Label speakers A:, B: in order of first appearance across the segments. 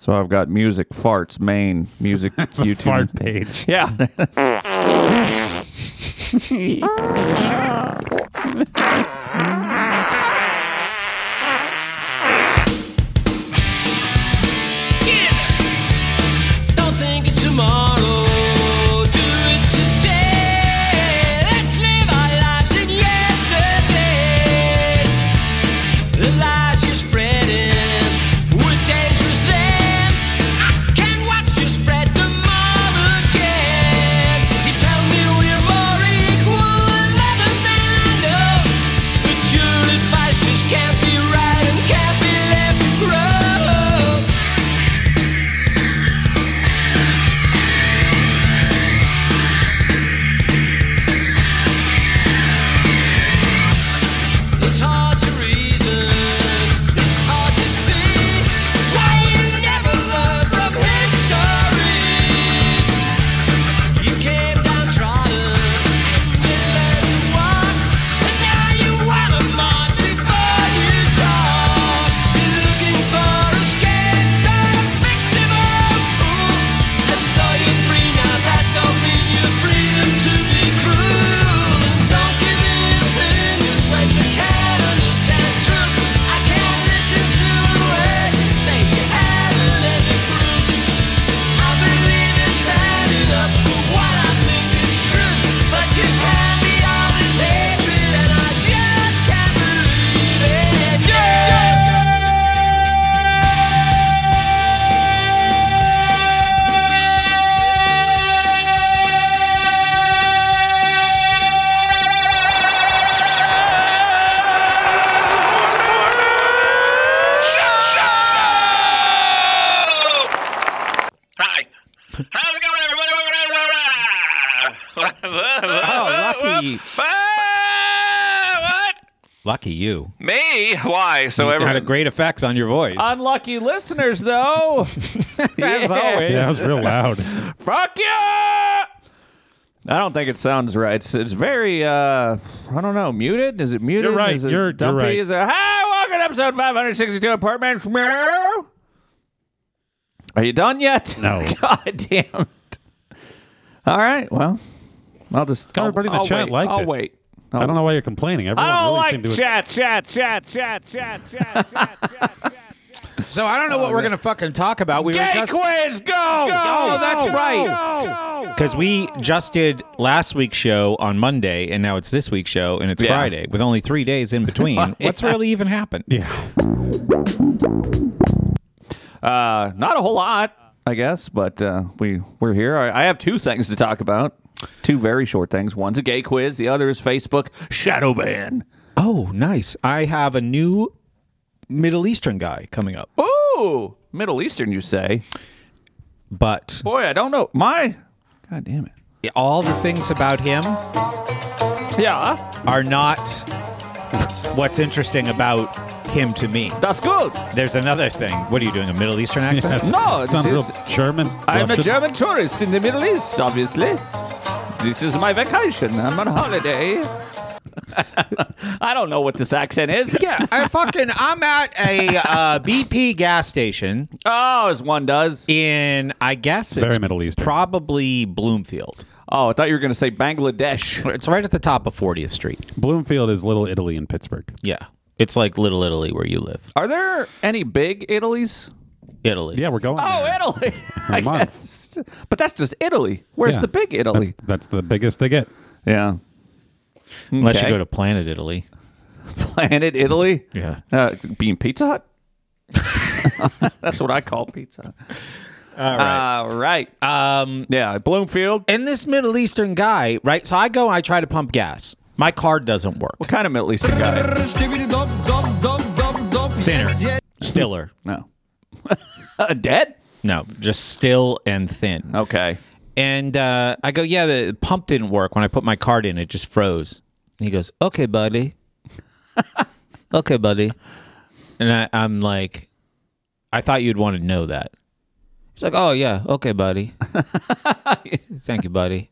A: So I've got music farts, main music YouTube.
B: Fart page.
A: Yeah.
C: Don't think of tomorrow. Do it today. Let's live our lives in yesterdays. The lies you're spreading were dangerous then. I can watch you spread them all again. You tell me we're more equal than other men I know, but your advice just can't be right and can't be left to grow. It's hard to reason, it's hard to see why you never learn from history. You came down trying and learned to walk, and now you wanna march before you talk. You're looking for a scapegoat, victim or fool, and though you're free now, that don't mean you're freedom to be cruel. And don't give opinions when you can't understand truth. I can't listen to a word you say. You haven't any proof. I believe in standing up for what I think is true, but you hand me all this hatred, and I just can't believe it.
D: Hi. How's it going, everybody? Welcome
B: Oh, lucky.
D: What?
B: Lucky you.
D: Me? Why? So
B: Had a
D: everyone.
B: great effects on your voice.
A: Unlucky listeners, though.
B: As always.
E: Yeah, that was real loud.
A: Fuck you! I don't think it sounds right. It's, it's very, uh, I don't know, muted? Is it muted?
E: You're right.
A: Is it
E: You're- you're
A: dumpy?
E: right.
A: Is it, hi, welcome to episode 562 Apartment. Meow. Are you done yet?
E: No.
A: God damn it. All right, well, I'll just. I'll-
E: Everybody in the
A: I'll
E: chat
A: wait.
E: liked
A: I'll
E: it.
A: wait.
E: I don't know why you're complaining. Everyone
A: I don't
E: really seemed to
A: like chat, chat, chat, chat, chat, chat, chat, chat, chat.
B: So I don't know what we're gonna fucking talk about. We
A: Oh, Gay
B: were just
A: quiz, go!
B: Oh, that's right. because we just did last week's show on Monday, and now it's this week's show, and it's
A: Yeah.
B: Friday with only three days in between. What's really even happened?
E: Yeah.
A: Uh, not a whole lot, I guess, but uh, we we're here. I, I have two things to talk about. Two very short things. One's a gay quiz. The other is Facebook shadow ban.
B: Oh, nice. I have a new Middle Eastern guy coming up,
A: Ooh, Middle Eastern, you say?
B: but
A: Boy, I don't know. My, god damn it.
B: all the things about him
A: Yeah,
B: are not what's interesting about him to me.
A: that's good.
B: There's another thing. What are you doing? A Middle Eastern accent?
A: No, this
E: Sounds real
A: is-
E: German.
A: I'm a
E: Russian.
A: German tourist in the Middle East, obviously. This is my vacation. I'm on holiday. I don't know what this accent is.
B: Yeah, I fucking I'm at a uh, BP gas station
A: Oh, as one does.
B: in I guess it's
E: Very Middle Eastern.
B: probably Bloomfield.
A: Oh, I thought you were going to say Bangladesh.
B: It's right at the top of 40th Street.
E: Bloomfield is Little Italy in Pittsburgh.
B: Yeah. It's like Little Italy where you live.
A: Are there any big Italies?
B: Italy.
E: Yeah, we're going.
A: Oh,
E: there.
A: Italy! I
E: month.
A: guess, but that's just Italy. Where's
E: Yeah.
A: the big Italy?
E: That's, that's the biggest they get.
A: yeah,
B: Unless
A: Okay.
B: you go to Planet Italy.
A: Planet Italy.
B: Yeah.
A: uh, being Pizza Hut. that's what I call Pizza. Hut.
B: All right.
A: All right.
B: um
A: yeah, Bloomfield.
B: and this Middle Eastern guy, right? So I go and I try to pump gas. My card doesn't work.
A: What kind of Middle Eastern guy?
B: Thinner. Stiller.
A: No. Dead?
B: No, just still and thin.
A: Okay.
B: And uh, I go, yeah, the pump didn't work. When I put my card in, it just froze. And he goes, okay, buddy. okay, buddy. And I, I'm like, I thought you'd want to know that. He's like, oh, yeah, okay, buddy. Thank you, buddy.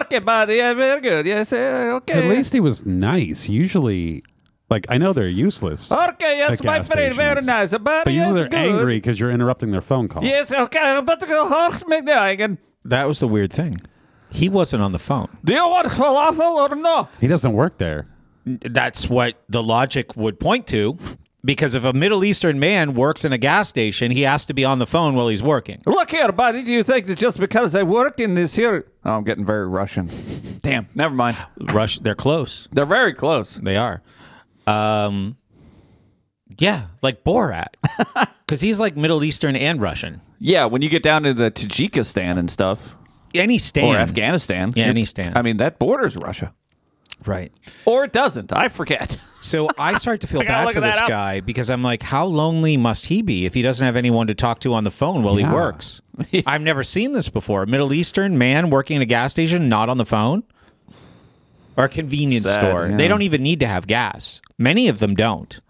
A: Okay, buddy. Yeah, very good. Yes. eh, Okay.
E: At least he was nice. Usually, Like I know they're useless.
A: Okay, yes,
E: at
A: my
E: gas
A: friend, very
E: stations.
A: nice. The body
E: But
A: is
E: usually they're
A: good.
E: angry because you're interrupting their phone call.
A: Yes, okay, I'm about to go home again.
B: That was the weird thing. He wasn't on the phone.
A: Do you want falafel or no?
E: He doesn't work there.
B: That's what the logic would point to. Because if a Middle Eastern man works in a gas station, he has to be on the phone while he's working.
A: Look here, buddy. Do you think that just because I work in this here? Oh, I'm getting very Russian. Damn. Never mind.
B: Rush, they're close.
A: They're very close.
B: They are. Um, yeah, like Borat. Because he's like Middle Eastern and Russian.
A: Yeah, when you get down to the Tajikistan and stuff,
B: Any stand.
A: or Afghanistan.
B: Yeah,
A: you're-
B: any stand.
A: I mean, that borders Russia.
B: Right.
A: Or it doesn't. I forget.
B: So I start to feel
A: gotta
B: bad
A: look
B: for
A: that
B: this
A: up.
B: guy because I'm like, how lonely must he be if he doesn't have anyone to talk to on the phone while
E: Yeah.
B: he works? I've never seen this before. A Middle Eastern man working in a gas station, not on the phone, or a convenience
A: Sad,
B: store.
A: yeah.
B: They don't even need to have gas. Many of them don't.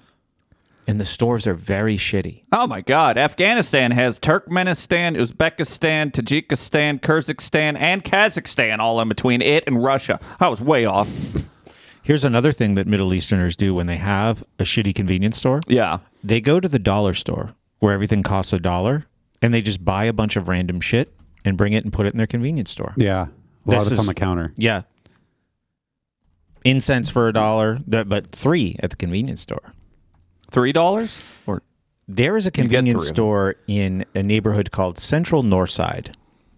B: And the stores are very shitty.
A: Oh my God! Afghanistan has Turkmenistan, Uzbekistan, Tajikistan, Kyrgyzstan, and Kazakhstan all in between it and Russia. I was way off.
B: Here's another thing that Middle Easterners do when they have a shitty convenience store
A: Yeah.
B: they go to the dollar store where everything costs a dollar and they just buy a bunch of random shit and bring it and put it in their convenience store.
E: Yeah. A lot
B: This
E: of it's
B: is-
E: on the counter.
B: Yeah. Incense for a dollar, th- but three at the convenience store.
A: Three dollars? Or
B: There is a
A: get
B: convenience
A: three of them.
B: store in a neighborhood called Central Northside.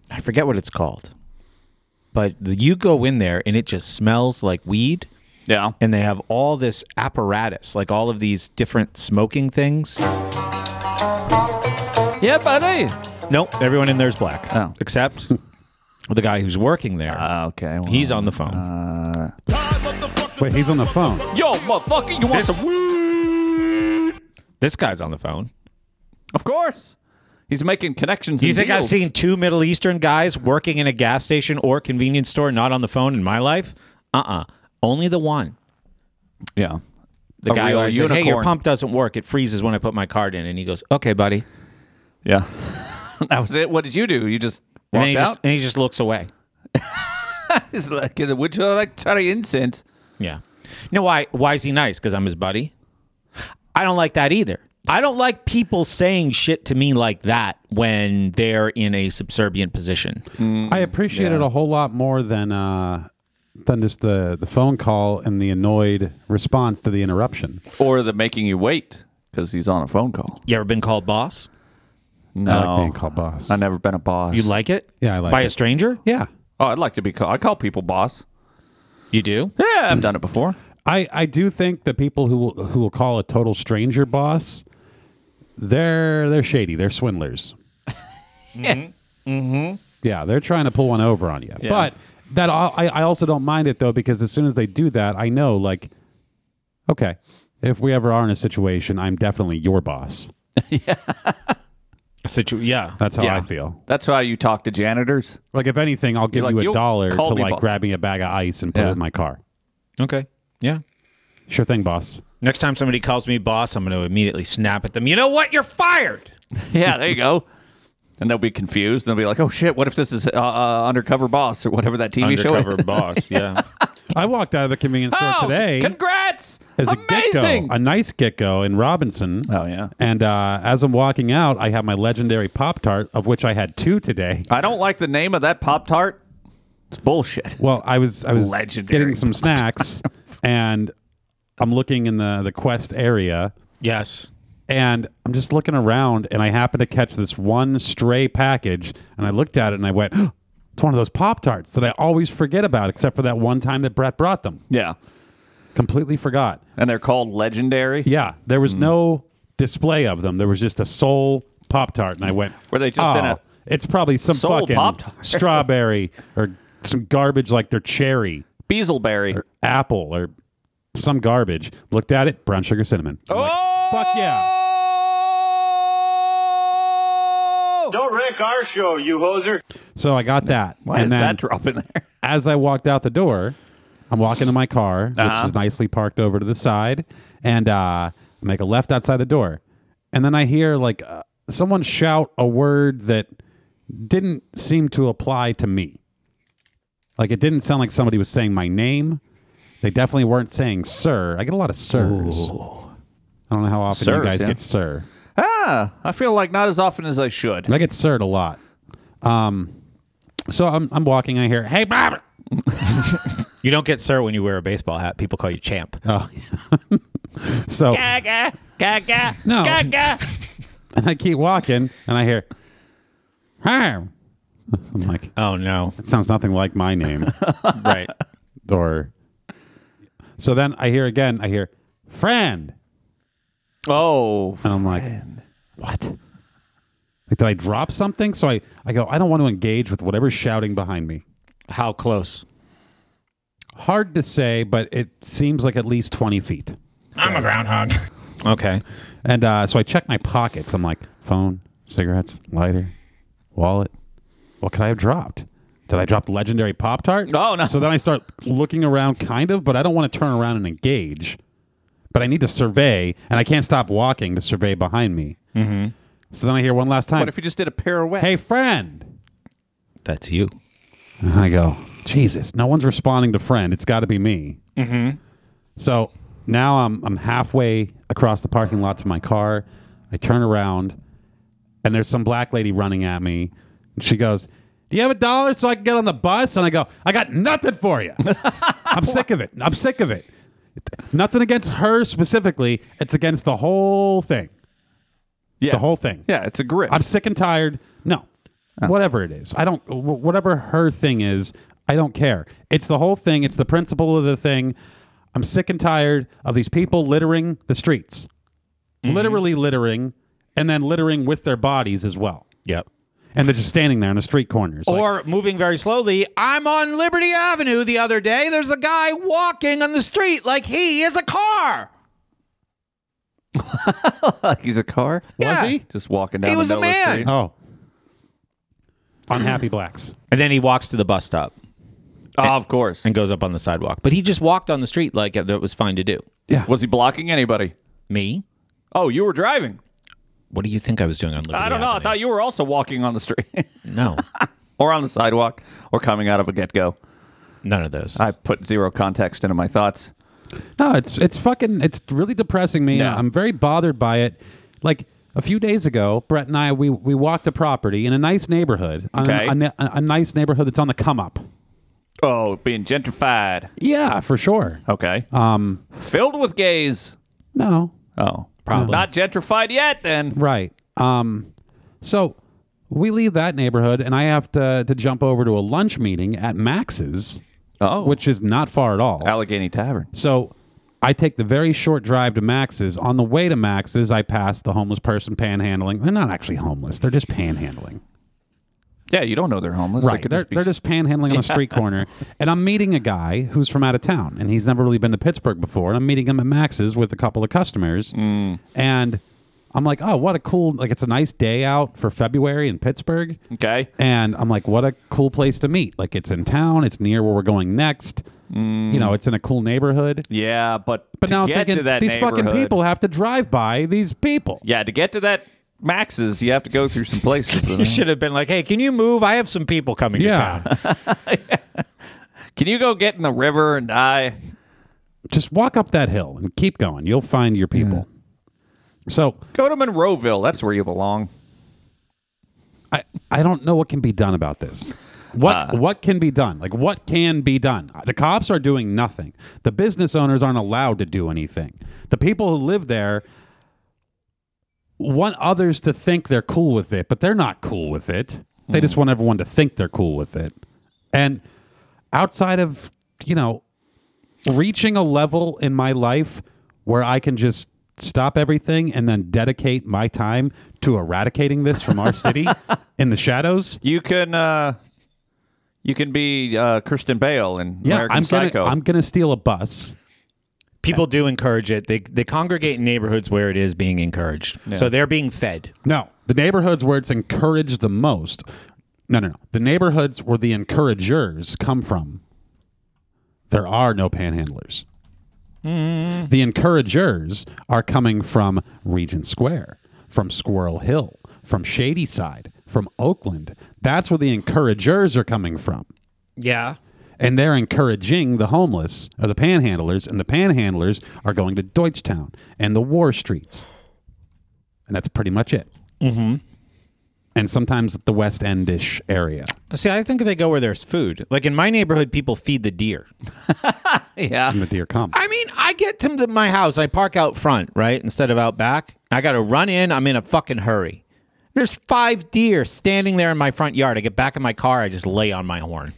B: I forget what it's called, but the, you go in there and it just smells like weed.
A: yeah.
B: And they have all this apparatus, like all of these different smoking things.
A: Yeah, buddy.
B: Nope, everyone in there's black,
A: Oh.
B: except the guy who's working there.
A: Okay. well,
B: He's on the phone.
A: Uh,
E: Wait, he's on the phone.
A: Yo, motherfucker! You want
B: This-
A: some weed?
B: this guy's on the phone.
A: Of course. He's making connections.
B: Do you
A: and
B: think I've
A: deals.
B: seen two Middle Eastern guys working in a gas station or convenience store not on the phone in my life? Uh uh Only the one.
A: Yeah.
B: The
A: A
B: guy who
A: real
B: I said, hey, your
A: unicorn."
B: pump doesn't work. It freezes when I put my card in. And he goes, okay, buddy.
A: Yeah. that was it. What did you do? You just
B: And,
A: walked
B: then he,
A: out.
B: just, and he just looks away.
A: It's like, would you like to try incense?
B: Yeah. No, why, why is he nice? Because I'm his buddy? I don't like that either. I don't like people saying shit to me like that when they're in a subservient position.
E: I appreciate it a whole lot more than uh, than just the, the phone call and the annoyed response to the interruption.
A: Or the making you wait because he's on a phone call.
B: You ever been called boss?
A: No.
E: I like being called boss.
A: I've never been a boss.
B: You like it?
E: Yeah, I like
B: By a
E: it.
B: stranger?
E: Yeah.
A: Oh, I'd like to be called. I call people boss.
B: You do?
A: Yeah, I've done it before.
E: I, I do think the people who will, who will call a total stranger boss, they're they're shady. They're swindlers. Yeah, they're trying to pull one over on you. But that al- I, I also don't mind it though because as soon as they do that, I know like, okay, if we ever are in a situation, I'm definitely your boss.
B: Situ- yeah.
E: That's how
A: Yeah.
E: I feel.
A: That's why you talk to janitors.
E: Like if anything, I'll give
A: like,
E: you a
A: "You'll
E: dollar to
A: call me
E: like
A: boss."
E: grab me a bag of ice and put
A: Yeah.
E: it in my car.
B: Okay. Yeah.
E: Sure thing, boss.
B: Next time somebody calls me boss, I'm going to immediately snap at them. You know what? You're fired.
A: Yeah, there you go. And they'll be confused. They'll be like, "Oh shit! What if this is uh, uh, undercover boss or whatever that TV show?" Is?
B: boss. Yeah.
E: I walked out of a convenience store
A: Oh,
E: today.
A: congrats!
E: as a
A: Amazing.
E: gecko, a nice gecko in Robinson.
A: Oh, yeah.
E: And uh, as I'm walking out, I have my legendary Pop Tart, of which I had two today.
A: I don't like the name of that Pop Tart. It's bullshit.
E: Well, I was I was
A: Legendary
E: getting some snacks, and I'm looking in the the quest area,
B: yes.
E: and I'm just looking around, and I happen to catch this one stray package, and I looked at it, and I went. It's one of those Pop Tarts that I always forget about, except for that one time that Brett brought them.
A: Yeah,
E: Completely forgot.
A: and they're called legendary.
E: Yeah, there
A: Hmm.
E: was no display of them. There was just a sole Pop Tart, and I went.
A: Were they just in
E: "Oh,
A: a-
E: It's probably some
A: Sole
E: fucking
A: Pop-Tart?"
E: strawberry or some garbage like their cherry,
A: Beaselberry.
E: Er, apple, or some garbage. Looked at it, brown sugar cinnamon. I'm like,
A: oh,
E: fuck yeah!
F: Don't wreck our show, you hoser.
E: So I got that,
A: Why
E: and
A: is
E: then
A: that drop in there?
E: as I walked out the door, I'm walking to my car,
A: Uh-huh.
E: which is nicely parked over to the side, and uh, make a left outside the door. And then I hear like uh, someone shout a word that didn't seem to apply to me. Like it didn't sound like somebody was saying my name. They definitely weren't saying sir. I get a lot of sirs. I don't know how often you
A: Sirs,
E: guys
A: yeah.
E: get sir.
A: Ah, I feel like not as often as I should.
E: I get sirred a lot. Um, so I'm, I'm walking. I hear, hey, Robert.
B: You don't get sir when you wear a baseball hat. People call you champ.
E: Oh. so
A: Gaga, gaga,
E: No.
A: gaga.
E: and I keep walking and I hear, hey. I'm like,
B: Oh no!
E: it sounds nothing like my name.
B: right.
E: or so then I hear again, I hear, friend.
A: Oh,
E: And I'm like, what? Like, did I drop something? So I, I go, I don't want to engage with whatever's shouting behind me.
B: How close?
E: Hard to say, but it seems like at least 20 feet.
B: I'm a groundhog. Okay.
E: And uh, so I check my pockets. I'm like, phone, cigarettes, lighter, wallet. What could I have dropped? Did I drop the legendary Pop Tart?
A: Oh, no.
E: So then I start looking around, kind of, but I don't want to turn around and engage. But I need to survey, and I can't stop walking to survey behind me. Mm-hmm. So then I hear one last time,
A: what if you just did a pirouette?
E: hey, friend.
B: That's you.
E: And I go, Jesus, no one's responding to friend. It's got to be me. Mm-hmm. So now I'm I'm halfway across the parking lot to my car. I turn around, and there's some black lady running at me. And she goes, "Do you have a dollar so I can get on the bus?" And I go, "I got nothing for you. I'm sick of it. I'm sick of it. Nothing against her specifically. It's against the whole thing.
A: yeah.
E: The whole thing.
A: Yeah, it's a grip.
E: I'm sick and tired. No, whatever it is, I don't. wh- Whatever her thing is, I don't care. It's the whole thing. It's the principle of the thing. I'm sick and tired of these people littering the streets, literally littering, and then littering with their bodies as well.
B: Yep.
E: And they're just standing there in the street corners. like-
B: Or moving very slowly. I'm on Liberty Avenue the other day. There's a guy walking on the street like he is a car.
A: Like he's a car.
B: Yeah.
E: he?
A: Just walking down
B: He
A: the
B: was a
A: middle of the
B: man.
A: street.
E: oh, unhappy blacks.
B: And then he walks to the bus stop
A: Oh, of course.
B: and goes up on the sidewalk. But he just walked on the street like that was fine to do.
A: Was he blocking anybody?
B: Me?
A: Oh, you were driving.
B: What do you think I was doing on Liberty
A: I don't know. I thought you were also walking on the street
B: no,
A: or on the sidewalk or coming out of a get go.
B: none of those.
A: I put zero context into my thoughts.
E: No, it's it's fucking it's really depressing me.
A: Yeah.
E: I'm very bothered by it. Like a few days ago, Brett and I we we walked a property in a nice neighborhood, a-
A: Okay.
E: a, a- a nice neighborhood that's on the come up.
A: Oh, being gentrified.
E: Yeah, for sure.
A: Okay. Um, filled with gays.
E: No,
A: Oh,
B: Probably.
A: not gentrified yet. Then
E: right. Um, so we leave that neighborhood, and I have to to jump over to a lunch meeting at Max's,
A: oh,
E: which is not far at all.
A: Allegheny Tavern.
E: So I take the very short drive to Max's. On the way to Max's, I pass the homeless person panhandling. They're not actually homeless; they're just panhandling.
A: Yeah, you don't know they're homeless. They
E: Right.
A: could
E: They're,
A: just be-
E: they're just panhandling on a street corner. And I'm meeting a guy who's from out of town and he's never really been to Pittsburgh before. And I'm meeting him at Max's with a couple of customers.
A: Mm.
E: And I'm like, oh, what a cool, like, it's a nice day out for February in Pittsburgh.
A: okay.
E: And I'm like, what a cool place to meet. Like, it's in town, it's near where we're going next. You know, it's in a cool neighborhood.
A: Yeah, but Mm.
E: But
A: to
E: now I'm
A: get to
E: thinking
A: that
E: these fucking
A: neighborhood-
E: people have to drive by these people.
A: Yeah, to get to that Max's, you have to go through some places.
B: you should have been like, hey, can you move? I have some people coming to town.
A: Can you go get in the river and die?
E: Just walk up that hill and keep going. You'll find your people. So
A: Go to Monroeville. That's where you belong.
E: I, I don't know what can be done about this. What what can be done? Like what can be done? The cops are doing nothing. The business owners aren't allowed to do anything. The people who live there want others to think they're cool with it, but they're not cool with it. They just want everyone to think they're cool with it. And outside of, you know, reaching a level in my life where I can just stop everything and then dedicate my time to eradicating this from our city in the shadows.
A: You can uh you can be uh Kristen Bale in
E: Yeah,
A: American
E: I'm gonna
A: Psycho.
E: I'm gonna steal a bus.
B: People do encourage it. They they congregate in neighborhoods where it is being encouraged. So they're being fed.
E: No, the neighborhoods where it's encouraged the most. No, no, no. The neighborhoods where the encouragers come from. There are no panhandlers. The encouragers are coming from Regent Square, from Squirrel Hill, from Shady Side, from Oakland. That's where the encouragers are coming from.
B: Yeah.
E: and they're encouraging the homeless or the panhandlers, and the panhandlers are going to Deutschtown and the war streets. And that's pretty much it. Mm-hmm. And sometimes the West Endish area.
B: See, I think they go where there's food. Like in my neighborhood, people feed the deer.
A: Yeah.
E: And the deer come.
B: I mean, I get to the- my house, I park out front, right, instead of out back. I got to run in. I'm in a fucking hurry. There's five deer standing there in my front yard. I get back in my car. I just lay on my horn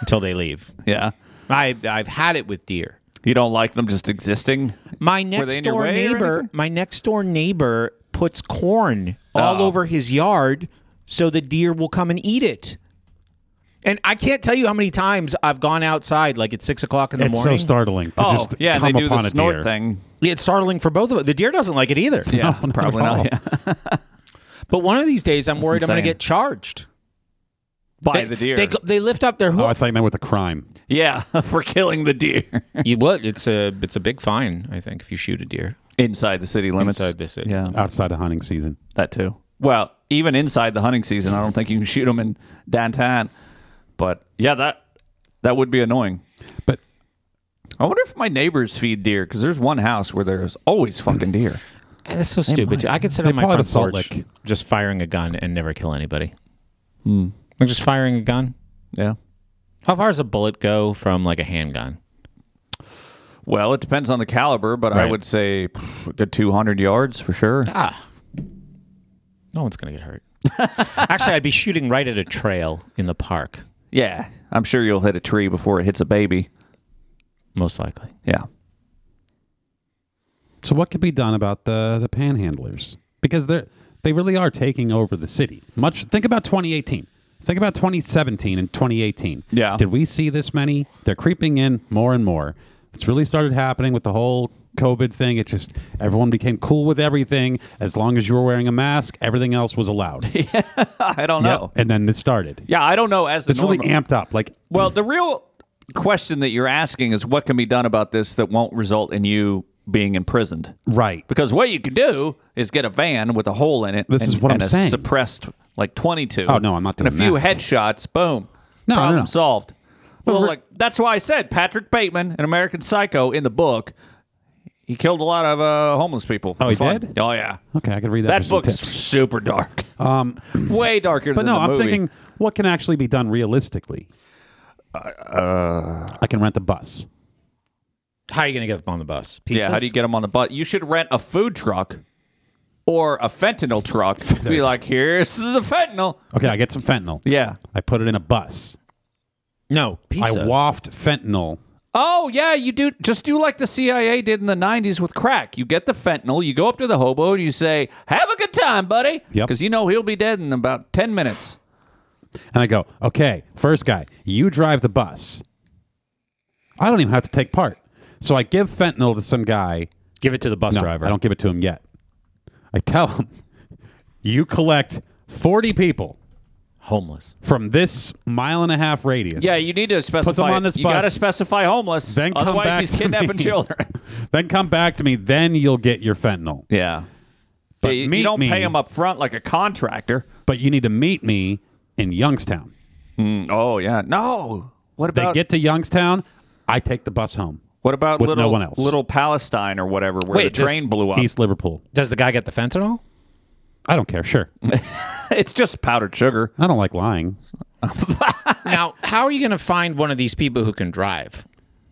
B: until they leave.
A: Yeah.
B: I I've had it with deer.
A: You don't like them just existing?
B: My
A: they
B: next
A: in your
B: door
A: way or
B: neighbor,
A: anything?
B: my next door neighbor puts corn all
A: Oh.
B: over his yard so the deer will come and eat it. And I can't tell you how many times I've gone outside like at six o'clock in the
E: it's
B: morning.
E: so startling to
A: oh,
E: just
A: yeah.
E: come
A: they do
E: upon
A: the
E: a
A: snort
E: deer.
A: thing.
B: it's startling for both of us. The deer doesn't like it either.
A: Yeah,
E: not
A: probably
E: at all.
A: not. Yeah.
B: But one of these days, I'm worried I'm going
A: insane.
B: to get charged.
A: By
B: they,
A: the deer.
B: They, go- they lift up their
E: Oh, I
B: hoof.
E: thought you meant with a crime.
A: yeah, for killing the deer
B: you would. It's a it's a big fine, I think, if you shoot a deer.
A: inside the city limits.
B: Inside the city.
A: Yeah,
E: Outside of hunting season.
A: that too. Well, even inside the hunting season, I don't think you can shoot them in downtown. But yeah, that that would be annoying.
E: But
A: I wonder if my neighbors feed deer because there's one house where there's always fucking deer.
B: And that's so stupid. I could sit on my
E: call it
B: front
E: assault
B: porch
E: lick.
B: just firing a gun and never kill anybody. Like just firing a gun.
A: Yeah.
B: How far does a bullet go from like a handgun?
A: Well, it depends on the caliber, but I
B: Right.
A: would say pff, a good 200 yards for sure.
B: Ah, no one's going to get hurt. Actually, I'd be shooting right at a trail in the park,
A: Yeah, I'm sure you'll hit a tree before it hits a baby.
B: most likely.
A: Yeah.
E: So what could be done about the the panhandlers? Because they are they really are taking over the city. Much think about 2018. Think about 2017 and 2018.
A: Yeah.
E: Did we see this many? They're creeping in more and more. It's really started happening with the whole COVID thing. It just everyone became cool with everything as long as you were wearing a mask, everything else was allowed.
A: I don't know.
E: And then this started.
A: Yeah, I don't know as the
E: It's really
A: normal-
E: amped up. Like
A: Well, the real question that you're asking is what can be done about this that won't result in you being imprisoned?
E: right.
A: Because what you could do is get a van with a hole in it.
E: This
A: and,
E: is what I'm
A: and a
E: saying.
A: Suppressed like 22.
E: Oh, no, I'm not
A: And a
E: doing
A: few
E: that.
A: headshots. Boom.
E: No, no,
A: Problem
E: no.
A: solved. Well,
E: re-
A: like that's why I said Patrick Bateman, an American Psycho, in the book, he killed a lot of uh, homeless people.
E: Oh, he
A: Fun.
E: did?
A: Oh yeah.
E: Okay, I could read that. for
A: That
E: some
A: book's
E: tips.
A: super dark. Um, way darker.
E: But
A: than
E: no,
A: the
E: I'm
A: movie.
E: thinking what can actually be done realistically.
A: Uh,
E: I can rent a bus.
B: How are you going to get them on the bus? Pizzas?
A: Yeah, how do you get them on the bus? You should rent a food truck or a fentanyl truck. to be like, here's the fentanyl.
E: Okay, I get some fentanyl.
A: Yeah.
E: I put it in a bus.
B: No pizza.
E: I waft fentanyl.
A: Oh yeah, you do. Just do like the CIA did in the '90s with crack. You get the fentanyl. You go up to the hobo and you say, "Have a good time, buddy,"
E: Yep.
A: because you know he'll be dead in about ten minutes.
E: And I go, okay, first guy, you drive the bus. I don't even have to take part. So I give fentanyl to some guy.
B: Give it to the bus
E: No,
B: driver.
E: I don't give it to him yet. I tell him, you collect 40 people
B: Homeless.
E: from this mile and a half radius.
A: Yeah, you need to specify.
E: on this
A: you got to
E: bus.
A: specify homeless.
E: Then come
A: otherwise
E: back
A: he's
E: to
A: kidnapping
E: me.
A: children.
E: then come back to me. Then you'll get your fentanyl.
A: Yeah.
E: But
A: Yeah, you, you
E: meet
A: don't
E: me-
A: pay him up front like a contractor.
E: But you need to meet me in Youngstown.
A: Oh yeah. No. What
E: They
A: about
E: get to Youngstown. I take the bus home.
A: what about
E: with
A: little
E: no one else.
A: little Palestine or whatever where
B: Wait,
A: the train
B: just
A: blew up?
E: East Liverpool.
B: Does the guy get the fentanyl?
E: I don't care. Sure.
A: It's just powdered sugar.
E: I don't like lying.
B: now, how are you going to find one of these people who can drive?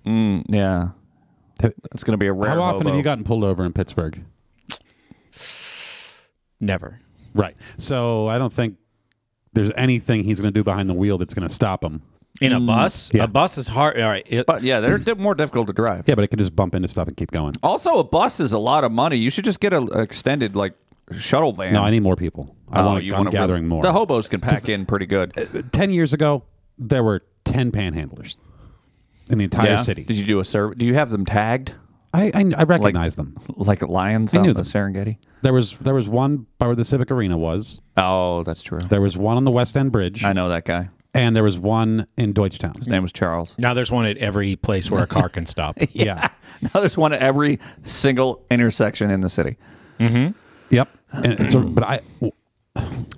A: Yeah.
E: How
A: It's gonna be a rare.
E: often
A: hobo.
E: have you gotten pulled over in Pittsburgh?
B: Never.
E: Right. So I don't think there's anything he's going to do behind the wheel that's going to stop him.
B: In a bus?
E: yeah.
B: A bus is hard. All right. it-
A: But yeah, they're di- more difficult to drive.
E: Yeah, but it can just bump into stuff and keep going.
A: Also, a bus is a lot of money. You should just get an extended like shuttle van.
E: No, I need more people. I
A: Oh,
E: want.
A: you
E: I'm
A: wanna
E: gathering
A: really-
E: more.
A: The hobos can pack in pretty good.
E: Ten years ago, there were ten panhandlers in the entire
A: Yeah?
E: city.
A: Did you do a survey? Do you have them tagged
E: I I, I recognize them.
A: like lions
E: I
A: out
E: knew
A: in the
E: them.
A: Serengeti?
E: There was there was one by where the Civic Arena was.
A: Oh, that's true.
E: There was one on the West End Bridge,
A: I know that guy.
E: and there was one in Deutschtown.
A: His name was Charles.
B: now there's one at every place where a car can stop.
E: Yeah.
A: Now there's one at every single intersection in the city.
E: yep. And it's a, but I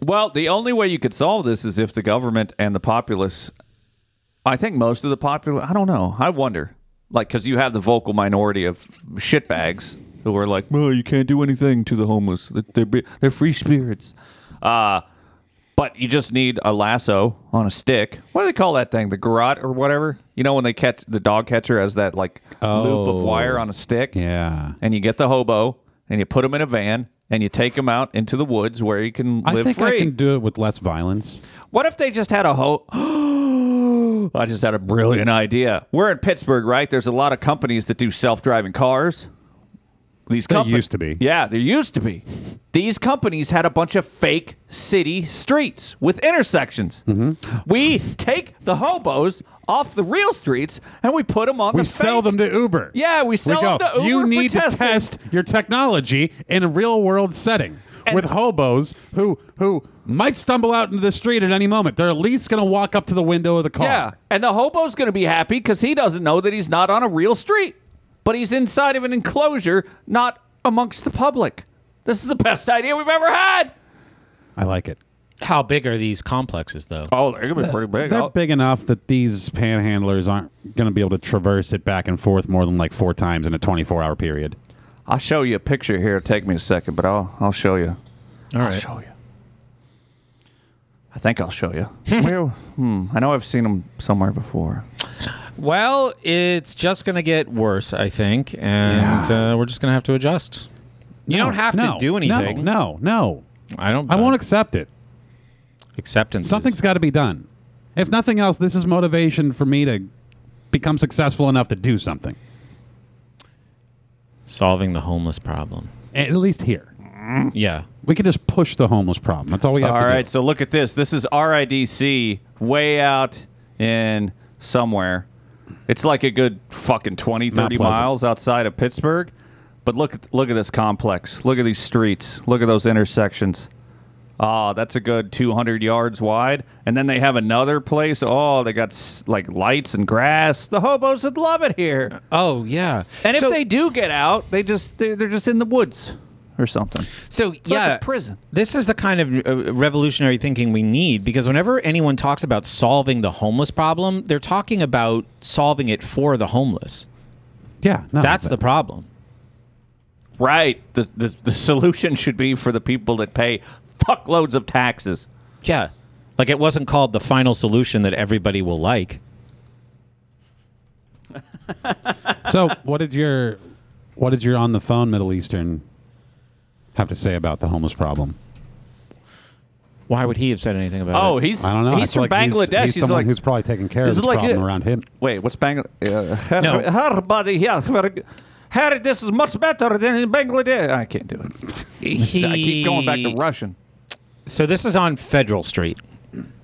A: Well, the only way you could solve this is if the government and the populace I think most of the popular. I don't know. I wonder, like, because you have the vocal minority of shitbags who are like, "Well, you can't do anything to the homeless. They're- They're be- they're free spirits." Uh but you just need a lasso on a stick. What do they call that thing? The garrote or whatever? You know when they catch the dog catcher has that like loop
E: Oh.
A: of wire on a stick.
E: Yeah.
A: And you get the hobo and you put him in a van and you take him out into the woods where he can
E: I
A: live
E: think
A: free.
E: I can do it with less violence.
A: What if they just had a ho? I just had a brilliant idea. We're in Pittsburgh, right? There's a lot of companies that do self-driving cars. These
E: They
A: companies
E: used to be.
A: Yeah, there used to be. These companies had a bunch of fake city streets with intersections.
E: Mm-hmm.
A: We take the hobos off the real streets and we put them on
E: We
A: the
E: sell
A: fake-
E: them to Uber.
A: Yeah, we
E: We
A: sell them
E: go.
A: to Uber
E: you
A: for
E: need to
A: testing."
E: test your technology in a real world setting with hobos who who might stumble out into the street at any moment. They're at least going to walk up to the window of the car.
A: Yeah, and the hobo's going to be happy because he doesn't know that he's not on a real street, but he's inside of an enclosure, not amongst the public. This is the best idea we've ever had.
E: I like it.
B: How big are these complexes, though?
A: Oh, they're gonna be pretty big.
E: They're big enough that these panhandlers aren't going to be able to traverse it back and forth more than like four times in a 24 hour period.
A: I'll show you a picture here. Take me a second, but I'll I'll show you.
B: All
A: I'll
B: right.
A: show you. I think I'll show you. Where- hmm, I know I've seen them somewhere before.
B: Well, it's just going to get worse, I think, and uh, we're just going to have to adjust. You don't have
E: No,
B: to do anything.
E: No, no, no.
B: I don't.
E: I won't accept it.
B: acceptance.
E: Something's
B: is-
E: got to be done. If nothing else, this is motivation for me to become successful enough to do something,
B: solving the homeless problem.
E: at least here.
B: Yeah.
E: We can just push the homeless problem. That's all we have
A: All
E: to
A: right,
E: do.
A: so look at this. This is RIDC way out in somewhere. It's like a good fucking 20,
E: Not
A: 30
E: pleasant.
A: miles outside of Pittsburgh. But look at look at this complex. Look at these streets. Look at those intersections. Ah, that's a good 200 yards wide. And then they have another place. Oh, they got s- like lights and grass. The hobos would love it here.
B: Oh yeah.
A: And
B: So-
A: if they do get out, they just they're, they're just in the woods or something.
B: So
A: like
B: yeah,
A: a prison.
B: This is the kind of uh, revolutionary thinking we need because whenever anyone talks about solving the homeless problem, they're talking about solving it for the homeless.
E: Yeah, no,
B: That's
E: but-
B: the problem.
A: Right. The, the the solution should be for the people that pay fuckloads of taxes.
B: Yeah. Like it wasn't called the final solution that everybody will like.
E: so what did your what did your on the phone Middle Eastern have to say about the homeless problem?
B: Why would he have said anything about
A: Oh,
B: it?
A: he's
E: I don't know.
A: He's from
E: I feel like
A: Bangladesh.
E: He's, he's, someone
A: like
E: who's probably taking care of
A: This
E: this
A: is like
E: problem
A: it.
E: around him.
A: wait, what's Bangladesh? Uh, her,
B: No.
A: her body yeah, very- her, this is much better than in Bangladesh. I can't do it.
B: he,
A: I keep going back to Russian.
B: So this is on Federal Street.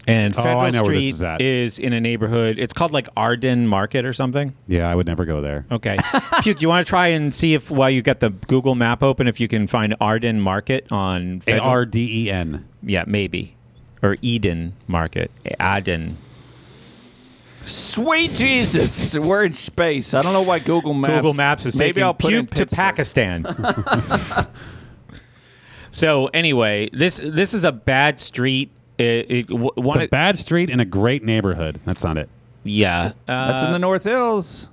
B: And
E: Oh,
B: Federal
E: I know
B: Street
E: where this is at.
B: in a neighborhood. It's called like Arden Market or something.
E: Yeah, I would never go there.
B: Okay. Puke, you want to try and see if while you get the Google map open, if you can find Arden Market on
E: A
B: Federal?
E: R D E N.
B: yeah, maybe. Or Eden Market. Aden.
A: Sweet Jesus, we're in space. I don't know why Google Maps.
B: Google Maps is
A: maybe
B: taking
A: I'll put in
B: puke to
A: Pittsburgh.
B: Pakistan. so anyway, this this is a bad street. It, it, w-
E: It's
B: one
E: a bad street in a great neighborhood. That's not it.
B: yeah.
A: That's in
B: Uh,
A: the North Hills.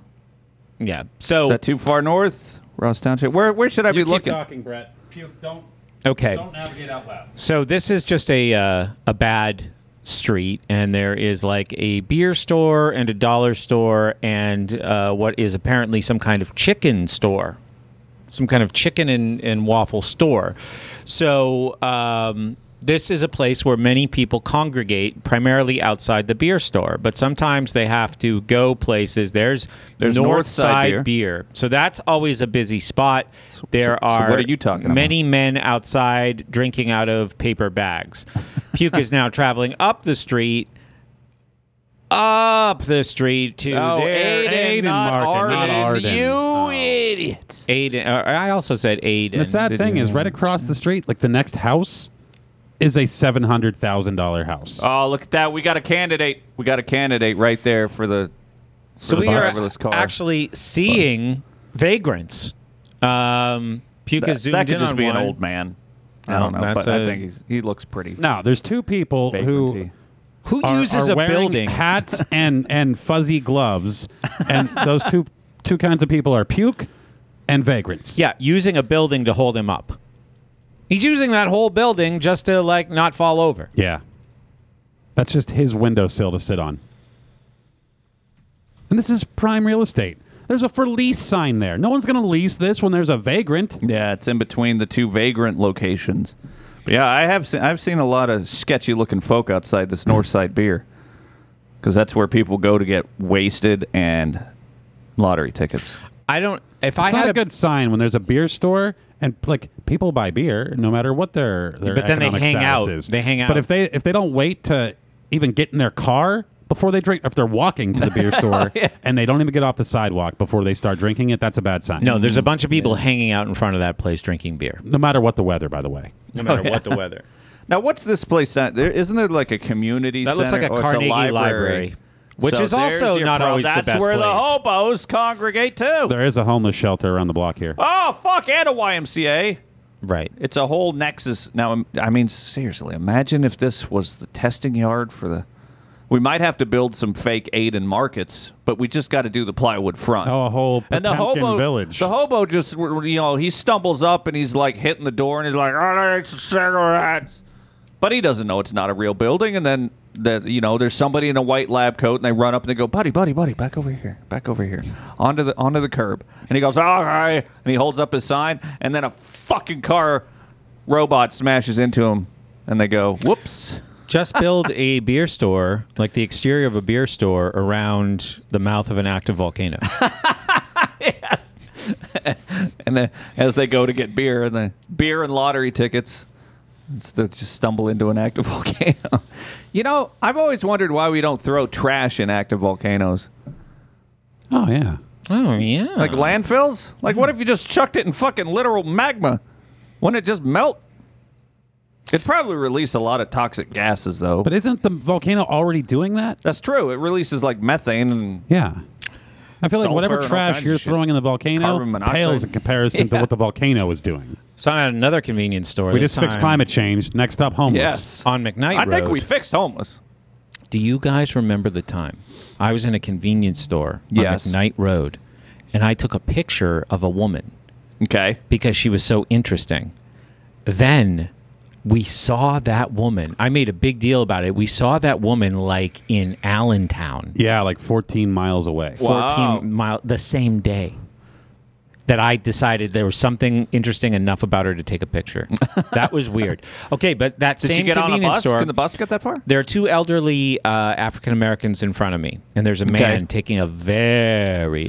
B: yeah. So
A: Is that too far north? Ross Township. Where where should I be looking?
E: Brett. Puke. Don't
B: okay.
E: navigate out loud.
B: So this is just a uh, a bad street, and there is like a beer store and a dollar store and uh, what is apparently some kind of chicken store, some kind of chicken and, and waffle store. So um, this is a place where many people congregate, primarily outside the beer store, but sometimes they have to go places. There's,
A: There's North Side
B: Side beer. so that's always a busy spot. There
A: so
B: are
A: what are you talking about?
B: many many men outside drinking out of paper bags. Puke is now traveling up the street, up the street to
A: Oh,
B: their
A: Aiden,
E: Aiden
A: not
E: Market,
A: Arden.
E: not Arden.
A: You
E: Oh.
A: idiots.
B: Aiden. or I also said Aiden.
E: The sad
B: Did
E: thing
B: you-
E: is, right across the street, like the next house, is a seven hundred thousand dollar house.
A: Oh, look at that. We got a candidate. We got a candidate right there for the.
B: so
A: for the
B: we are
A: driverless car.
B: actually seeing vagrants. Um, Puke
A: That,
B: is zoomed
A: that could
B: in
A: just
B: on
A: be
B: one.
A: an old man. I
B: No,
A: don't know,
B: that's
A: but I
B: a-
A: think he's, he looks pretty.
E: no, there's two people who
A: Vagranty.
B: Who
E: are,
B: uses
E: are
B: a
E: wearing
B: building?
E: hats and and fuzzy gloves, and those two two kinds of people are puke and vagrants.
B: yeah, using a building to hold him up. He's using that whole building just to like not fall over.
E: Yeah. That's just his windowsill to sit on. And this is prime real estate. There's a for lease sign there. No one's going to lease this when there's a vagrant.
A: Yeah, it's in between the two vagrant locations. But yeah, I have seen, I've seen a lot of sketchy looking folk outside this Northside beer because that's where people go to get wasted and lottery tickets.
B: I don't. If
E: It's
B: I
E: not
B: had
E: a good sign when there's a beer store and like people buy beer no matter what their their
B: But then they
E: economic
B: hang
E: status
B: out.
E: is.
B: They hang out.
E: But if they if they don't wait to even get in their car before they drink, if they're walking to the beer store and they don't even get off the sidewalk before they start drinking it, that's a bad sign.
B: no, there's a bunch of people hanging out in front of that place drinking beer,
E: no matter what the weather, by the way.
B: no matter what the weather.
A: Now, what's this place? That, there, isn't there like a community
B: That looks
A: center?
B: like a
A: Or it's
B: Carnegie
A: library.
B: library, which is also
A: there's your
B: not always the
A: that's
B: best
A: where the
B: place.
A: hobos congregate too.
E: There is a homeless shelter around the block here.
A: oh, fuck, and a YMCA.
B: Right.
A: It's a whole nexus. Now, I'm- I mean, seriously, imagine if this was the testing yard for the. We might have to build some fake Aiden markets, but we just got to do the plywood front.
E: Oh, a whole
A: and the
E: Potemkin
A: hobo,
E: village.
A: the hobo just you know he stumbles up and he's like hitting the door and he's like, "All right, some cigarettes," but he doesn't know it's not a real building. And then that you know there's somebody in a white lab coat and they run up and they go, "Buddy, buddy, buddy, back over here, back over here, onto the onto the curb." And he goes, "All right," and he holds up his sign, and then a fucking car robot smashes into him, and they go, "Whoops."
B: Just build a beer store, like the exterior of a beer store, around the mouth of an active volcano.
A: And then as they go to get beer, and the beer and lottery tickets, it's they just stumble into an active volcano. You know, I've always wondered why we don't throw trash in active volcanoes,
E: oh yeah.
B: oh yeah.
A: like landfills. Like, what if you just chucked it in fucking literal magma? Wouldn't it just melt? It'd probably release a lot of toxic gases, though.
E: But
A: But
E: isn't the volcano already doing that?
A: that's true. It releases like methane and
E: Yeah. I feel like
A: Sulfur
E: whatever
A: and all
E: trash
A: kinds
E: you're
A: of shit.
E: throwing in the volcano
A: Carbon monoxide.
E: pales in comparison to
A: Yeah.
E: what the volcano is doing.
B: so I'm at another convenience store.
E: We
B: this
E: just fixed
B: time
E: climate change. Next up, homeless.
A: yes.
B: on McKnight
A: I think
B: Road.
A: we fixed homeless.
B: Do you guys remember the time I was in a convenience store
A: Yes.
B: on McKnight Road, and I took a picture of a woman
A: Okay.
B: because she was so interesting. Then we saw that woman. I made a big deal about it. We saw that woman like in Allentown,
E: Yeah, like 14 miles away.
A: Wow.
B: 14 mile the same day that I decided there was something interesting enough about her to take a picture. that was weird. Okay, but that
A: Did
B: same
A: you get on a
B: convenience
A: bus?
B: store
A: Can the bus get that far?
B: there are two elderly uh, African Americans in front of me, and there's a man
A: Okay.
B: taking a very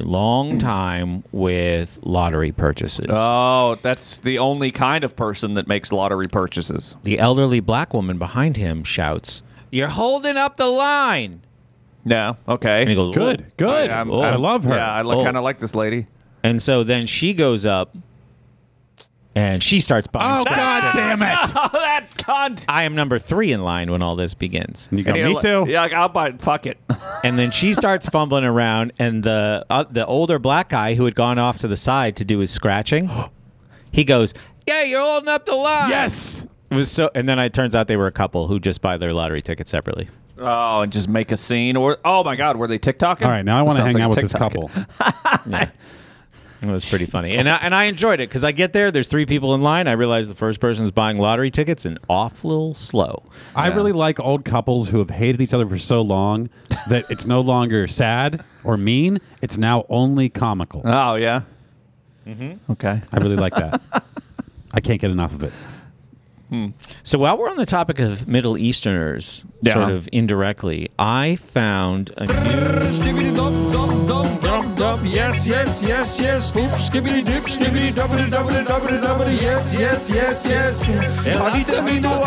B: long time with lottery purchases.
A: Oh, that's the only kind of person that makes lottery purchases.
B: the elderly black woman behind him shouts, "You're holding up the line!"
A: No, okay.
B: And he goes,
E: Good,
B: "Whoa."
E: good.
A: I'm-
E: oh, I
A: I'm-
E: love her.
A: Yeah, I
B: Oh.
A: kind of like this lady.
B: And so then she goes up, and she starts
E: oh,
B: buying. stuff.
E: God damn it.
A: Oh, that cunt.
B: I am number three in line when all this begins.
E: You got me too.
A: Yeah, like, I'll buy it. Fuck it.
B: and then she starts fumbling around, and the uh, the older black guy who had gone off to the side to do his scratching, he goes, "Yeah, you're holding up the line."
E: Yes.
B: it was so. And then it turns out they were a couple who just buy their lottery tickets separately.
A: Oh, and just make a scene. Or oh my God, were they TikToking?
E: All right, now I want to
A: Sounds
E: hang
A: like a
E: out with this
A: TikTok.
E: couple.
B: It was pretty funny, and I, and I enjoyed it because I get there, there's three people in line. I realize the first person's buying lottery tickets, and awful slow.
E: I really like old couples who have hated each other for so long that it's no longer sad or mean. It's now only comical.
A: Oh yeah. Mm-hmm. Okay.
E: I really like that. I can't get enough of it.
B: So while we're on the topic of Middle Easterners,
A: Yeah.
B: sort of indirectly, I found a new.
C: Skibbity dub dub dub dub dub. Yes, yes, yes, yes. Oop, skibbity dip, skibbity dubbity dubbity dubbity dubbity. Yes, yes, yes, yes. Palita mino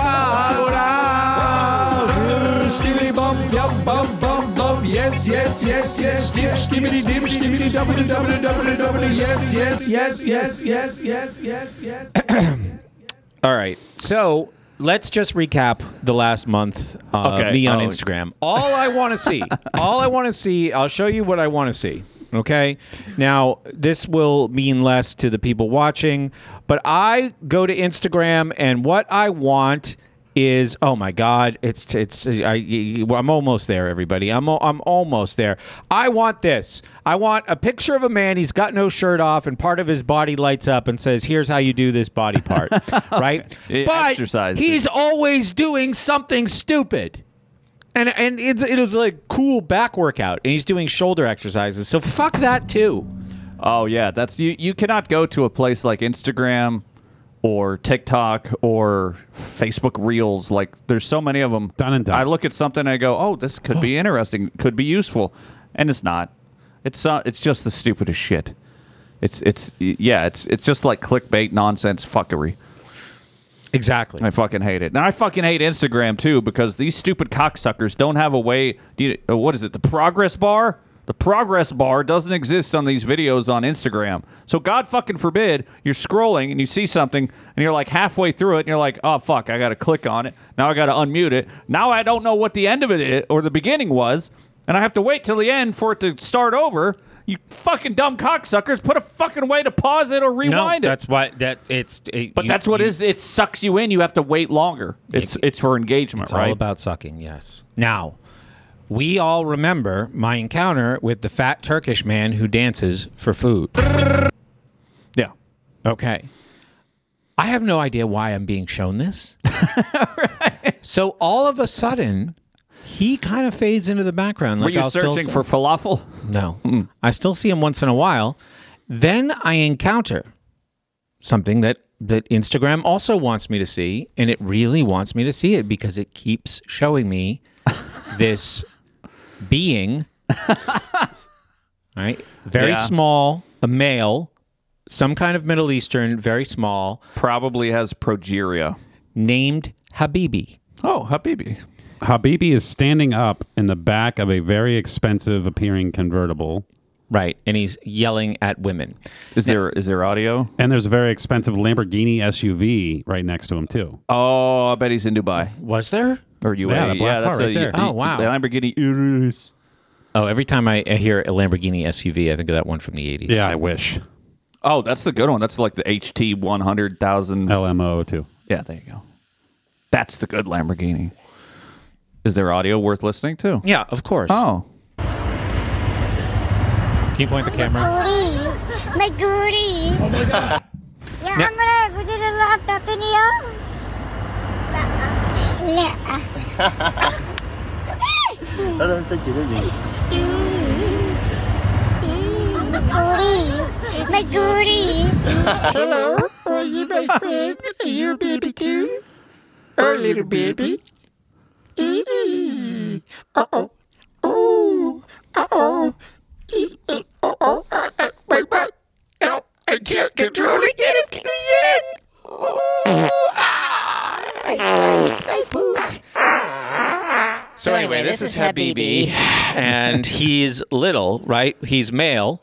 C: Skibbity bum dub bum bum dub. Yes, yes, yes, yes. Dip, skibbity dip, skibbity dubbity dubbity dubbity dubbity. Yes, yes, yes, yes, yes, yes, yes, yes.
B: All right, so let's just recap the last month. Uh,
A: Okay.
B: Me on
A: Oh.
B: Instagram. All I want to see. all I want to see. I'll show you what I want to see. Okay. Now this will mean less to the people watching, but I go to Instagram and what I want is oh my god, it's it's I I'm almost there, everybody. I'm al- I'm almost there. I want this. I want a picture of a man. He's got no shirt off, and part of his body lights up and says, "Here's how you do this body part." right?
A: Yeah,
B: but
A: exercise.
B: he's always doing something stupid. And, and it's, it was like cool back workout, and he's doing shoulder exercises. So fuck that too.
A: Oh yeah, that's you. You cannot go to a place like Instagram or TikTok or Facebook Reels. Like there's so many of them.
E: Done and done.
A: I look at something and I go, oh, this could be interesting, could be useful, and it's not. It's uh, it's just the stupidest shit. It's it's yeah, it's it's just like clickbait nonsense fuckery.
B: Exactly.
A: I fucking hate it. And I fucking hate Instagram too because these stupid cocksuckers don't have a way. Do you, uh, what is it? The progress bar? The progress bar doesn't exist on these videos on Instagram. So God fucking forbid you're scrolling and you see something and you're like halfway through it and you're like, oh fuck, I got to click on it. Now I got to unmute it. Now I don't know what the end of it is, or the beginning was, and I have to wait till the end for it to start over. You fucking dumb cocksuckers! Put a fucking way to pause it or rewind it.
B: that's why that it's. it-
A: But
B: you-
A: that's what
B: you-
A: it is. It sucks you in. You have to wait longer. It's it's for engagement,
B: It's
A: right?
B: all about sucking. Yes. Now, we all remember my encounter with the fat Turkish man who dances for food.
A: yeah.
B: Okay. I have no idea why I'm being shown this. So all of a sudden, he kind of fades into the background.
A: Were
B: Like
A: you
B: I'll still
A: searching
B: s-
A: for falafel?
B: No. I still see him once in a while. Then I encounter something that that Instagram also wants me to see and it really wants me to see it because it keeps showing me this being right? Very
A: Yeah.
B: small, a male, some kind of Middle Eastern, very small,
A: Probably has progeria.
B: named Habibi.
A: Oh, Habibi.
E: Habibi is standing up in the back of a very expensive appearing convertible,
B: Right. And he's yelling at women.
A: Is there is there audio?
E: and there's a very expensive Lamborghini SUV right next to him too.
A: Oh, I bet he's in Dubai
B: Was there?
A: or UAE.
E: Yeah, the black car
A: that's
E: right
A: a,
E: there.
A: y-
B: Oh, wow.
A: the Lamborghini Urus.
B: Oh, every time I I hear a Lamborghini SUV, I think of that one from the 80s.
E: I wish
A: Oh, that's the good one. That's like the HT one hundred thousand.
B: Oh.
E: LMO too.
A: Yeah, there you go. That's the good Lamborghini. Is there audio worth listening to?
B: Yeah, of course.
A: Oh,
B: Can you point the camera?
G: My goody. Oh my god. يا عمرك بدون الله بتعطيني اياه؟ لا لا
F: انا هنسجل اجل
G: goody. My goody.
B: So anyway, this is Habibi, and he's little, right? He's male,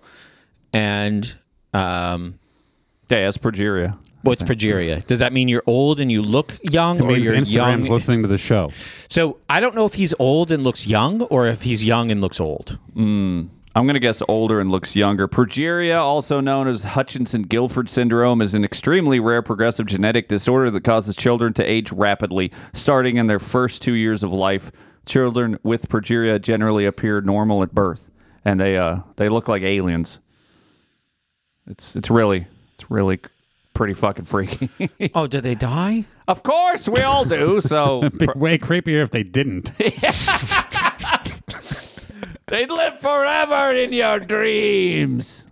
B: and um,
A: yeah, that's progeria.
B: what's progeria? Does that mean you're old and you look young,
E: It
B: or
E: means
B: you're
E: Instagram's
B: young?
E: listening to the show.
B: So I don't know if he's old and looks young, or if he's young and looks old.
A: I'm going to guess older and looks younger. Progeria, also known as Hutchinson Gilford syndrome, is an extremely rare progressive genetic disorder that causes children to age rapidly, starting in their first two years of life. Children with progeria generally appear normal at birth, and they uh, they look like aliens. It's it's really it's really pretty fucking freaky.
B: Oh, did they die?
A: of course, we all do. So
E: Be way creepier if they didn't.
A: They'd live forever in your dreams.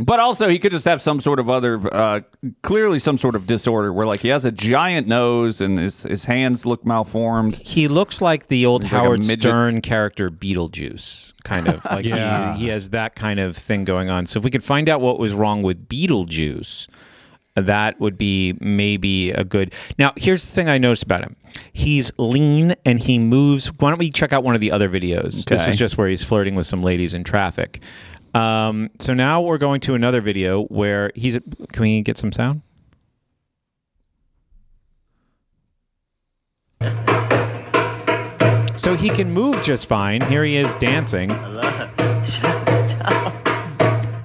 A: But also, he could just have some sort of other, uh, clearly some sort of disorder where, like, he has a giant nose and his, his hands look malformed.
B: He looks like the old
A: like a
B: Howard
A: midget.
B: Stern character Beetlejuice, kind of. Like
E: Yeah.
B: he, he has that kind of thing going on. So if we could find out what was wrong with Beetlejuice, that would be maybe a good. Now, here's the thing I noticed about him. He's lean and he moves. Why don't we check out one of the other videos? This
A: Okay.
B: is just where he's flirting with some ladies in traffic. Um, so now we're going to another video where he's. Can we get some sound? So he can move just fine. Here he is dancing.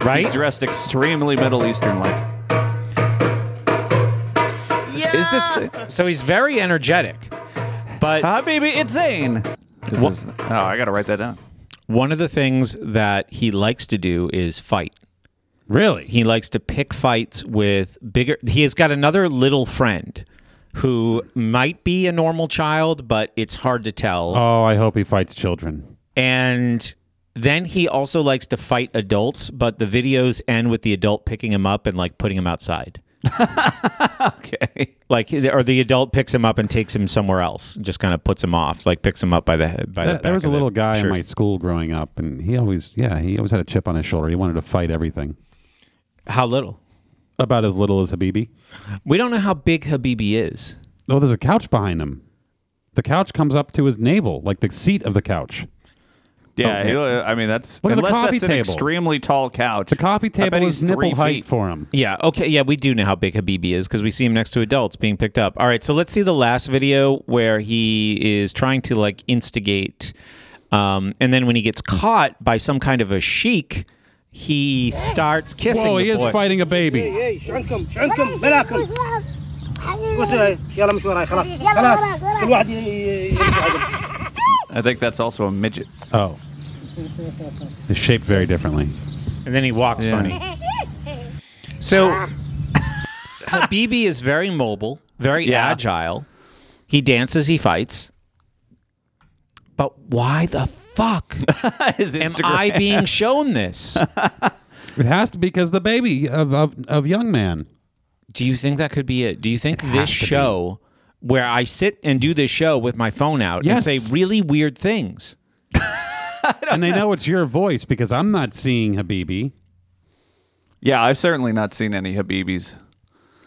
B: Right?
A: He's dressed extremely Middle Eastern like.
C: Yeah,
A: Is this
B: So he's very energetic. But
A: Habibi? It's Zane. This
B: What-
A: is- oh, I gotta write that down.
B: one of the things that he likes to do is fight.
E: Really?
B: He likes to pick fights with bigger. He has got another little friend who might be a normal child, but it's hard to tell.
E: Oh, I hope he fights children.
B: And then he also likes to fight adults, but the videos end with the adult picking him up and like putting him outside.
A: Okay.
B: Like, or the adult picks him up and takes him somewhere else, just kind of puts him off, like picks him up by the head. By the
E: There,
B: back
E: there was a
B: of the
E: little guy in
B: shirt.
E: my school growing up, and he always, yeah, he always had a chip on his shoulder. He wanted to fight everything.
B: How little?
E: About as little as Habibi.
B: We don't know how big Habibi is.
E: Oh, there's a couch behind him. The couch comes up to his navel, like the seat of the couch.
A: Yeah, he- I mean that's
E: Look at the
A: unless
E: coffee
A: that's an
E: table.
A: extremely tall couch.
E: The
A: I
E: coffee
A: bet
E: table
A: he's
E: is nipple
A: three
E: height
A: feet.
E: for him.
B: Yeah. Okay. Yeah, we do know how big Habibi is because we see him next to adults being picked up. All right. So let's see the last video where he is trying to like instigate, um, and then when he gets caught by some kind of a sheik, he starts kissing.
E: Whoa,
B: the
E: he is
B: boy.
E: fighting a baby.
H: اي ايش عندكم ايش
G: ولا
H: عندكم
G: شيء
H: بلاكم
G: وزواج. حبيبي.
H: وصل يلا مش وراي خلاص
G: يلا
H: خلاص
G: وراك، وراك.
H: كل واحد ي- ي- يمشي عدل.
A: I think that's also a midget.
E: Oh. It's shaped very differently.
B: and then he walks funny. So Habibi is very mobile, very
A: Yeah.
B: agile. He dances, he fights. But why the fuck
A: His
B: am
A: Instagram.
B: I being shown this?
E: It has to be because the baby of, of, of young man.
B: Do you think that could be it? Do you think this show where I sit and do this show with my phone out
E: Yes.
B: and say really weird things?
E: And they know it's your voice because I'm not seeing Habibi,
A: yeah, I've certainly not seen any Habibis.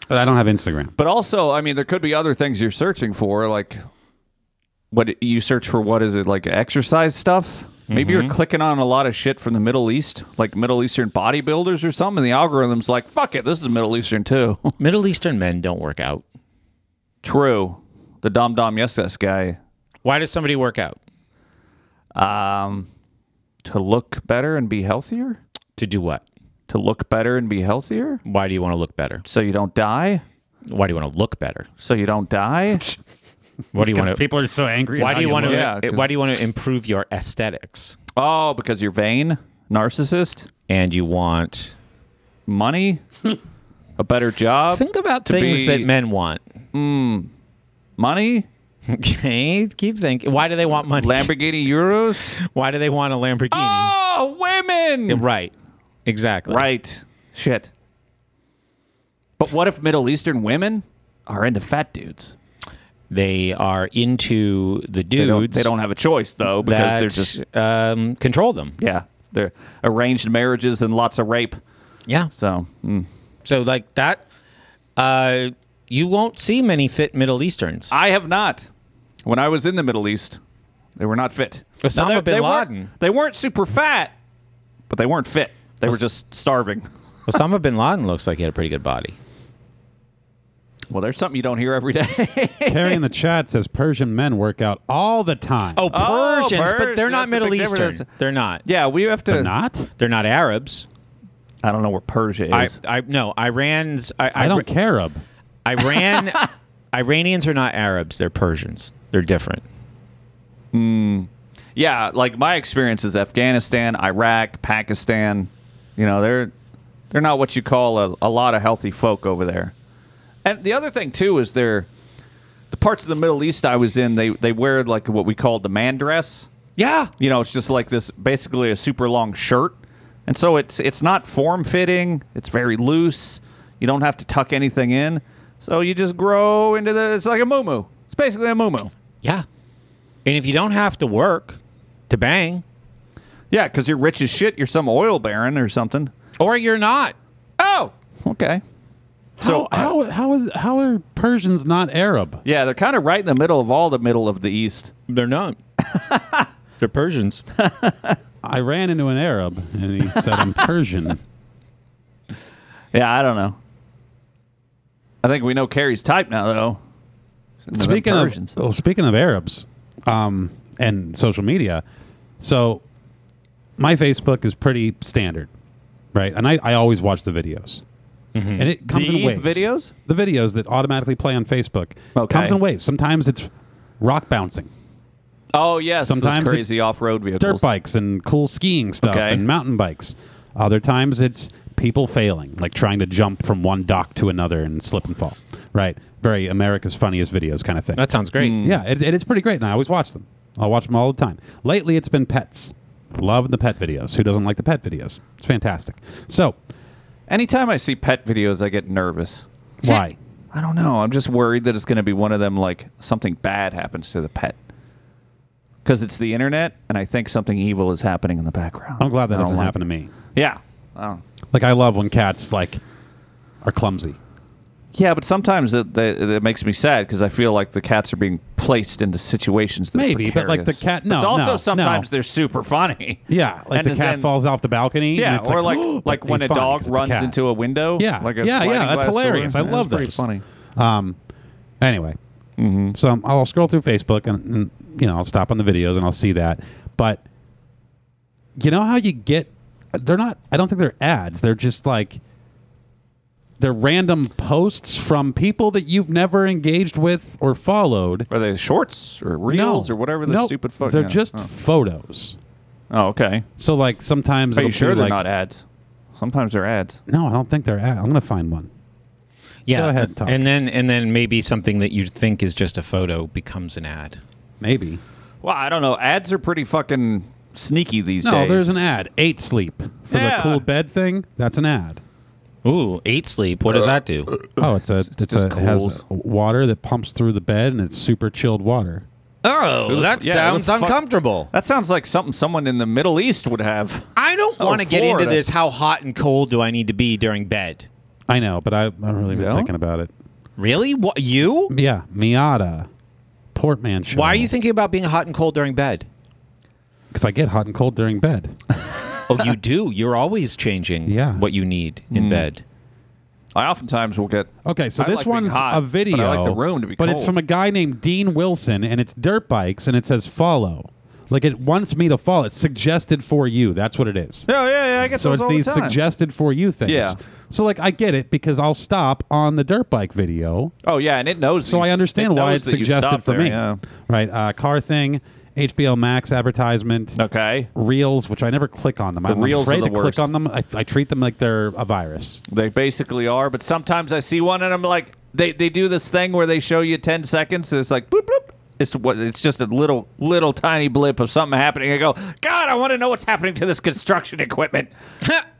E: but I don't have Instagram.
A: But also, I mean, there could be other things you're searching for, like what you search for. What is it like exercise stuff? Maybe you're clicking on a lot of shit from the Middle East, like Middle Eastern bodybuilders or something. And the algorithm's like, fuck it, this is Middle Eastern too.
B: Middle Eastern men don't work out.
A: True. The Dom Dom Yes Yes guy
B: Why does somebody work out?
A: um, to look better and be healthier.
B: To do what?
A: To look better and be healthier,
B: Why do you want to look better?
A: so you don't die.
B: Why do you want to look better?
A: So you don't die.
B: What do you want to
E: people are so angry.
B: Why do you want to
A: look. Yeah,
B: why do you want to improve your aesthetics?
A: oh, because you're vain, narcissist,
B: And you want
A: money, a better job.
B: think about
A: to
B: things
A: be-
B: that men want.
A: money,
B: Okay, keep thinking. Why do they want money?
A: Lamborghini Euros.
B: Why do they want a Lamborghini?
A: Oh, women.
B: Right. Exactly.
A: Right. Shit. But what if Middle Eastern women are into fat dudes?
B: They are into the dudes.
A: They don't, they don't have a choice though because
B: that
A: they're just
B: um, control them.
A: yeah, they're arranged marriages and lots of rape.
B: Yeah.
A: So mm.
B: So like that, uh, you won't see many fit Middle Easterns.
A: I have not. When I was in the Middle East, they were not fit. they-
B: Osama bin
A: they weren't-
B: Laden.
A: They weren't super fat, but they weren't fit. They were just starving.
B: Osama bin Laden looks like he had a pretty good body.
A: Well, there's something you don't hear every day.
E: Carrie in the chat says Persian men work out all the time.
B: Oh,
A: Oh,
B: Persians, but
A: Persians,
B: they're
A: that's
B: not
A: the
B: Middle
A: big
B: Eastern.
A: difference.
B: They're not.
A: yeah, we have to.
E: not?
B: They're not Arabs.
A: I don't know where Persia
B: I,
A: is.
B: I no Iran's. I,
E: I don't care. Ab.
B: Iran. Iranians are not Arabs. They're Persians. They're different.
A: yeah, like my experience is Afghanistan, Iraq, Pakistan. You know, they're they're not what you call a, a lot of healthy folk over there. And the other thing too is they're the parts of the Middle East I was in, they they wear like what we call the man dress.
B: Yeah.
A: You know, it's just like this basically a super long shirt. And so it's it's not form fitting, it's very loose. You don't have to tuck anything in. So you just grow into the it's like a moo. It's basically a moo.
B: Yeah. And if you don't have to work to bang,
A: Yeah, because you're rich as shit. You're some oil baron or something.
B: or you're not.
A: Oh, okay. So
E: how, how, is, how are Persians not Arab?
A: yeah, they're kind of right in the middle of all the middle of the East.
B: They're not. They're Persians.
E: I ran into an Arab and he said I'm Persian.
A: Yeah, I don't know. I think we know Carrie's type now, though.
E: Speaking
A: Persians.
E: of well, speaking of Arabs, um, and social media, so my Facebook is pretty standard, right? And I, I always watch the videos. and it comes
A: Mm-hmm. The
E: in waves.
A: videos?
E: the videos that automatically play on Facebook,
A: Okay.
E: comes in waves. Sometimes it's rock bouncing,
A: Oh yes, those
E: Sometimes it's
A: crazy off-road vehicles.
E: dirt bikes, and cool skiing stuff,
A: Okay.
E: and mountain bikes. Other times it's people failing, like trying to jump from one dock to another and slip and fall. Right, very America's Funniest Videos kind of thing.
B: That sounds great.
E: Yeah, it, it is pretty great, and I always watch them. I watch them all the time. Lately, it's been pets. Love the pet videos. Who doesn't like the pet videos? It's fantastic. So,
A: Anytime I see pet videos, I get nervous.
E: why?
A: I don't know. I'm just worried that it's going to be one of them like something bad happens to the pet. Because it's the internet, and I think something evil is happening in the background.
E: I'm glad that
A: I don't
E: doesn't
A: like
E: happen to me.
A: it. Yeah. I don't-
E: Like, I love when cats like are clumsy.
A: Yeah, but sometimes it, that, that makes me sad because I feel like the cats are being placed into situations that are
E: Maybe, but, like, the
A: precarious.
E: cat-
A: But
E: no,
A: it's also
E: no,
A: sometimes
E: no.
A: they're super funny.
E: Yeah, like
A: And
E: the cat
A: then-
E: falls off the balcony.
A: Yeah,
E: and it's
A: or like
E: but
A: like, when
E: he's
A: a
E: fine
A: dog
E: 'cause it's
A: runs
E: cat.
A: into a window.
E: Yeah,
A: like a
E: yeah,
A: sliding
E: yeah, that's
A: glass door.
E: hilarious. I
A: Yeah, it's
E: love
A: pretty
E: those.
A: Funny.
E: Um, anyway,
A: Mm-hmm.
E: so I'm, I'll scroll through Facebook and, and you know I'll stop on the videos and I'll see that. But you know how you get? They're not. I don't think they're ads. They're just like they're random posts from people that you've never engaged with or followed.
A: Are they shorts or reels
E: no,
A: or whatever the
E: no,
A: stupid fuck?
E: They're
A: yeah.
E: just
A: Oh.
E: photos.
A: Oh, okay.
E: So like sometimes
A: Are you
E: it'll
A: sure
E: be
A: they're
E: like,
A: not ads? Sometimes they're ads.
E: No, I don't think they're ads. I'm gonna find one.
B: Yeah.
E: Go ahead, Tom.
B: And then and then maybe something that you think is just a photo becomes an ad.
E: Maybe.
A: Well, I don't know. Ads are pretty fucking sneaky these
E: No,
A: days.
E: there's an ad. Eight sleep for
A: Yeah.
E: the cool bed thing. That's an ad.
B: Ooh, eight sleep. What does that do?
E: Oh, it's a it's
A: just
E: a, it has
A: cools.
E: water that pumps through the bed and it's super chilled water.
A: the
B: Oh,
A: f-
B: that
A: yeah, who
B: sounds
A: the fuck-
B: uncomfortable.
A: That sounds like something someone in the Middle East would have.
B: I don't
A: Oh,
B: want to get into
A: Florida.
B: this. How hot and cold do I need to be during bed?
E: I know, but I, I've really been
A: Yeah?
E: thinking about it.
B: Really? What you?
E: Yeah, Miata, portmanteau.
B: Why are you thinking about being hot and cold during bed?
E: Because I get hot and cold during bed.
B: Oh, you do. You're always changing
E: Yeah.
B: what you need
E: Mm.
B: in bed.
A: I oftentimes will get.
E: Okay, so
A: I
E: this
A: like being
E: one's
A: hot,
E: a
A: but I
E: video.
A: like the room to be
E: But it's
A: cold.
E: from a guy named Dean Wilson, and it's dirt bikes, and it says follow. Like it wants me to follow. It's suggested for you. That's what it is.
A: Yeah, yeah, yeah. I get
E: So
A: those
E: it's
A: all the
E: these
A: time.
E: suggested for you things.
A: Yeah.
E: So like I get it because I'll stop on the dirt bike video
A: Oh yeah, and it knows.
E: so
A: you-
E: I understand
A: it
E: why
A: knows
E: it's
A: that you
E: suggested
A: stopped
E: for
A: there,
E: me.
A: yeah.
E: Right, uh, car thing, HBO Max advertisement,
A: Okay,
E: reels, which I never click on them. I'm
A: reels are
E: afraid
A: the
E: to
A: worst.
E: click on them. I, I treat them like they're a virus.
A: they basically are. But sometimes I see one and I'm like, they they do this thing where they show you ten seconds. And it's like boop boop. It's what it's just a little little tiny blip of something happening. I go, God, I want to know what's happening to this construction equipment.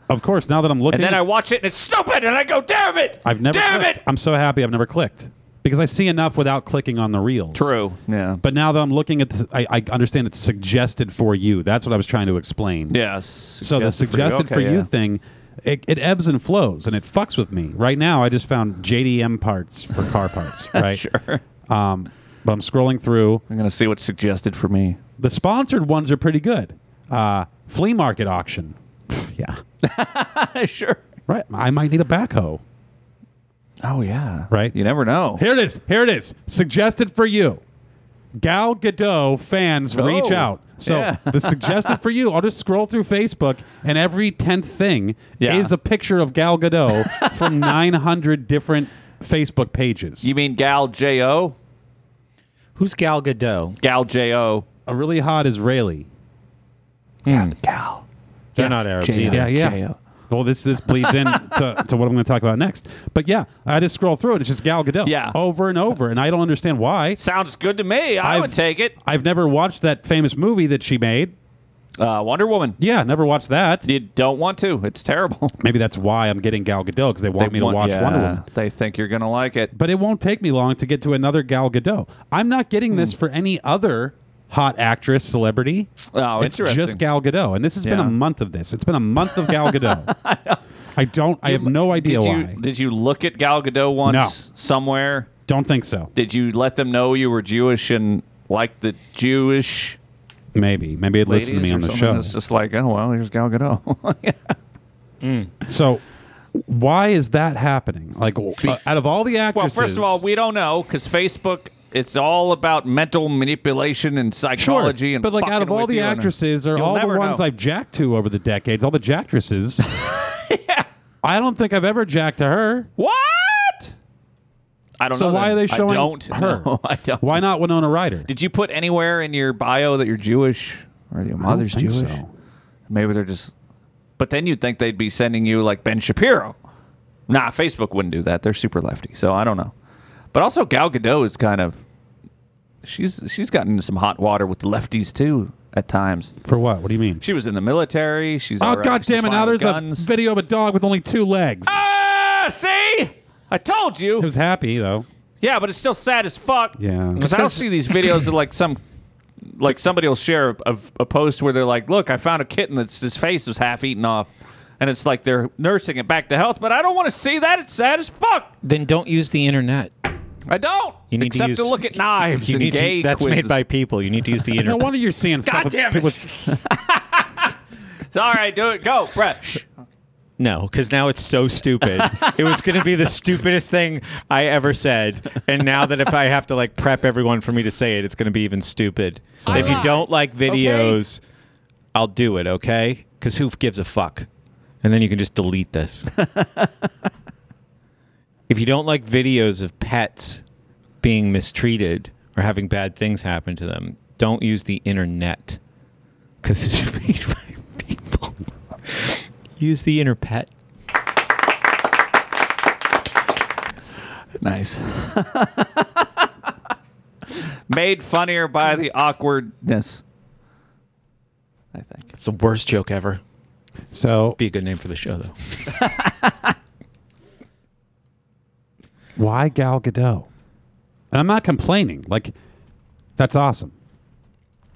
E: Of course, now that I'm looking,
A: And then I
E: at,
A: watch it and it's stupid, and I go, damn it!
E: I've never.
A: damn
E: clicked.
A: it.
E: I'm so happy I've never clicked because I see enough without clicking on the reels.
A: True. Yeah.
E: But now that I'm looking at, the, I, I understand it's suggested for you. That's what I was trying to explain.
A: yes.
E: So the suggested for you, thing, it, it ebbs and flows, and it fucks with me. Right now, I just found JDM parts for car parts. Right.
A: Sure.
E: Um, but I'm scrolling through.
A: I'm gonna see what's suggested for me.
E: The sponsored ones are pretty good. Uh, flea market auction. Pff, yeah.
A: sure.
E: Right. I might need a backhoe.
A: Oh yeah.
E: Right.
A: You never know.
E: Here it is. Here it is. Suggested for you. Gal Gadot fans reach
A: Oh,
E: out. So
A: yeah.
E: the suggested for you, I'll just scroll through Facebook, and every tenth thing
A: Yeah.
E: is a picture of Gal Gadot from 900 different Facebook pages.
A: You mean Gal J O?
B: Who's Gal Gadot?
A: Gal J O.
E: a really hot Israeli. Hmm.
A: Gal.
B: They're not Arabs either.
E: Yeah, yeah.
A: J.O.
E: Well, this this bleeds in to, to what I'm going to talk about next. But yeah, I just scroll through it. It's just Gal Gadot.
A: Yeah.
E: Over and over, and I don't understand why.
A: Sounds good to me. I would
E: I've-
A: take it.
E: I've never watched that famous movie that she made.
A: Uh, Wonder Woman.
E: Yeah, never watched that.
A: You don't want to. It's terrible.
E: Maybe that's why I'm getting Gal Gadot because they want me to watch
A: yeah,
E: Wonder Woman.
A: They think you're gonna like it.
E: But it won't take me long to get to another Gal Gadot. I'm not getting
A: Hmm.
E: this for any other hot actress celebrity.
A: Oh,
E: it's
A: interesting.
E: just Gal Gadot, and this has been
A: Yeah.
E: a month of this. It's been a month of Gal Gadot. I don't. I have no idea
A: did
E: why.
A: you did you look at Gal Gadot once
E: No.
A: somewhere?
E: don't think so.
A: Did you let them know you were Jewish and like the Jewish
E: Maybe. Maybe it'd
A: ladies
E: listen to me
A: or
E: on the
A: something?
E: show.
A: It's just like, oh well, here's Gal Gadot.
E: So why is that happening? Like uh, out of all the
A: well,
E: actresses.
A: first of all, we don't know because Facebook. It's all about mental manipulation and
E: Sure,
A: psychology. And
E: but like out
A: fucking
E: of all
A: with
E: the
A: you and-
E: actresses, or
A: You'll
E: all the
A: never
E: ones
A: know.
E: I've jacked to over the decades, all the jackstresses, I don't think I've ever jacked to her.
A: What? I don't
E: So
A: know.
E: why
A: then.
E: are they showing
A: I don't
E: her?
A: know. I don't.
E: Why not Winona Ryder?
A: Did you put anywhere in your bio that you're Jewish or your mother's
E: think
A: Jewish?
E: so.
A: Maybe they're just. But then you'd think they'd be sending you like Ben Shapiro. Nah, Facebook wouldn't do that. They're super lefty, so I don't know. But also Gal Gadot is kind of. She's she's gotten into some hot water with the lefties too at times.
E: For what? What do you mean?
A: She was in the military. She's
E: Oh
A: all right.
E: god
A: She's
E: damn it!
A: fine
E: Now
A: with
E: there's
A: guns.
E: a video of a dog with only two legs.
A: Ah, see, I told you.
E: It was happy though.
A: Yeah, but it's still sad as fuck.
E: Yeah.
A: because I don't see these videos of like some, like somebody will share a, of a post where they're like, "Look, I found a kitten that's his face is half eaten off," and it's like they're nursing it back to health. But I don't want to see that. It's sad as fuck.
B: Then don't use the internet.
A: I don't.
B: You need
A: except
B: to, use,
A: look at knives
B: you
A: and
B: need to-
A: gay
B: That's
A: quizzes.
B: made by people. You need to use the
E: No
B: internet.
E: wonder you're seeing stuff.
A: God
E: with
A: damn it.
E: people-
A: It's All right, do it. Go, Brett. Shh.
B: No, because now it's so stupid. it was going to be the stupidest thing I ever said, and now that if I have to like prep everyone for me to say it, it's going to be even stupid. if you don't like videos, I'll do it. Okay? Because who gives a fuck? And then you can just delete this. if you don't like videos of pets being mistreated or having bad things happen to them, don't use the internet because it's made by people. Use the inner pet.
A: Nice. made funnier by the awkwardness. I think.
B: It's the worst joke ever.
E: So
B: Be a good name for the show, though.
E: why Gal Gadot? And I'm not complaining. Like, that's awesome.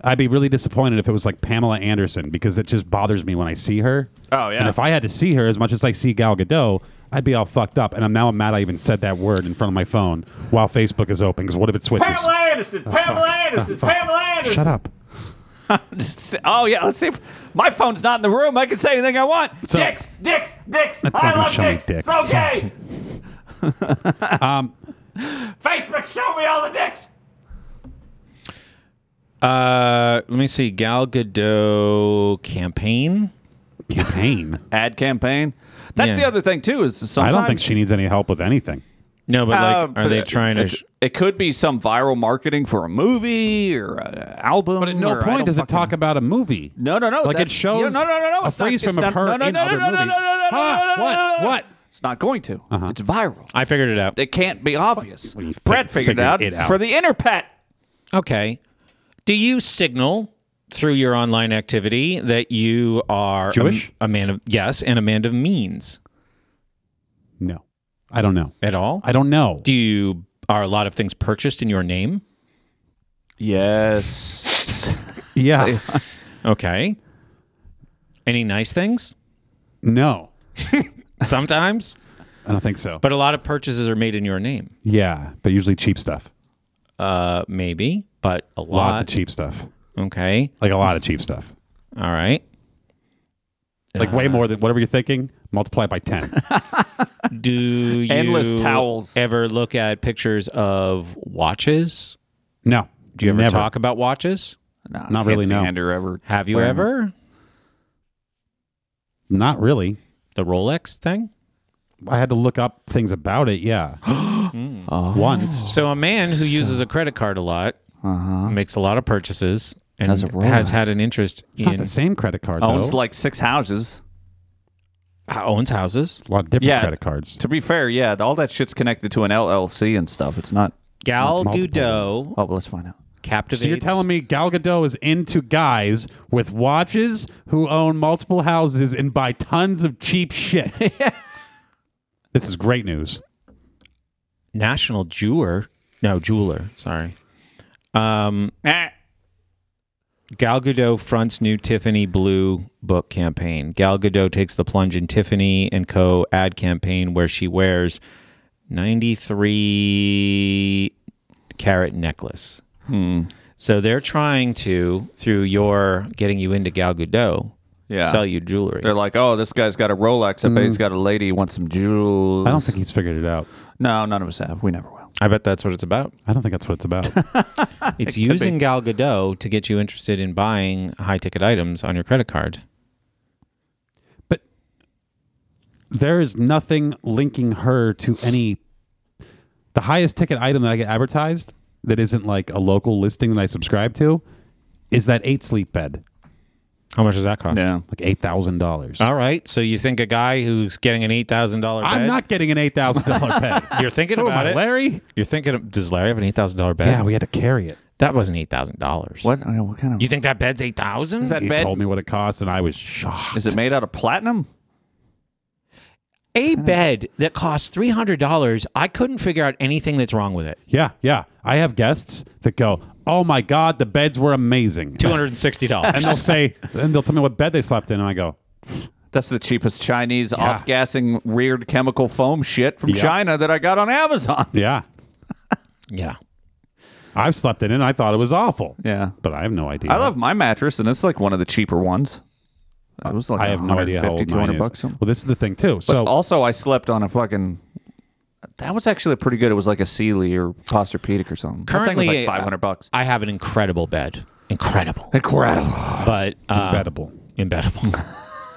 E: I'd be really disappointed if it was like Pamela Anderson because it just bothers me when I see her.
A: Oh, yeah.
E: And if I had to see her as much as I see Gal Gadot, I'd be all fucked up. And I'm now mad I even said that word in front of my phone while Facebook is open because what if it switches?
A: Anderson.
B: Oh,
A: Pamela Anderson. Pamela Anderson.
E: Shut up.
A: Just say- Oh yeah, let's see. If my phone's not in the room. I can say anything I want.
E: So-
A: dicks, dicks, dicks.
E: That's not
A: I
E: gonna
A: love
E: show me
A: dicks.
E: dicks.
A: So gay.
E: Um,
A: Facebook, show me all the dicks.
B: Uh, let me see. Gal Gadot campaign.
E: campaign.
A: Ad campaign. That's
B: Yeah.
A: the other thing too. Is sometimes
E: I don't think she needs any help with anything.
B: No, but like,
A: Uh,
B: are
A: but
B: they
A: it-
B: trying to?
A: it's- It could be some viral marketing for a movie or an album.
E: But at no
A: or I don't
E: point does it
A: fucking-
E: talk about a movie.
A: No, no, no.
E: Like it
A: that's-
E: shows.
A: yeah, No, no, no, no.
E: A
A: it's not-
E: freeze
A: it's
E: from
A: not-
E: of her
A: no, no,
E: in
A: no,
E: other
A: no, no, no,
E: movies.
A: no, no, no, no,
E: Huh,
A: no, no,
E: What?
A: no, no.
E: What?
A: It's not going to. It's viral.
B: I figured it out.
A: It can't be obvious.
E: Well, you
A: Brett
E: fig-
A: figured
E: figured
A: it out.
E: it
A: It's
E: out.
A: for the inner pet.
B: Okay. Do you signal through your online activity that you are a-
E: Jewish?
B: A, man of yes, and a man of means
E: No, I don't know.
B: at all?
E: I don't know.
B: Do you are a lot of things purchased in your name?
A: Yes.
E: yeah.
B: Okay. Any nice things?
E: no,
B: Sometimes,
E: I don't think so.
B: but a lot of purchases are made in your name.
E: yeah, but usually cheap stuff.
B: Uh, maybe, but a lot.
E: Lots of cheap stuff.
B: Okay.
E: Like a lot of cheap stuff.
B: All right.
E: Like
B: Uh.
E: way more than whatever you're thinking. Multiply it by ten.
B: Uh, Do you
A: Endless towels.
B: ever look at pictures of watches?
E: no.
B: Do you ever
E: Never.
B: talk about watches?
A: No, I
E: Not
A: can't
E: really,
A: see
E: no.
A: Andrew ever.
B: Have you
A: wearing them.
B: ever
E: Not really.
B: the Rolex thing?
E: I had to look up things about it. Yeah. Once. Uh-huh.
B: So a man who uses a credit card a lot makes a lot of purchases and
A: Has a Rolex.
B: has had an interest
E: It's
B: in
E: not the same credit card though.
A: Owns like six houses.
B: owns houses.
E: a lot of different
A: Yeah.
E: credit cards.
A: To be fair, yeah, all that shit's connected to an LLC and stuff. It's not.
B: Gal
E: multiple
B: Gadot
A: Oh, well, let's find out.
B: captivates.
E: So you're telling me Gal Gadot is into guys with watches who own multiple houses and buy tons of cheap shit. This is great news.
B: National Jewer? No, jeweler. Sorry. Um, Gal Gadot fronts new Tiffany Blue book campaign. Gal Gadot takes the plunge in Tiffany and Co. ad campaign where she wears 93 carat necklace.
A: Hmm.
B: So they're trying to, through your getting you into Gal Gadot,
A: Yeah.
B: sell you jewelry.
A: They're like, oh, this guy's got a Rolex. I bet he's got a lady. He wants some jewels.
E: Mm. I don't think he's figured it out.
A: No, none of us have. We never will.
B: I bet that's what it's about.
E: I don't think that's what it's about.
B: It's using Gal Gadot to get you interested in buying high ticket items on your credit card.
E: but there is nothing linking her to any the highest ticket item that I get advertised that isn't like a local listing that I subscribe to is that eight sleep bed.
B: How much does that cost?
A: Yeah.
E: Like eight thousand dollars.
B: All right. So you think a guy who's getting an eight thousand dollar bed?
E: I'm not getting an eight thousand dollar bed.
B: You're thinking
E: Who am
B: about
E: I,
B: it.
E: Larry?
B: You're thinking. Of, does Larry have an eight thousand dollar bed?
E: Yeah, we had to carry it.
B: that wasn't eight thousand dollars.
A: What? I mean, what kind of?
B: You think that bed's eight thousand?
A: is that
E: He
A: bed?
E: told me what it cost, and I was shocked.
A: Is it made out of platinum?
B: a bed that costs three hundred dollars? I couldn't figure out anything that's wrong with it.
E: Yeah, yeah. I have guests that go, "Oh my god, the beds were amazing,"
B: Two hundred and sixty
E: and they'll
B: dollars.
E: say, and they'll tell me what bed they slept in, and I go,
A: That's the cheapest Chinese off-gassing weird chemical foam shit from
E: Yeah.
A: China that I got on Amazon.
E: "Yeah,
B: yeah.
E: I've slept in it, and I thought it was awful."
A: Yeah.
E: but I have no idea.
A: I love my mattress, and it's like one of the cheaper ones. It was like
E: I have no idea how old
A: 150,
E: mine
A: 200
E: is. Oh.
A: bucks. something.
E: Well, this is the thing too. So
A: also, I slept on a fucking. That was actually pretty good. It was like a Sealy or Posturpedic or something. that thing was
B: Currently, uh,
A: like five hundred bucks.
B: I have an incredible bed. Incredible,
A: Incredible.
B: but uh,
E: incredible.
B: Embeddable.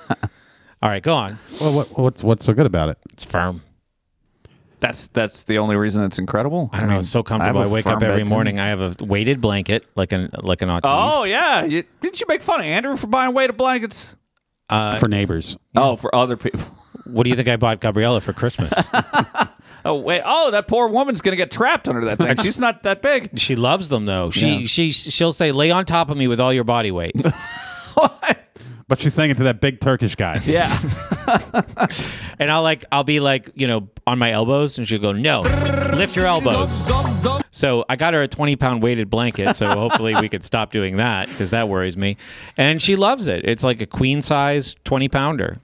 B: All right, go on.
E: Well, what, what's what's so good about it?
B: It's firm.
A: That's that's the only reason it's incredible.
B: I don't know. It's so comfortable. I,
A: have a
B: wake up
A: firm
B: every
A: bed, too.
B: morning. I have a weighted blanket, like an like an autistic.
A: Oh yeah, you, didn't you make fun of Andrew for buying weighted blankets?
E: For neighbors,
A: Oh, for other people.
B: What do you think I bought Gabriella for Christmas?
A: Oh wait. Oh, that poor woman's gonna get trapped under that thing. She's not that big.
B: she loves them though. She she she'll say, "Lay on top of me with all your body weight."
E: but she's saying it to that big Turkish guy.
A: Yeah.
B: and I'll like I'll be like you know on my elbows, and she'll go, "No, lift your elbows." So I got her a twenty pound weighted blanket. So hopefully we could stop doing that because that worries me. And she loves it. It's like a queen size twenty pounder.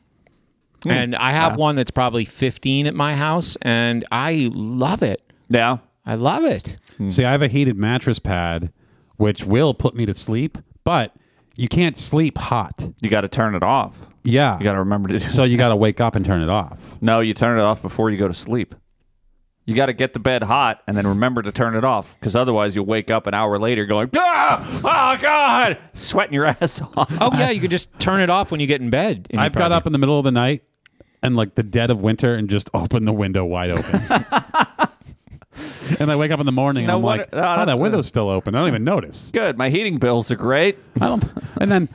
B: And I have one that's probably fifteen at my house, and I love it.
A: yeah.
B: I love it.
A: Hmm.
E: See, I have a heated mattress pad, which will put me to sleep, but you can't sleep hot.
A: You got to turn it off.
E: Yeah,
A: You got to remember to do.
E: so you got to wake up and turn it off.
A: No, you turn it off before you go to sleep. You got to get the bed hot and then remember to turn it off because otherwise you'll wake up an hour later going, ah, oh God, sweating your ass off.
B: Oh yeah, you could just turn it off when you get in bed. and you
E: I've got
B: probably-
E: up in the middle of the night and like the dead of winter and just open the window wide open. and I wake up in the morning and
A: No
E: I'm
A: wonder-
E: like,
A: oh,
E: oh, that
A: that's-
E: window's still open. I don't even notice.
A: Good. My heating bills are great.
E: I don't. And then,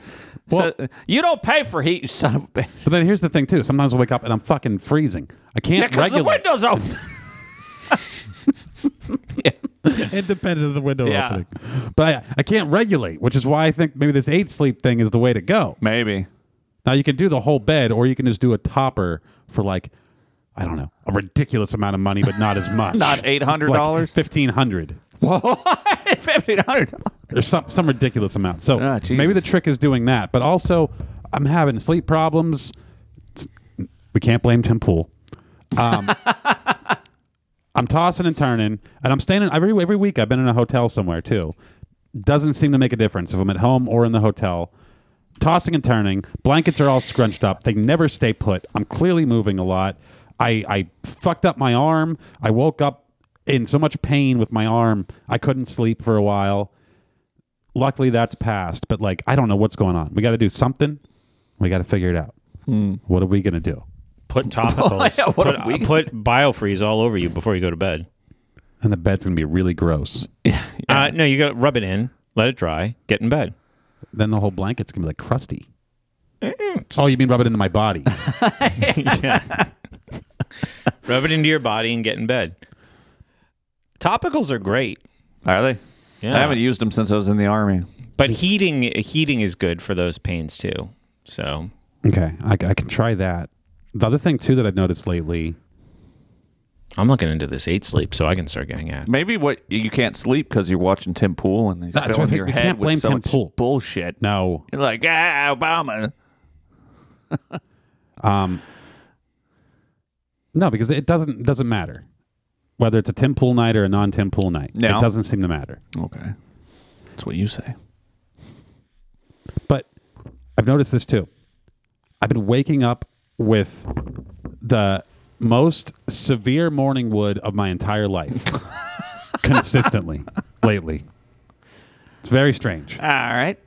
E: well,
A: so, you don't pay for heat, you son of a bitch.
E: but then here's the thing too. Sometimes I wake up and I'm fucking freezing. I
A: Yeah,
E: can't
A: because the
E: regulate.
A: window's open.
E: independent of the window
A: Yeah.
E: opening. But I, I can't regulate, which is why I think maybe this eight sleep thing is the way to go.
A: Maybe.
E: Now you can do the whole bed, or you can just do a topper for like, I don't know, a ridiculous amount of money, but not as much.
A: Not $800?
E: fifteen hundred,
A: $1,500.
E: or some some ridiculous amount. So
A: Ah,
E: maybe the
A: Jesus.
E: trick is doing that. But also, I'm having sleep problems. It's- we can't blame Tim Pool. Um, I'm tossing and turning, and I'm staying in, every every week. I've been in a hotel somewhere too. Doesn't seem to make a difference if I'm at home or in the hotel. Tossing and turning, blankets are all scrunched up. They never stay put. I'm clearly moving a lot. I I fucked up my arm. I woke up in so much pain with my arm. I couldn't sleep for a while. Luckily, that's passed. But like, I don't know what's going on. We got to do something. We got to figure it out. What are we gonna do?
B: put topicals,
A: Yeah, what a
B: put,
A: week.
B: put biofreeze all over you before you go to bed.
E: And the bed's gonna be really gross.
B: Uh, no, you got to rub it in, let it dry, get in bed.
E: then the whole blanket's gonna be like crusty. Oh, you mean rub it into my body?
B: Rub it into your body and get in bed. Topicals are great,
A: Are they?
B: Yeah.
A: I haven't used them since I was in the army.
B: but heating heating is good for those pains too. So
E: okay, I, I can try that. The other thing too that I've noticed lately,
B: I'm looking into this eight sleep so I can start getting at.
A: Maybe what you can't sleep because you're watching Tim Pool and he's
E: That's
A: filling
E: what-
A: your
E: we
A: head
E: can't
A: with
E: blame
A: so
E: Tim
A: much
E: Pool.
A: bullshit.
E: no,
A: You're like, ah, Obama.
E: no, because it doesn't doesn't matter whether it's a Tim Pool night or a non Tim Pool night.
A: No.
E: It doesn't seem to matter.
A: Okay. That's what you say.
E: But I've noticed this too. I've been waking up with the most severe morning wood of my entire life consistently lately. It's very strange.
A: All right.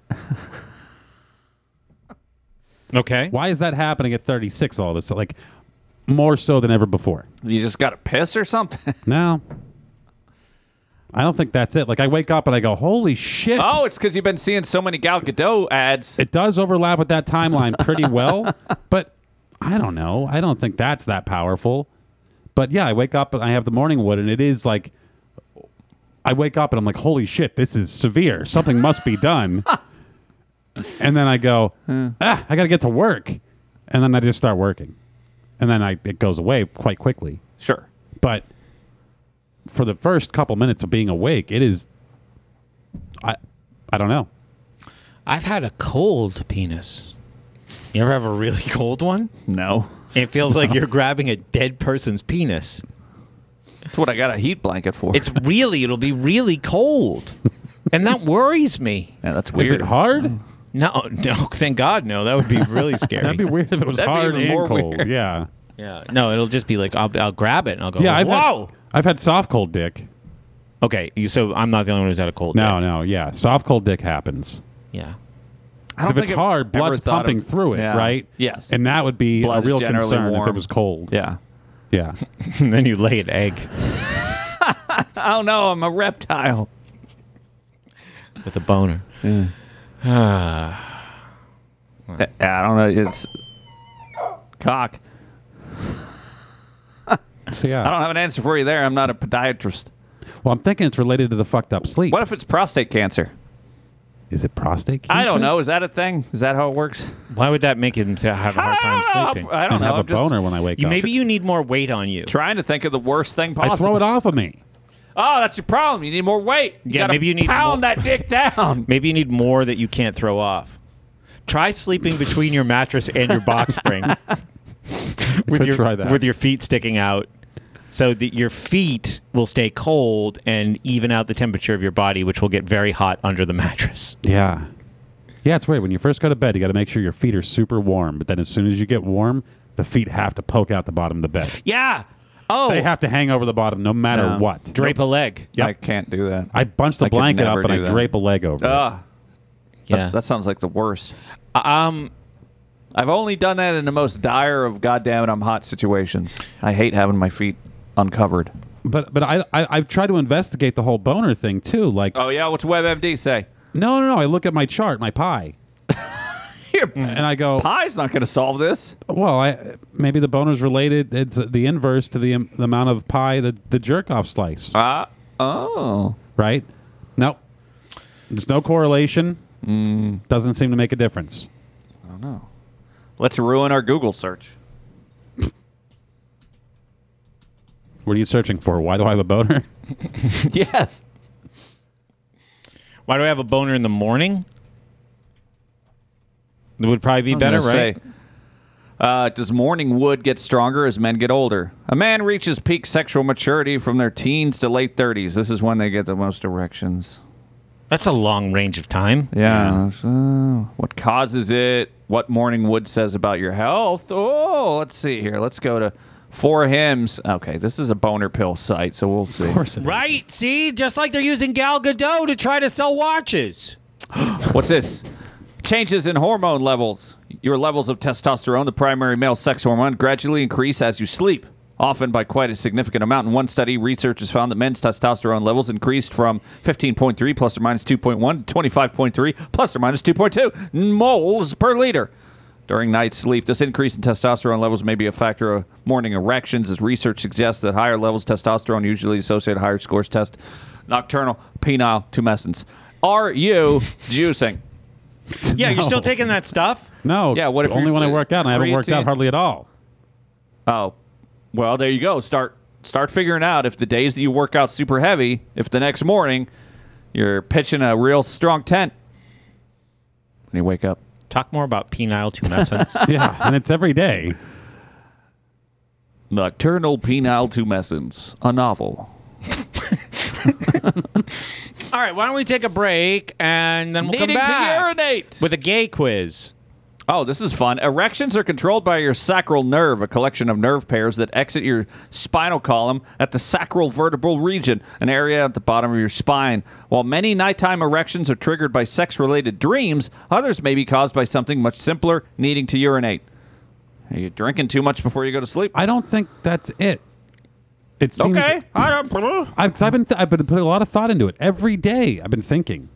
B: Okay,
E: Why is that happening at 36 all of a sudden? Like, more so than ever before.
A: You just got to piss or something.
E: No. I don't think that's it. Like I wake up and I go, "Holy shit."
A: oh, it's because you've been seeing so many Gal Gadot ads.
E: It does overlap with that timeline pretty well, but I don't know. I don't think that's that powerful. But yeah, I wake up and I have the morning wood and it is like I wake up and I'm like, "Holy shit, this is severe. Something must be done." and then I go, "Ah, I got to get to work." And then I just start working. And then I it goes away quite quickly.
A: sure.
E: but for the first couple minutes of being awake, it is. I, I don't know.
B: I've had a cold penis. You ever have a really cold one?
A: No.
B: It feels like you're grabbing a dead person's penis.
A: That's what I got a heat blanket for.
B: It's really, it'll be really cold. And that worries me.
A: yeah, that's
E: Is
A: weird.
E: it hard?
B: No, no, thank God, no. That would be really scary.
E: That'd be weird if it was
A: That'd be
E: hard
A: even more
E: and cold.
A: weird.
E: Yeah,
B: yeah, no, it'll just be like, I'll, I'll grab it and I'll go,
E: yeah. I've
B: whoa.
E: Had, I've had soft cold dick.
B: Okay, you- so I'm not the only one who's had a cold.
E: No,
B: dick.
E: no, yeah. Soft cold dick happens.
B: Yeah.
A: I
E: 'Cause
A: don't
E: If it's
A: think I've
E: hard,
A: ever
E: blood's
A: thought of-
E: pumping through it,
A: Yeah.
E: right?
A: Yes.
E: And that would be
A: Blood
E: a
A: is
E: real
A: generally
E: concern if it
A: warm.
E: was cold.
A: yeah.
E: yeah.
B: and then you lay an egg
A: Oh no, I'm a reptile.
B: with a boner.
E: Eh,
A: I I don't know. It's cock.
E: So yeah.
A: I don't have an answer for you there. I'm not a podiatrist.
E: well, I'm thinking it's related to the fucked up sleep.
A: What if it's prostate cancer?
E: Is it prostate? Cancer?
A: I don't know. Is that a thing? Is that how it works?
B: Why would that make him to have a hard time
A: I don't know.
B: sleeping?
A: I don't
E: And
A: know.
E: have
A: I'm
E: a
A: just
E: boner when I wake
B: You,
E: up.
B: maybe you need more weight on you.
A: trying to think of the worst thing
E: I
A: possible.
E: throw it off of me.
A: Oh, that's your problem. You need more weight. You
B: Yeah,
A: gotta
B: maybe you need
A: pound
B: more-
A: that dick down.
B: Maybe you need more that you can't throw off. Try sleeping between your mattress and your box spring with
E: could
B: your
E: try that.
B: with your feet sticking out, so that your feet will stay cold and even out the temperature of your body, which will get very hot under the mattress.
E: Yeah. Yeah, it's weird. When you first go to bed, you got to make sure your feet are super warm. But then as soon as you get warm, the feet have to poke out the bottom of the bed.
B: Yeah. Oh,
E: They have to hang over the bottom no matter
A: Yeah.
E: what.
B: drape a leg.
E: Yep.
A: I can't do that.
E: I bunch the
A: I could
E: blanket up
A: never
E: and I
A: do that. Oh,
E: drape a leg over it.
A: Ugh,
B: Yeah.
A: that sounds like the worst.
B: um.
A: I've only done that in the most dire of goddamn it, I'm hot situations. I hate having my feet uncovered.
E: But but I, I I've tried to investigate the whole boner thing too. Like
A: Oh yeah, what's WebMD say?
E: no no no. I look at my chart, my pie,
A: Your
E: and I go,
A: pie's not gonna solve this.
E: well, I maybe the boner's related. It's the inverse to the, am- the amount of pie that the jerk off slice.
A: Uh, oh.
E: right? Nope. There's no correlation.
A: Mm.
E: Doesn't seem to make a difference.
A: Let's ruin our Google search.
E: What are you searching for? Why do I have a boner?
A: yes.
B: Why do I have a boner in the morning? It would probably be better,
A: gonna
B: right?
A: say, uh, does morning wood get stronger as men get older? A man reaches peak sexual maturity from their teens to late 30s. This is when they get the most erections.
B: That's a long range of time.
A: Yeah. So, what causes it? What morning wood says about your health? Oh, let's see here. Let's go to four hymns. Okay, this is a boner pill site, so we'll see.
B: Right? See, just like they're using Gal Gadot to try to sell watches.
A: What's this? Changes in hormone levels. Your levels of testosterone, the primary male sex hormone, gradually increase as you sleep, often by quite a significant amount. In one study, researchers found that men's testosterone levels increased from 15.3 plus or minus 2.1 to 25.3 plus or minus 2.2 moles per liter. During night sleep, this increase in testosterone levels may be a factor of morning erections, as research suggests that higher levels of testosterone usually associate higher scores test nocturnal penile tumescence. Are you juicing?
B: Yeah, you're still
E: No.
B: taking that stuff?
E: No.
A: Yeah, what if
E: only
A: you're-
E: when I work out? And I haven't worked out
A: creatine?
E: hardly at all.
A: Oh, well, there you go. Start start figuring out if the days that you work out super heavy, if the next morning you're pitching a real strong tent when you wake up.
B: Talk more about penile tumescence.
E: Yeah, and it's every day.
A: Nocturnal penile tumescence, a novel.
B: All right, why don't we take a break and then we'll
A: Needing
B: come
A: to
B: back
A: urinate.
B: with a gay quiz.
A: Oh, this is fun. Erections are controlled by your sacral nerve, a collection of nerve pairs that exit your spinal column at the sacral vertebral region, an area at the bottom of your spine. While many nighttime erections are triggered by sex related dreams, others may be caused by something much simpler needing to urinate. Are you drinking too much before you go to sleep?
E: I don't think that's it. It seems
A: okay. I don't-
E: I've, 'cause I've been th- I've been putting a lot of thought into it every day. I've been thinking.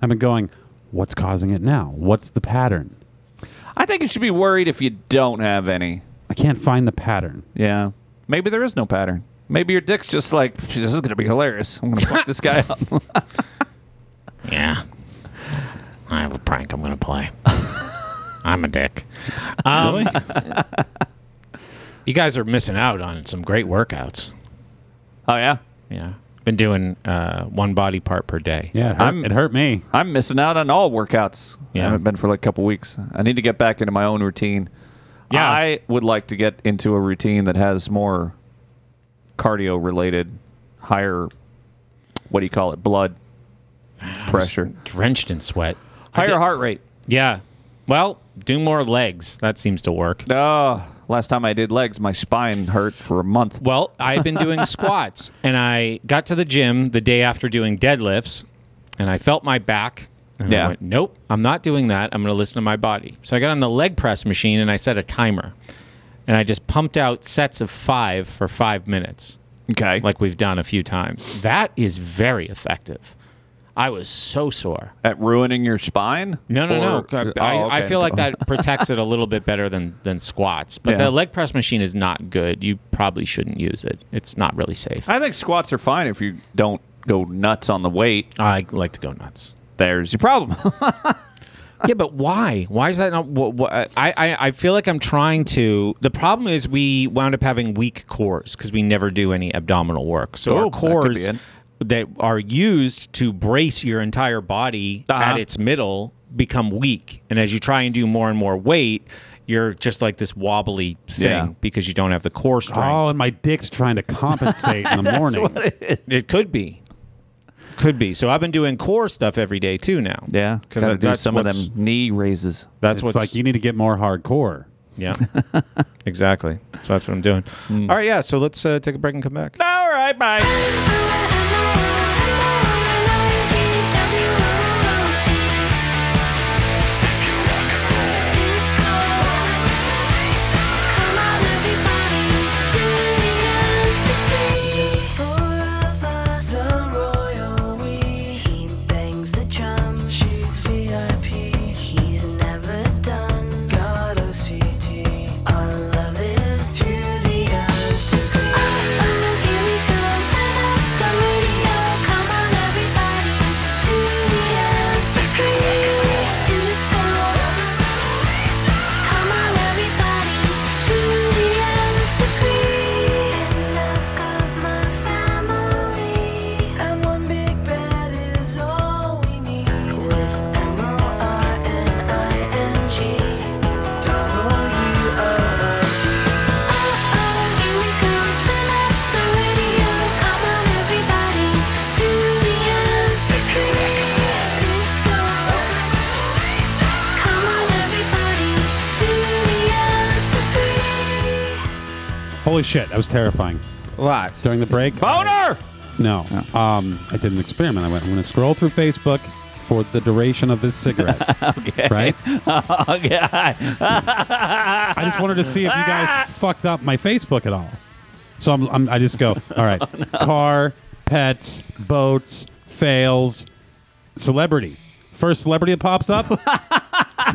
E: I've been going. What's causing it now? What's the pattern?
A: I think you should be worried if you don't have any.
E: I can't find the pattern.
A: Yeah. Maybe there is no pattern. Maybe your dick's just like, "Phew, this is going to be hilarious. I'm going to fuck this guy up.
B: Yeah. I have a prank I'm going to play. I'm a dick. Um, you guys are missing out on some great workouts.
A: Oh, yeah.
B: Yeah. Been doing uh, one body part per day.
E: Yeah, it hurt,
A: I'm-
E: it hurt me.
A: I'm missing out on all workouts.
B: Yeah.
A: I haven't been for like a couple weeks. I need to get back into my own routine.
B: Yeah.
A: I would like to get into a routine that has more cardio related, higher, what do you call it, blood pressure,
B: Drenched in sweat.
A: higher heart rate.
B: Yeah. Well, do more legs. That seems to work.
A: Oh, last time I did legs, my spine hurt for a month.
B: Well, I've been doing squats and I got to the gym the day after doing deadlifts and I felt my back. And
A: Yeah.
B: I went, nope, I'm not doing that. I'm going to listen to my body. So I got on the leg press machine and I set a timer and I just pumped out sets of five for five minutes,
A: Okay. Like
B: like we've done a few times. That is very effective. I was so sore.
A: at ruining your spine?
B: No, no,
A: Or-
B: no.
A: Oh,
B: I, I
A: okay.
B: feel like that protects it a little bit better than than squats. But
A: Yeah.
B: the leg press machine is not good. You probably shouldn't use it. It's not really safe. I,
A: I think squats are fine if you don't go nuts on the weight.
B: like to go nuts.
A: There's your problem.
B: yeah, but why? Why is that not? Wh- wh- I, I I feel like I'm trying to. The problem is we wound up having weak cores because we never do any abdominal work. So
A: Oh,
B: our
A: that could be
B: cores
A: it.
B: that are used to brace your entire body
A: Uh-huh.
B: at its middle become weak, and as you try and do more and more weight. You're just like this wobbly thing
A: Yeah.
B: because you don't have the core strength.
E: Oh, and my dick's trying to compensate in the morning.
A: Oh.
B: It could be. Could be. So I've been doing core stuff every day too now.
A: yeah.
B: Because
A: Gotta do
B: that's
A: some of
B: what's-
A: them knee raises.
B: That's
E: it's
B: what's
E: like you need to get more hardcore.
B: Yeah. exactly. So that's what I'm doing. All right. Yeah. So let's uh, take a break and come back.
A: All right, bye.
E: Holy shit, that was terrifying.
B: What?
E: During the break,
A: Boner!
E: no, um, I did an experiment. I went, I'm going to scroll through Facebook for the duration of this cigarette. Right?
A: Oh, God.
E: I just wanted to see if you
A: Ah!
E: guys fucked up my Facebook at all. So I'm, I'm I just go, all
A: Oh,
E: right, car, pets, boats, fails, celebrity. First celebrity that pops up?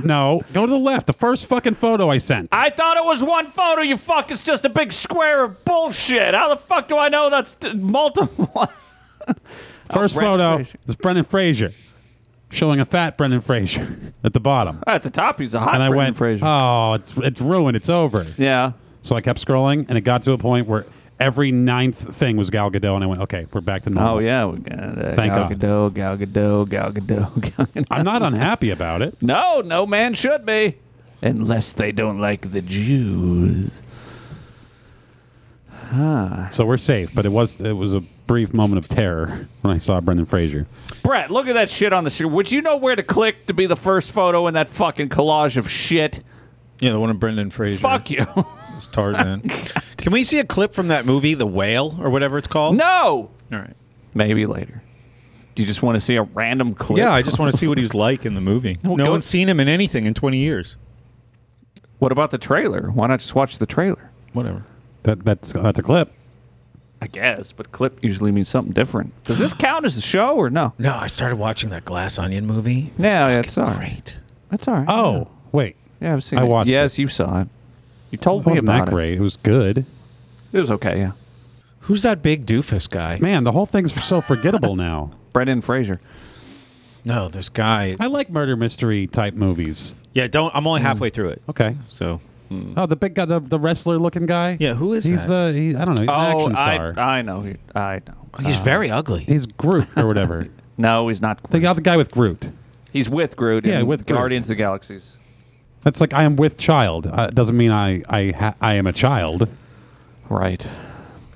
E: no. Go to the left. The first fucking photo I sent.
A: I thought it was one photo, you fuck. It's just a big square of bullshit. How the fuck do I know that's t- multiple?
E: First
A: Brendan
E: photo
A: Fraser.
E: is Brendan Fraser showing a fat Brendan Fraser at the bottom.
A: At the top, he's a hot
E: and I
A: Brendan
E: went,
A: Fraser.
E: oh, it's, it's ruined. It's over.
A: yeah.
E: So I kept scrolling, and it got to a point where every ninth thing was Gal Gadot, and I went, okay, we're back to normal.
A: Oh, yeah. We got, uh,
E: Thank
A: Gal Gadot,
E: God.
A: Gal Gadot, Gal Gadot, Gal Gadot.
E: I'm not unhappy about it.
A: No, no man should be. Unless they don't like the Jews.
E: So we're safe, but it was it was a brief moment of terror when I saw Brendan Fraser.
A: Brett, look at that shit on the screen. Would you know where to click to be the first photo in that fucking collage of shit?
B: Yeah, the one of Brendan Fraser.
A: Fuck you.
B: It's Tarzan. Can we see a clip from that movie, The Whale, or whatever it's called?
A: no.
B: All right.
A: Maybe later. Do you just want to see a random clip?
B: Yeah, I just want to see what he's like in the movie.
A: go-
B: No one's seen him in anything in 20 years.
A: What about the trailer? Why not just watch the trailer?
B: Whatever.
E: That that's that's a clip.
A: I guess, but clip usually means something different. Does this count as a show or no?
B: No, I started watching that Glass Onion movie. It was
A: Yeah, yeah, it's all
B: fucking
A: right.
B: great.
A: That's all right.
E: Oh wait,
A: yeah, I've seen.
E: I
A: it.
E: watched
A: Yes, you saw it. You told
E: it
A: me
E: wasn't
A: about
E: that great. It was good.
A: it. It was okay. Yeah,
B: Who's that big doofus guy?
E: Man, the whole thing's so forgettable now.
A: Brendan Fraser.
B: No, this guy.
E: I like murder mystery type movies.
B: Yeah, don't. I'm only halfway through it.
E: Okay.
B: So
E: Oh, the big guy, the, the wrestler looking guy.
B: Yeah, who is
E: he's
B: that?
E: the he, I don't know. He's an
A: oh,
E: action star.
A: I, I know. who- I know.
B: he's very ugly.
E: he's Groot or whatever.
A: No, he's not.
E: the other guy with Groot.
A: He's with Groot.
E: Yeah,
A: in
E: with Groot.
A: Guardians of the Galaxies.
E: That's like I am with child. Uh, doesn't mean I I ha- I am a child.
A: Right.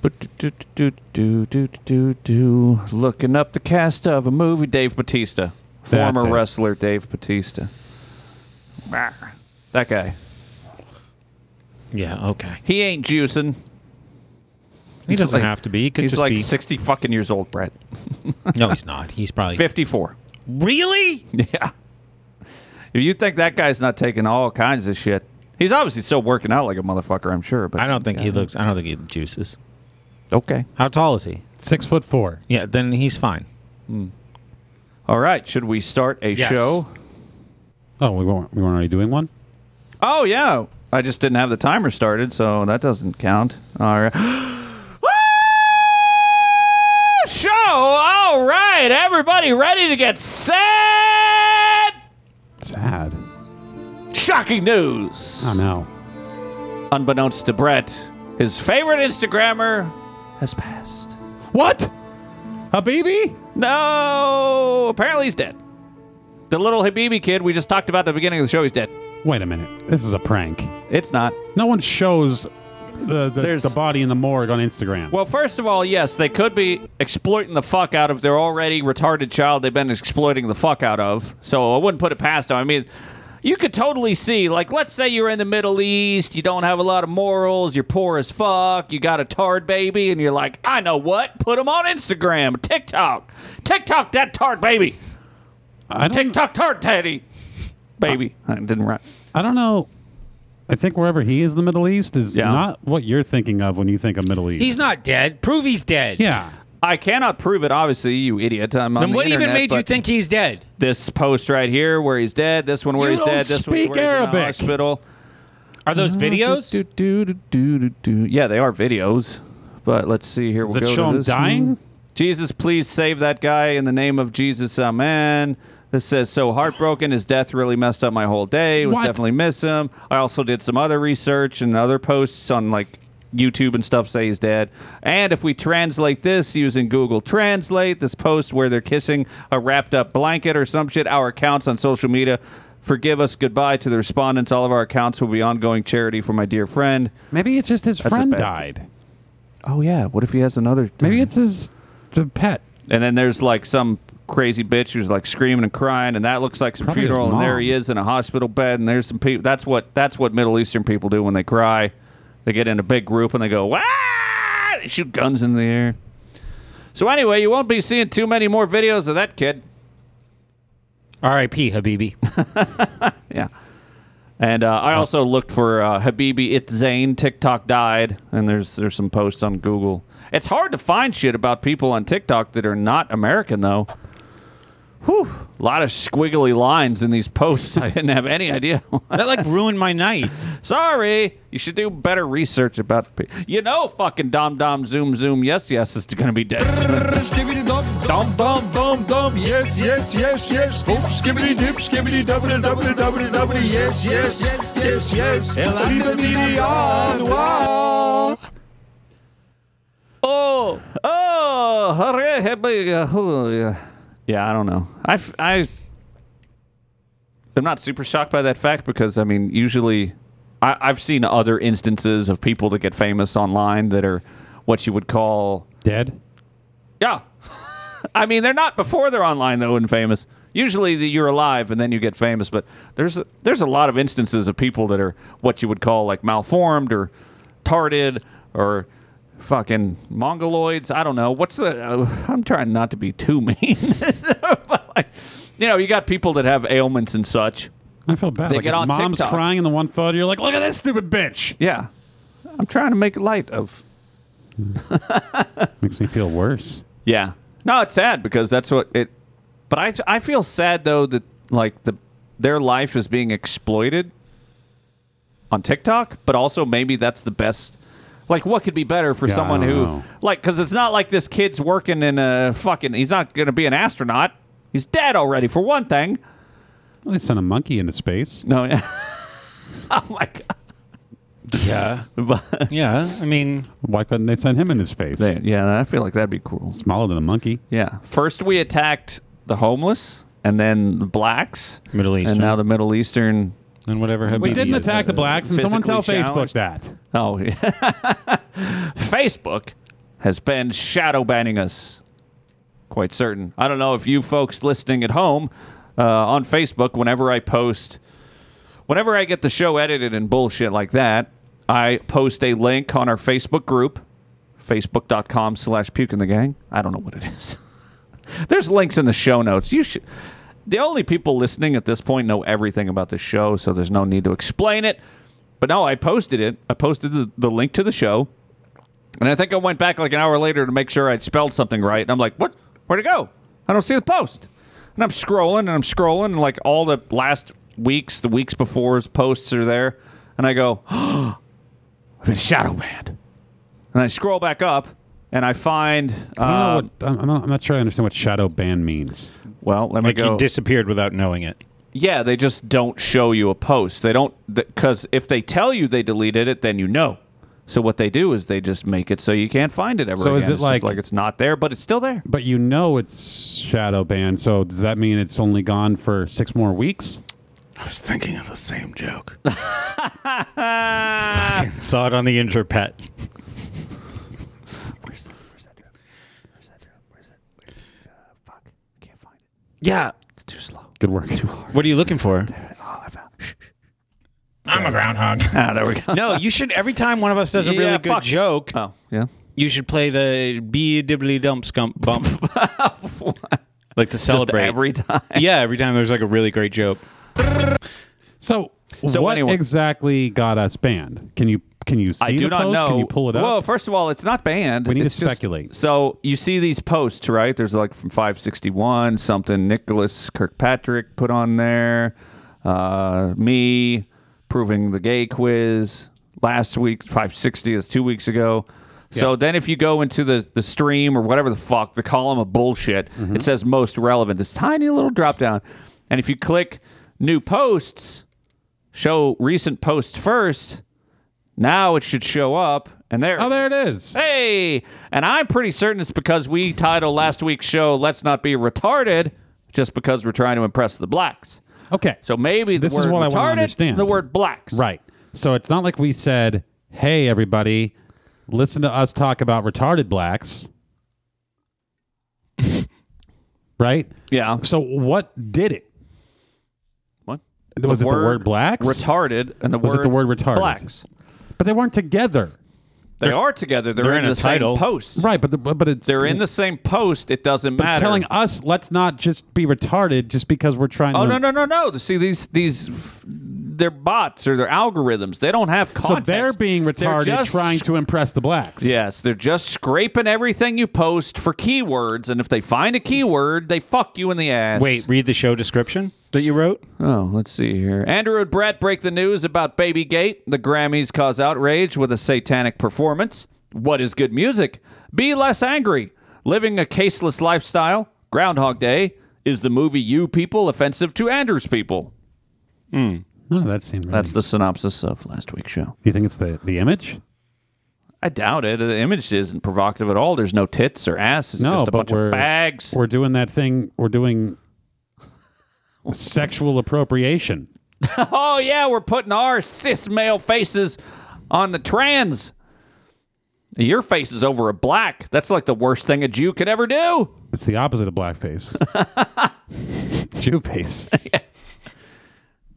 A: But do, do, do, do, do, do, looking up the cast of a movie, Dave Batista,
E: That's
A: former
E: it.
A: wrestler Dave Batista. Bah. That guy.
B: Yeah. Okay.
A: He ain't juicing.
B: He doesn't
A: like-
B: have to be. He could
A: He's
B: just
A: like
B: be.
A: sixty fucking years old, Brett.
B: No, he's not. He's probably
A: Fifty-four.
B: really.
A: Yeah. If you think that guy's not taking all kinds of shit, he's obviously still working out like a motherfucker. I'm sure. But
B: I don't think he looks. I don't think he juices.
A: Okay.
B: How tall is he?
E: Six foot four.
B: Yeah, then he's fine.
A: All right. Should we start a
B: Yes.
A: show?
E: Oh, we weren't we weren't already doing one.
A: Oh yeah, I just didn't have the timer started, so that doesn't count. All right. Woo! Show. All right, everybody, ready to get set?
E: Sad.
A: Shocking news.
E: Oh no.
A: Unbeknownst to Brett, his favorite Instagrammer has passed.
E: What? Habibi?
A: No, apparently he's dead. The little Habibi kid we just talked about at the beginning of the show, he's dead.
E: Wait a minute. This is a prank.
A: It's not.
E: No one shows the the,
A: There's-
E: the body in the morgue on Instagram.
A: Well, first of all, yes, they could be exploiting the fuck out of their already retarded child they've been exploiting the fuck out of. So I wouldn't put it past them. I mean, you could totally see, like, let's say you're in the Middle East, you don't have a lot of morals, you're poor as fuck, you got a tarred baby, and you're like, I know what, put him on Instagram, TikTok, TikTok that tarred baby,
E: I don't
A: TikTok tarred daddy, baby. I didn't rhyme.
E: I don't know. I think wherever he is, in the Middle East is
A: Yeah.
E: not what you're thinking of when you think of Middle East.
B: He's not dead. Prove he's dead.
E: yeah.
A: I cannot prove it, obviously, you idiot. I'm on
B: Then
A: the
B: what even
A: internet,
B: made you
A: but-
B: think he's dead?
A: this post right here where he's dead, this one where
E: You
A: he's dead,
E: don't
A: this one where
E: speak
A: he's in the
E: Arabic.
A: hospital.
B: Are those videos?
A: Do, do, do, do, do, do. Yeah, they are videos. But let's see here. We'll
E: it
A: go
E: show
A: to
E: him
A: this
E: dying?
A: one. Jesus, please save that guy in the name of Jesus, Amen. This says so heartbroken. His death really messed up my whole day. Was
E: What?
A: definitely miss him. I also did some other research and other posts on like YouTube and stuff say he's dead. And if we translate this using Google Translate, this post where they're kissing a wrapped up blanket or some shit, our accounts on social media. Forgive us. Goodbye to the respondents. All of our accounts will be ongoing charity for my dear friend.
E: Maybe it's just his
A: a
E: friend
A: bad-
E: died.
A: Oh yeah. What if he has another?
E: Maybe it's his the pet.
A: And then there's like some crazy bitch who's like screaming and crying, and that looks like some
E: Probably his
A: funeral. And there
E: mom.
A: he is in a hospital bed, and there's some people. That's what that's what Middle Eastern people do when they cry. They get in a big group and they go, "Wah!" They shoot guns in the air. So anyway, you won't be seeing too many more videos of that kid.
B: R.I.P. Habibi.
A: Yeah. And uh, I also looked for uh, Habibi Itzane TikTok died, and there's there's some posts on Google. It's hard to find shit about people on TikTok that are not American though. Whew, a lot of squiggly lines in these posts. I didn't have any idea.
B: that like ruined my night.
A: Sorry, you should do better research about. Pe- you know, fucking Dom Dom Zoom Zoom Yes Yes is gonna be dead. soon.
I: Skibbity dum dum dum dum dum. Yes, yes, yes, yes. Boop, skibbity dip, skibbity double double double double. Yes, yes, yes, yes, yes. El
A: Oh, oh, hurry, happy, uh, oh, yeah. yeah, I don't know. I, f- I, am not super shocked by that fact because, I mean, usually I, I've seen other instances of people that get famous online that are what you would call,
E: Dead?
A: yeah. I mean, they're not before they're online, though, and famous. Usually that you're alive and then you get famous, but there's a, there's a lot of instances of people that are what you would call like malformed or tarted or fucking mongoloids. I don't know. What's the? Uh, I'm trying not to be too mean. But, like, you know, you got people that have ailments and such.
E: I feel bad.
A: They
E: like
A: get
E: his
A: on
E: mom's
A: TikTok.
E: crying in the one photo. You're like, look at this stupid bitch.
A: Yeah. I'm trying to make light of.
E: Makes me feel worse.
A: Yeah. No, it's sad because that's what it. But I, I feel sad though that like the their life is being exploited on TikTok, but also maybe that's the best. Like, what could be better for
E: Yeah, I
A: someone
E: don't
A: who
E: know.
A: like because it's not like this kid's working in a fucking. He's not going to be an astronaut. He's dead already for one thing.
E: Well, they sent a monkey into space.
A: No. yeah. oh my god.
B: Yeah.
A: But,
B: Yeah. I mean,
E: Why couldn't they send him into space?
A: yeah, I feel like that'd be cool.
E: Smaller than a monkey.
A: Yeah. First we attacked the homeless and then the blacks.
B: Middle Eastern.
A: And now the Middle Eastern.
B: and whatever. uh,
E: We didn't attack the blacks, and someone tell
A: physically
E: Facebook
A: challenged?
E: that.
A: Oh, yeah. Facebook has been shadow banning us. Quite certain. I don't know if you folks listening at home uh, on Facebook, whenever I post, whenever I get the show edited and bullshit like that, I post a link on our Facebook group, facebook.com slash puke in the gang. I don't know what it is. There's links in the show notes. You should. The only people listening at this point know everything about the show, so there's no need to explain it. But no, I posted it. I posted the, the link to the show. And I think I went back like an hour later to make sure I'd spelled something right. And I'm like, what? Where'd it go? I don't see the post. And I'm scrolling and I'm scrolling. And like all the last weeks, the weeks before's posts are there. And I go, I've been shadow banned. And I scroll back up and I find,
E: I
A: uh,
E: don't know what, I'm, not, I'm not sure I understand what shadow ban means.
A: well, let me
B: Like
A: go.
B: he disappeared without knowing it.
A: Yeah, they just don't show you a post. They don't because if they tell you they deleted it, then you know. So what they do is they just make it so you can't find it ever.
E: So is
A: again.
E: it
A: It's just
E: like-
A: like it's not there, but it's still there?
E: But you know it's shadow ban, so does that mean it's only gone for six more weeks?
B: I was thinking of the same joke. saw it on the Interpet. Yeah.
E: Good work.
B: What are you looking for?
A: Ah, there we go.
B: No, you should. Every time one of us does a really
A: Yeah,
B: good
A: fuck.
B: joke,
A: Oh yeah.
B: you should play the be a dibbly dump scump bump. like to celebrate.
A: Just every time.
B: yeah, every time there's like a really great joke.
E: So,
A: So
E: what
A: anyway-
E: exactly got us banned? Can you can you see
A: I do
E: the
A: not
E: post?
A: know.
E: Can you pull it up?
A: Well, first of all, it's not banned.
E: We need to
A: It's just-
E: speculate.
A: so you see these posts, right? There's like from 561 something Nicholas Kirkpatrick put on there, uh, me proving the gay quiz last week. 560 is two weeks ago. So then, if you go into the, the stream or whatever the fuck, the column of bullshit,
E: Mm-hmm.
A: it says most relevant, this tiny little drop down. And if you click new posts, show recent posts first, now it should show up, and there.
E: oh, there it is.
A: Hey, and I'm pretty certain it's because we titled last week's show "Let's Not Be Retarded," just because we're trying to impress the blacks.
E: Okay.
A: So maybe the
E: This is
A: word
E: what I wanna
A: retarded,
E: understand.
A: the word blacks,
E: Right. So it's not like we said, "Hey, everybody, listen to us talk about retarded blacks." right.
A: Yeah.
E: So what did it?
A: What?
E: Was it the word blacks?
A: Retarded and the
E: Was it
A: word
E: the word retarded?
A: blacks.
E: But they weren't together.
A: They are together. They're,
B: they're
A: in,
B: in a
A: the
B: title.
A: same post.
E: Right. But the, but it's
A: They're in the same post. It doesn't
E: But it's
A: matter.
E: telling us, let's not just be retarded just because we're trying.
A: oh
E: to,
A: no no no no! See these these. They're bots or they're algorithms. They don't have
E: So
A: context.
E: they're being retarded,
A: just
E: trying to impress the blacks.
A: Yes, they're just scraping everything you post for keywords, and if they find a keyword, they fuck you in the ass.
B: Wait, read the show description that you wrote.
A: Oh, let's see here. Andrew and Brett break the news about Baby Gate. The Grammys cause outrage with a satanic performance. What is good music? Be less angry. Living a caseless lifestyle. Groundhog Day. Is the movie You People offensive to Andrew's people?
E: None of that seemed right.
A: That's the synopsis of last week's show.
E: you think it's the, the image?
A: I doubt it. The image isn't provocative at all. There's no tits or ass. It's
E: No,
A: just a
E: but
A: bunch of
E: we're-
A: fags.
E: We're doing that thing. We're doing sexual appropriation.
A: Oh yeah, we're putting our cis male faces on the trans. Your face is over a black. That's like the worst thing a Jew could ever do.
E: It's the opposite of blackface. Jew face.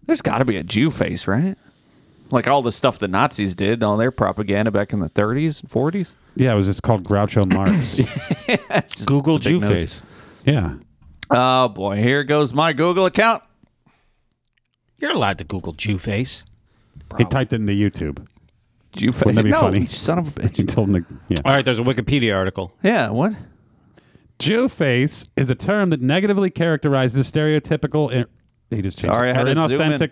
A: There's got to be a Jew face, right? Like all the stuff the Nazis did, all their propaganda back in the 30s and 40s.
E: Yeah, it was just called Groucho Marx.
B: Google Jewface.
E: yeah.
A: Uh, Oh boy, here goes my Google account.
B: You're allowed to Google Jew face.
E: He typed it into YouTube.
A: You fa-
E: Wouldn't that be
A: no,
E: funny?
A: you Son of a
E: He
A: bitch.
E: told him, to, yeah.
B: All right, there's a Wikipedia article.
A: Yeah, what?
E: Jew face is a term that negatively characterizes stereotypical. In, he just changed
A: Sorry,
E: it,
A: I had
E: or
A: to zoom in.
E: inauthentic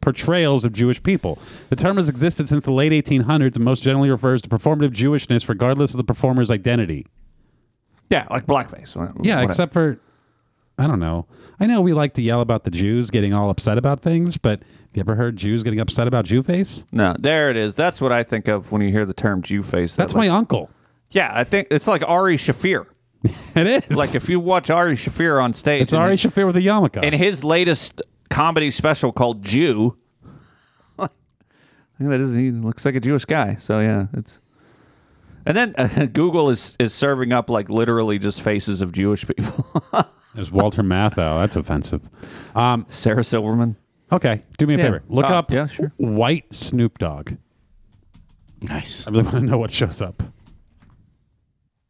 E: portrayals of Jewish people. The term has existed since the late 1800s and most generally refers to performative Jewishness, regardless of the performer's identity.
A: Yeah, like blackface. wha-
E: Yeah,
A: whatever.
E: except for I don't know. I know we like to yell about the Jews getting all upset about things, but have you ever heard Jews getting upset about Jew face?
A: no, there it is. That's what I think of when you hear the term Jew face.
E: That's
A: That, like-
E: my uncle.
A: Yeah, I think it's like Ari Shafir.
E: It is.
A: Like if you watch Ari Shafir on stage,
E: it's Ari
A: Shafir.
E: Shafir with a yarmulke.
A: in his latest comedy special called Jew. yeah, that is he looks like a Jewish guy. So yeah, it's. And then uh, Google is is serving up like literally just faces of Jewish people.
E: There's Walter Matthau. That's offensive. Um,
A: Sarah Silverman.
E: okay, do me a
A: Yeah.
E: favor. Look
A: Uh,
E: up
A: yeah, sure.
E: white Snoop Dogg.
B: Nice.
E: I really want to know what shows up.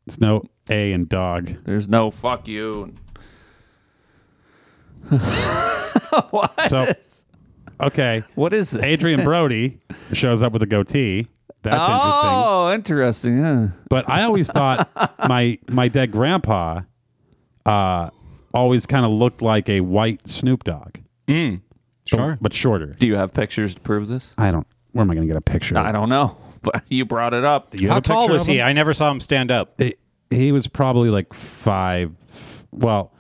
E: There's no A and dog.
A: There's no fuck you.
E: So, okay.
A: What is that?
E: Adrian Brody shows up with a goatee. That's interesting.
A: oh, interesting. Yeah.
E: But I always thought my my dead grandpa uh, always kind of looked like a white Snoop Dogg,
A: Hmm.
B: Sure.
E: but shorter.
A: Do you have pictures to prove this?
E: I don't. Where am I going to get a picture?
A: I don't know, but you brought it up.
E: You have
B: How
E: a
B: tall
E: picture
B: was
E: of
B: he?
E: him?
B: I never saw him stand up.
E: It- he was probably like five. Well,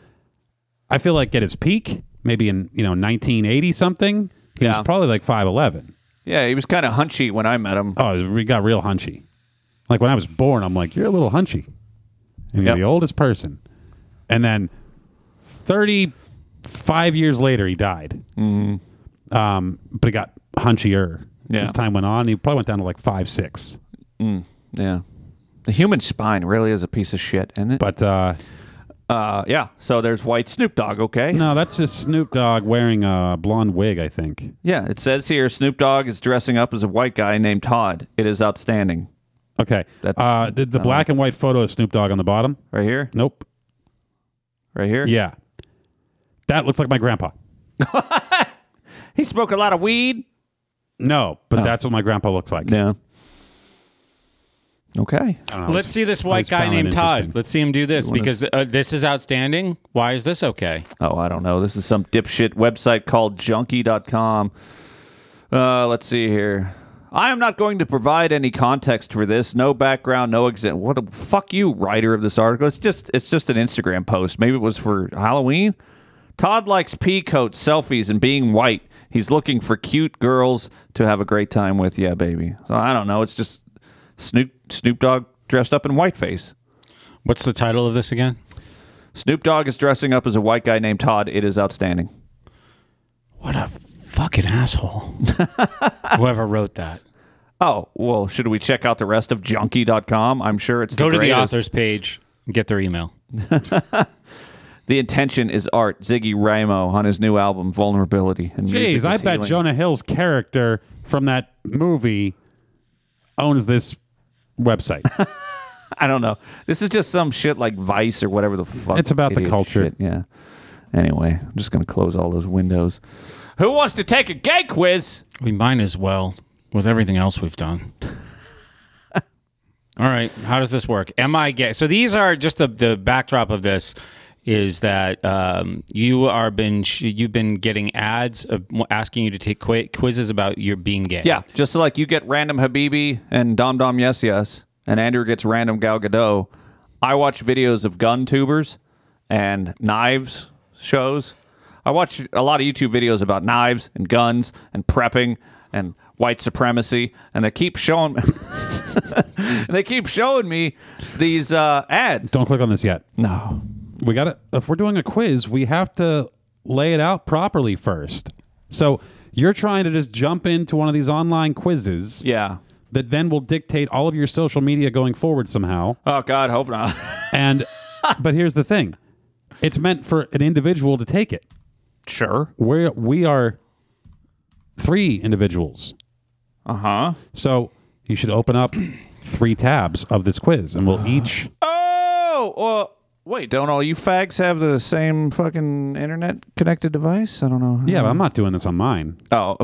E: I feel like at his peak, maybe in you know 1980 something, he
A: Yeah.
E: was probably like five eleven.
A: Yeah, he was kind of hunchy when I met him.
E: Oh, we got real hunchy. Like when I was born, I'm like, you're a little hunchy. And you're
A: Yep.
E: the oldest person. And then 35 years later, he died. Um, but he got hunchier
A: Mm-hmm. Yeah.
E: as time went on. He probably went down to like five, six.
A: Yeah. The human spine really is a piece of shit, isn't it?
E: But uh,
A: Uh, yeah. So there's white Snoop Dogg. Okay.
E: no, that's just Snoop Dogg wearing a blonde wig, I think.
A: Yeah. It says here Snoop Dogg is dressing up as a white guy named Todd. It is outstanding.
E: Okay.
A: That's-
E: uh, did
A: I
E: the
A: don't
E: black and white photo of Snoop Dogg on the bottom?
A: Right here.
E: Nope.
A: Right here.
E: Yeah. That looks like my grandpa.
A: He smoked a lot of weed.
E: No,
A: Oh.
E: but that's what my grandpa looks like.
A: Yeah. Okay.
E: I don't know.
B: Let's see this
E: I
B: white
E: just
B: guy
E: found that
B: named Todd.
E: interesting.
B: Let's see him do this
A: wanna
B: because uh, this is outstanding. Why is this okay?
A: Oh, I don't know. This is some dipshit website called junkie.com. Uh, let's see here. I am not going to provide any context for this. No background, no exam. What the fuck you, writer of this article? It's just it's just an Instagram post. Maybe it was for Halloween. Todd likes pea coats, selfies, and being white. He's looking for cute girls to have a great time with. Yeah, baby. So I don't know. It's just Snoop Snoop Dogg dressed up in whiteface.
B: What's the title of this again?
A: Snoop Dogg is dressing up as a white guy named Todd. It is outstanding.
B: What a fucking asshole. Whoever wrote that.
A: Oh, well, should we check out the rest of junkie.com? I'm sure it's
B: Go to the
A: greatest.
B: author's page and get their email.
A: The intention is art. Ziggy Ramo on his new album Vulnerability and Music
E: Jeez,
A: is
E: I bet
A: Healing.
E: Jonah Hill's character from that movie owns this website.
A: I don't know. This is just some shit like Vice or whatever the fuck.
E: It's about the
A: idiot
E: culture.
A: shit, Yeah. Anyway, I'm just going to close all those windows. Who wants to take a gay quiz?
B: We might as well with everything else we've done. All right, how does this work? Am I gay? So these are just the, the backdrop of this is that um, you are been sh- you've been getting ads of asking you to take qui- quizzes about your being gay.
A: Yeah, just like you get random Habibi and Dom Dom Yes Yes, and Andrew gets random Gal Gadot. I watch videos of gun tubers and knives shows. I watch a lot of YouTube videos about knives and guns and prepping and white supremacy, and they keep showing. and they keep showing me these uh, ads.
E: Don't click on this yet.
A: No,
E: We got to if we're doing a quiz, we have to lay it out properly first. So, you're trying to just jump into one of these online quizzes
A: yeah.
E: that then will dictate all of your social media going forward somehow.
A: Oh God, hope not.
E: And but here's the thing. It's meant for an individual to take it.
A: sure.
E: We're we are three individuals.
A: Uh huh.
E: So you should open up three tabs of this quiz, and we'll each.
A: Oh, well, Wait, don't all you fags have the same fucking internet connected device? I don't know.
E: Yeah, but I'm not doing this on mine.
A: Oh,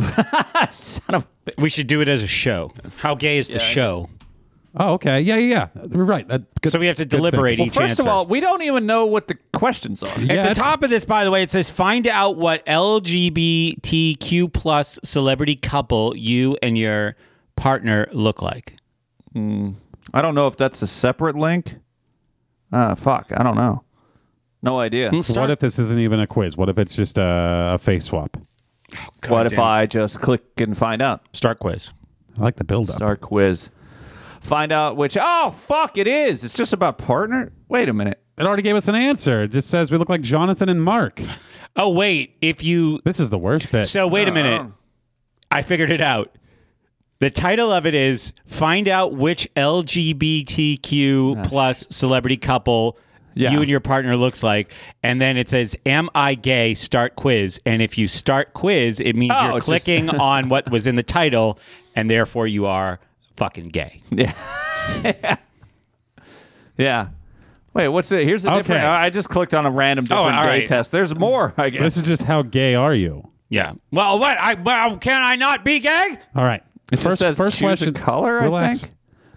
A: son of. a-
J: We should do it as a show. How gay is the show?
E: Oh, okay. Yeah, yeah, yeah. We're right. Uh, good-
J: So we have to
E: good
J: deliberate
E: thinking.
J: each
A: First of
J: answer.
A: all, we don't even know what the questions are.
E: Yeah,
J: At the
E: that's-
J: top of this, by the way, it says find out what LGBTQ plus celebrity couple you and your partner look like.
A: I don't know if that's a separate link. Uh, fuck, I don't know. No idea.
E: What if this isn't even a quiz? What if it's just a, a face swap?
A: what if I just click and find out?
J: Start quiz.
E: I like the build up.
A: Start quiz. Find out which. Oh, fuck, it is. It's just about partner. Wait a minute.
E: It already gave us an answer. It just says we look like Jonathan and Mark.
J: Oh wait, if you
E: This is the worst bit.
J: so wait a minute. I figured it out. The title of it is find out which LGBTQ plus celebrity couple
A: Yeah.
J: you and your partner looks like, and then it says "Am I gay?" Start quiz, and if you start quiz, it means
A: Oh,
J: you're
A: just-
J: clicking on what was in the title, and therefore you are fucking gay.
A: Yeah. yeah. Wait, what's it? Here's the
E: Okay. Oh,
A: different. I I just clicked on a random different
J: all
A: day
J: right.
A: test. There's more, I guess.
E: this is just how gay are you?
J: Yeah. Well, what? I well, can I not be gay?
E: All right.
A: just says choose a color, I think.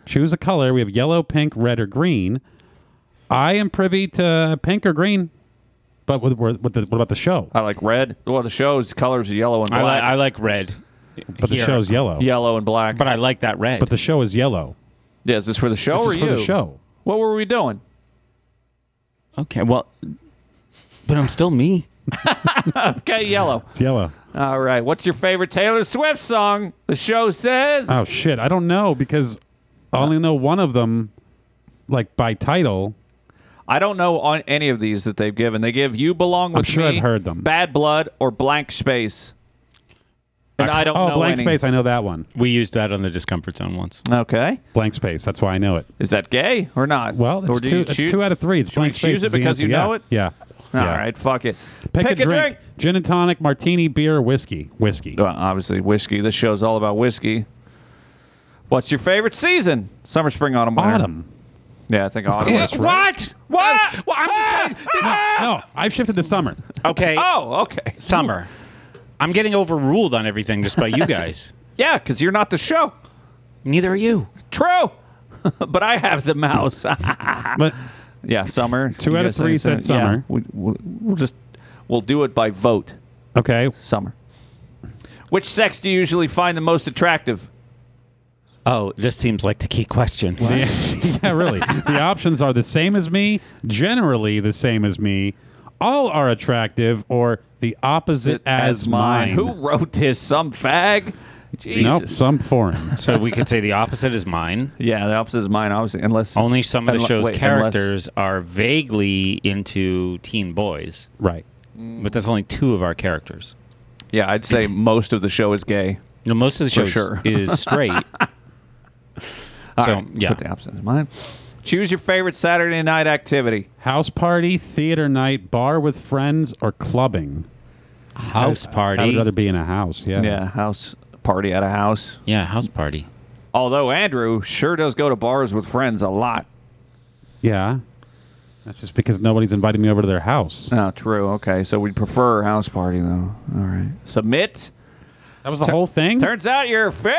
E: Choose a color. We have yellow, pink, red, or green. I am privy to pink or green, but what, what, what, the, what about the show?
A: I like red. Well, the show's colors are yellow and
J: I
A: black.
J: like I like red,
E: But the
J: here.
E: show's yellow.
A: yellow and black.
J: but I like that red.
E: But the show is yellow.
A: yeah, is this for the show
E: This
A: or
E: is for
A: you?
E: the show.
A: What were we doing?
J: okay, well, but I'm still me.
A: Okay, yellow.
E: It's yellow.
A: All right. What's your favorite Taylor Swift song? The show says.
E: Oh shit! I don't know because I only know one of them, like by title.
A: I don't know on any of these that they've given. They give "You Belong with
E: sure
A: Me,"
E: I've heard them.
A: "Bad Blood," or "Blank Space," and I don't
E: Oh,
A: know
E: blank
A: any.
E: space. I know that one.
J: We used that on the discomfort zone once.
A: Okay,
E: Blank space. That's why I know it.
A: is that gay or not?
E: Well,
A: or
E: it's
A: do
E: two.
A: you
E: It's
A: choose-
E: two out of three. It's
A: Should we
E: blank space.
A: choose it
E: is the
A: because you
E: answer. Yeah.
A: know it?
E: Yeah.
A: All
E: Yeah.
A: right, fuck it.
E: Pick, a, drink. Gin and tonic, martini, beer, whiskey, whiskey.
A: Well, obviously, whiskey. This show's all about whiskey. What's your favorite season? Summer, spring, autumn, winter.
E: Autumn.
A: Yeah, I think autumn. Ah!
E: course, right?
J: What? What? well, I'm just getting-
E: No, Oh, I've shifted to summer.
J: okay.
A: Oh, okay.
J: Summer. I'm getting overruled on everything just by you guys.
A: Yeah, because you're not the show.
J: Neither are you.
A: True. but I have the mouse.
E: But
A: yeah, summer.
E: Two
A: You
E: out of
A: guys
E: three
A: understand?
E: said summer.
A: Yeah, we, we'll, we'll just we'll do it by vote.
E: okay,
A: Summer. Which sex do you usually find the most attractive?
J: Oh, this seems like the key question.
E: yeah, really. The options are the same as me, generally the same as me. All are attractive, or the opposite as, mine.
A: Who wrote this? Some fag. Jesus.
E: Nope, some foreign.
J: So we could say the opposite is mine.
A: Yeah, the opposite is mine, obviously. Unless
J: Only some of the
A: unle-
J: show's
A: wait, unless-
J: characters are vaguely into teen boys,
E: right.
J: but that's only two of our characters.
A: yeah, I'd say most of the show is gay.
J: No, most of the show
A: For sure.
J: is- is straight. so Um, yeah,
A: Put the opposite is mine. Choose your favorite Saturday night activity.
E: House party, theater night, bar with friends, or clubbing.
J: house party.
E: I would rather be in a house. Yeah.
A: Yeah, house party at a house.
J: yeah, house party.
A: Although Andrew sure does go to bars with friends a lot.
E: Yeah. That's just because nobody's invited me over to their house.
A: Oh, true. Okay, so we prefer house party though. All right. Submit.
E: That was the whole thing.
A: Turns out you're fa-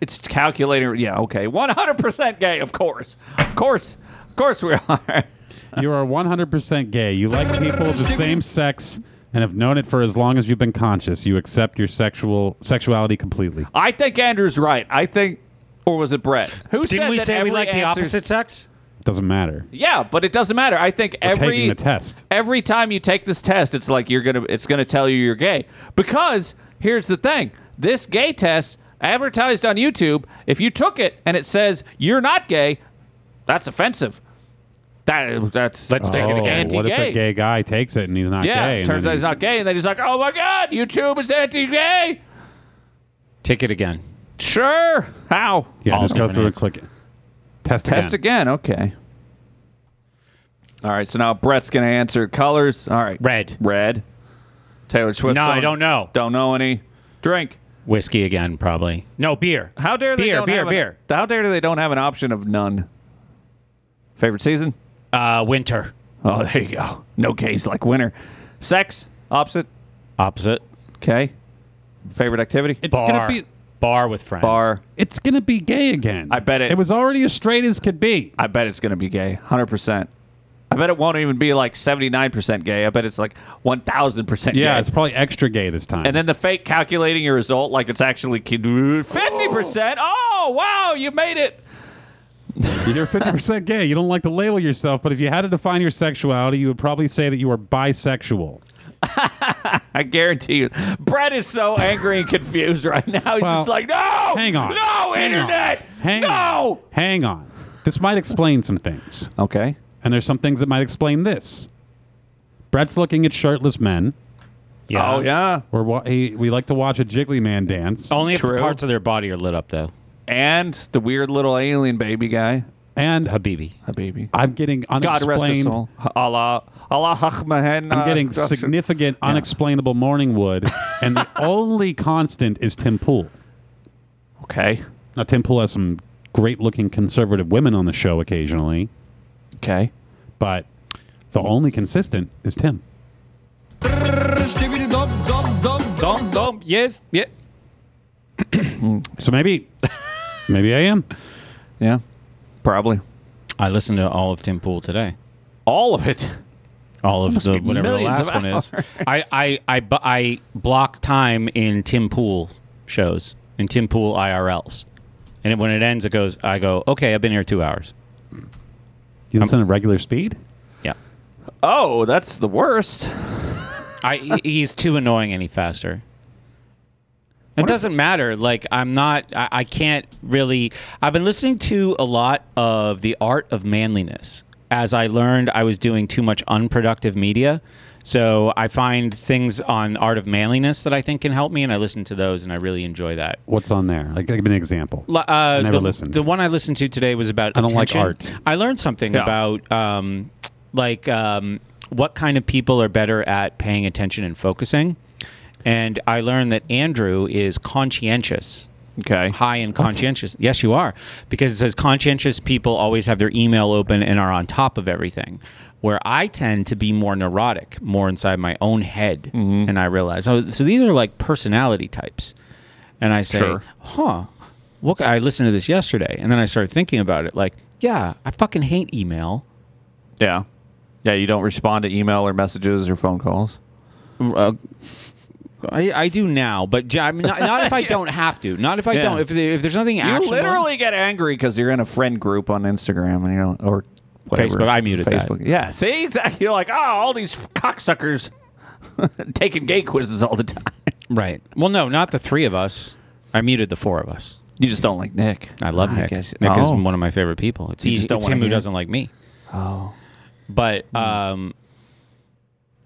A: It's calculating. Yeah. Okay. One hundred percent gay. Of course. Of course. Of course we are.
E: You are 100% gay. You like people of the same sex and have known it for as long as you've been conscious. You accept your sexual sexuality completely.
A: I think Andrew's right. I think, or was it Brett? Who said
J: Didn't we
A: that
J: say we
A: every
J: like the
A: answer's-
J: opposite sex?
E: Doesn't matter.
A: Yeah, but it doesn't matter. I think every
E: Taking the test.
A: every time you take this test, it's like you're gonna it's gonna tell you you're gay. Because here's the thing: this gay test advertised on YouTube. If you took it and it says you're not gay, that's offensive. That that's
J: Let's take it
A: it's
J: as gay.
E: Oh, what if a
A: anti-gay.
E: gay guy takes it and he's not
A: yeah,
E: gay? and
A: turns
E: then-
A: out he's not gay, and then he's like, "Oh my God, YouTube is anti-gay."
J: Take it again.
A: Sure. How?
E: Yeah,
J: All
E: just go
J: different
E: through and
J: answers.
E: click it. Test,
A: Test again. Okay. All right. So now Brett's gonna answer colors. All right.
J: Red.
A: Red. Taylor Swift.
J: No, I
A: song.
J: don't know.
A: Don't know any. Drink.
J: Whiskey again, probably. No beer.
A: How dare they
J: Beer,
A: don't
J: beer,
A: have an-
J: beer.
A: how dare they don't have an option of none? Favorite season?
J: Uh, winter.
A: Oh, there you go. No case like winter. Sex, opposite.
J: Opposite.
A: Okay. Favorite activity?
E: It's
J: Bar.
E: gonna be
J: bar with friends.
A: Bar.
E: it's gonna be gay again.
A: I bet it-
E: It was already as straight as could be.
A: I bet it's going to be gay. 100%. I bet it won't even be like 79% gay. I bet it's like 1000%
E: Yeah,
A: gay.
E: it's probably extra gay this time.
A: And then the fake calculating your result like it's actually kid- 50%. Oh, wow, you made it.
E: you're fifty percent gay. You don't like to label yourself, but if you had to define your sexuality, you would probably say that you are bisexual.
A: I guarantee you. Brett is so angry and confused right now. He's
E: Well,
A: just like, no.
E: Hang on.
A: No,
E: Hang on.
A: internet.
E: Hang on.
A: no.
E: Hang on. This might explain some things.
A: Okay.
E: And there's some things that might explain this. Brett's looking at shirtless men.
J: Yeah.
A: oh, yeah.
E: We're wa- he, we like to watch a jiggly man dance.
J: Only if
A: True.
J: the parts of their body are lit up, though.
A: And the weird little alien baby guy.
E: And
J: Habibi.
A: A baby.
E: I'm getting
A: God rest his
E: unexplained.
A: soul. Allah, Allah Hachmahen. uh,
E: I'm getting significant unexplainable morning wood. and the only constant is Tim Pool.
A: Okay.
E: Now, Tim Pool has some great looking conservative women on the show occasionally,
A: Okay.
E: but the only consistent is Tim.
K: Skibbity dum dum dum dum dum.
J: Yes. Yeah.
E: So maybe, maybe I am.
A: Yeah. Probably.
J: I listened to all of Tim Pool today.
A: All of it.
J: All of the
A: be
J: whatever the
A: millions
J: last
A: of
J: one is.
A: hours.
J: I I I, bu- I block time in Tim Pool shows in Tim Pool IRLs, and when it ends, it goes. I go. Okay, I've been here two hours.
E: You listen at regular speed?
J: Yeah.
A: Oh, that's the worst.
J: I he- he's too annoying any faster. It doesn't matter. Like I'm not. I, I can't really. I've been listening to a lot of the art of manliness. As I learned, I was doing too much unproductive media, so I find things on art of manliness that I think can help me, and I listen to those, and I really enjoy that.
E: What's on there? Like, give me an example.
J: Li- Uh,
E: Never
J: the,
E: listened.
J: The one I listened to today was about.
E: I don't like
J: attention.
E: art.
J: I learned something
A: Yeah.
J: about um, like um, what kind of people are better at paying attention and focusing, and I learned that Andrew is conscientious.
A: Okay.
J: High in conscientious. Yes, you are. Because it says conscientious people always have their email open and are on top of everything. Where I tend to be more neurotic, more inside my own head.
A: Mm-hmm.
J: And I realize, oh, so these are like personality types. And I say,
A: Sure.
J: huh, what, I listened to this yesterday. And then I started thinking about it like, yeah, I fucking hate email.
A: Yeah. Yeah, you don't respond to email or messages or phone calls.
J: Uh, I, I do now, but j- I'm not, not if I don't have to. Not if I
A: Yeah.
J: don't. If, there, if there's nothing
A: You
J: actionable.
A: literally get angry because you're in a friend group on Instagram and you're or whatever.
J: Facebook. I muted that.
A: Facebook. Yeah. See, exactly. You're like, oh, all these cocksuckers taking gay quizzes all the time.
J: Right. Well, no, not the three of us. I muted the four of us.
A: You just don't like Nick. Oh.
J: I love Nick. Nick is one of my favorite people. It's,
A: You
J: he-
A: just don't
J: it's
A: wanna
J: him who
A: hear it?
J: doesn't like me. Oh. But um,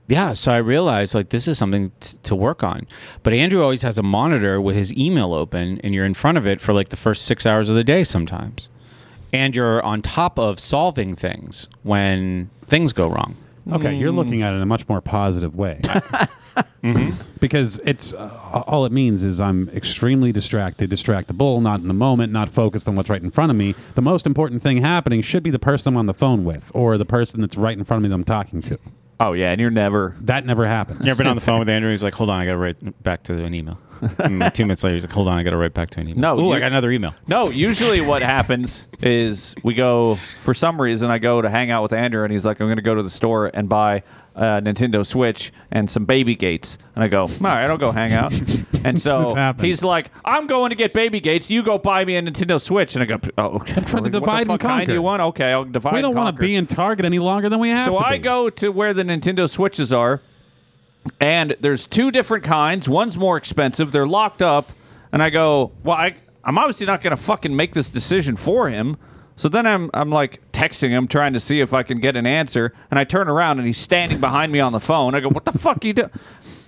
J: yeah, so I realized like this is something t- to work on. But Andrew always has a monitor with his email open, and you're in front of it for like the first six hours of the day sometimes, and you're on top of solving things when things go wrong.
E: Okay, you're
A: mm.
E: looking at it in a much more positive way.
A: Mm-hmm.
E: Because it's uh, all it means is I'm extremely distracted, distractible, not in the moment, not focused on what's right in front of me. The most important thing happening should be the person I'm on the phone with or the person that's right in front of me that I'm talking to.
A: Oh yeah, and you're never.
E: That never happens.
J: Never been on the phone with Andrew. He's like, "Hold on, I got to write back to an email." And two minutes later, he's like, "Hold on, I got to write back to an email."
A: No,
J: Ooh, I
A: you-
J: got another email.
A: No, usually what happens is we go for some reason I go to hang out with Andrew and he's like I'm going to go to the store and buy a Nintendo Switch and some baby gates and I go all right I'll go hang out and so
E: This happened.
A: he's like I'm going to get baby gates you go buy me a Nintendo Switch and I go oh okay. I'm
E: trying to divide
A: kind
E: and
A: do
E: conquer.
A: you want okay I'll divide
E: we don't
A: and
E: want to
A: conquer.
E: be in Target any longer than we have
A: So
E: to
A: I
E: be.
A: go to where the Nintendo Switches are, and there's two different kinds. One's more expensive. They're locked up, and I go, well, I, I'm obviously not going to fucking make this decision for him. So then I'm I'm like texting him, trying to see if I can get an answer, and I turn around and he's standing behind me on the phone. I go, what the fuck you do?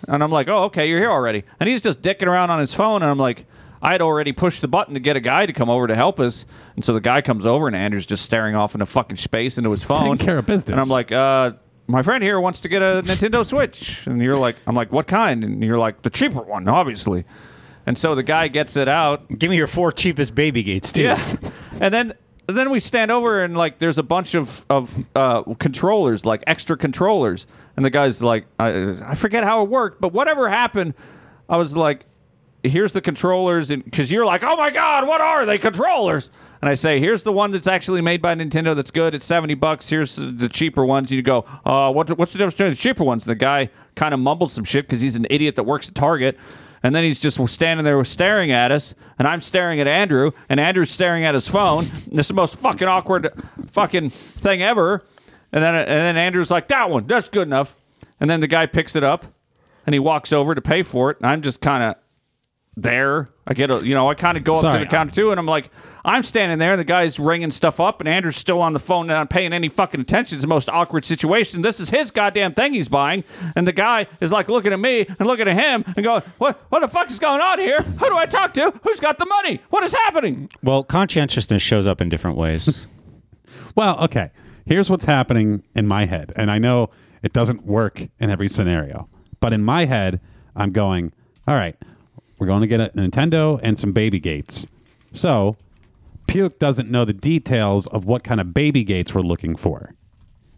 A: And I'm like, oh, okay, you're here already. And he's just dicking around on his phone, and I'm like. I had already pushed the button to get a guy to come over to help us, and so the guy comes over, and Andrew's just staring off into fucking space into his phone.
E: Taking care of business.
A: And I'm like, uh, my friend here wants to get a Nintendo Switch. And you're like, I'm like, what kind? And you're like, the cheaper one, obviously. And so the guy gets it out.
J: Give me your four cheapest baby gates, too.
A: Yeah. and then And then we stand over and like there's a bunch of of uh, controllers, like extra controllers, and the guy's like, I, I forget how it worked, but whatever happened, I was like, here's the controllers, and because you're like, oh my god, what are they controllers? And I say, here's the one that's actually made by Nintendo that's good. It's seventy bucks. Here's the cheaper ones. And you go, uh, what, what's the difference between the cheaper ones? And the guy kind of mumbles some shit because he's an idiot that works at Target. And then he's just standing there staring at us, and I'm staring at Andrew, and Andrew's staring at his phone. This is the most fucking awkward fucking thing ever. And then and then Andrew's like, that one, that's good enough. And then the guy picks it up, and he walks over to pay for it. And I'm just kind of there. I get a, you know, I kind of go up
E: Sorry.
A: to the counter too, and I'm like, I'm standing there, and the guy's ringing stuff up, and Andrew's still on the phone, not paying any fucking attention. It's the most awkward situation. This is his goddamn thing he's buying, and the guy is like looking at me and looking at him and going, "What? What the fuck is going on here? Who do I talk to? Who's got the money? What is happening?"
J: Well, conscientiousness shows up in different ways.
E: Well, okay. Here's what's happening in my head. And I know it doesn't work in every scenario. But in my head, I'm going, all right, we're going to get a Nintendo and some baby gates. So Puke doesn't know the details of what kind of baby gates we're looking for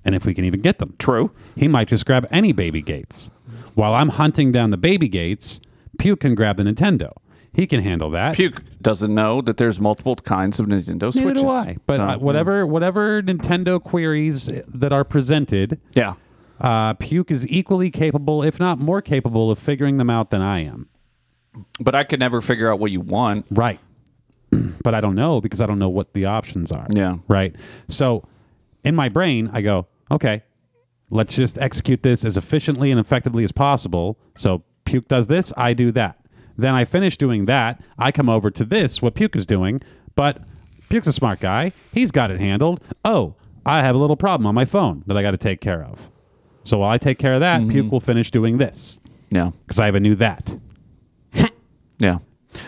E: and if we can even get them.
A: True.
E: He might just grab any baby gates. While I'm hunting down the baby gates, Puke can grab the Nintendo. He can handle that.
A: Puke doesn't know that there's multiple kinds of Nintendo
E: Neither
A: Switches.
E: do I. But
A: So,
E: uh, whatever, whatever Nintendo queries that are presented,
A: Yeah.
E: uh, Puke is equally capable, if not more capable, of figuring them out than I am.
A: But I could never figure out what you want.
E: Right. but I don't know because I don't know what the options are.
A: Yeah.
E: Right. So in my brain, I go, okay, let's just execute this as efficiently and effectively as possible. So Puke does this, I do that. Then I finish doing that. I come over to this, what Puke is doing, but Puke's a smart guy. He's got it handled. Oh, I have a little problem on my phone that I got to take care of. So while I take care of that, Puke will finish doing this
A: Yeah.
E: because I have a new that.
A: Yeah.
E: Now,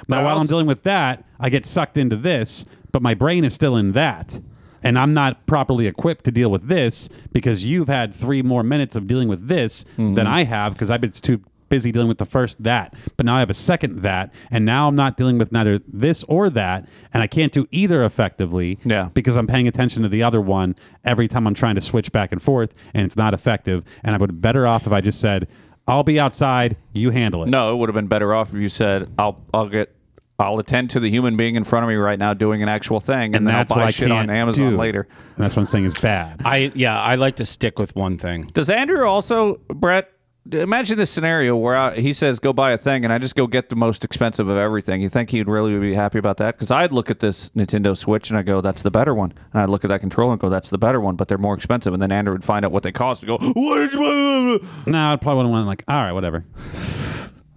A: But
E: while I'm
A: also-
E: dealing with that, I get sucked into this, but my brain is still in that. And I'm not properly equipped to deal with this because you've had three more minutes of dealing with this
A: Mm-hmm.
E: than I have because I've been too busy dealing with the first that. But now I have a second that. And now I'm not dealing with neither this or that. And I can't do either effectively
A: Yeah.
E: because I'm paying attention to the other one every time I'm trying to switch back and forth. And it's not effective. And I would be better off if I just said, I'll be outside, you handle it.
A: No, it would have been better off if you said, "I'll, I'll get." I'll attend to the human being in front of me right now doing an actual thing, and,
E: and
A: then
E: that's
A: I'll buy
E: what I
A: shit
E: can't
A: on Amazon
E: do.
A: later.
E: And that's what I'm saying is bad.
J: I yeah, I like to stick with one thing.
A: Does Andrew also, Brett? Imagine this scenario where I, he says, "Go buy a thing," and I just go get the most expensive of everything. You think he'd really be happy about that? Because I'd look at this Nintendo Switch and I go, "That's the better one," and I would look at that controller and go, "That's the better one," but they're more expensive. And then Andrew would find out what they cost and go, "What is my?"
E: no, I probably wouldn't want like, all right, whatever.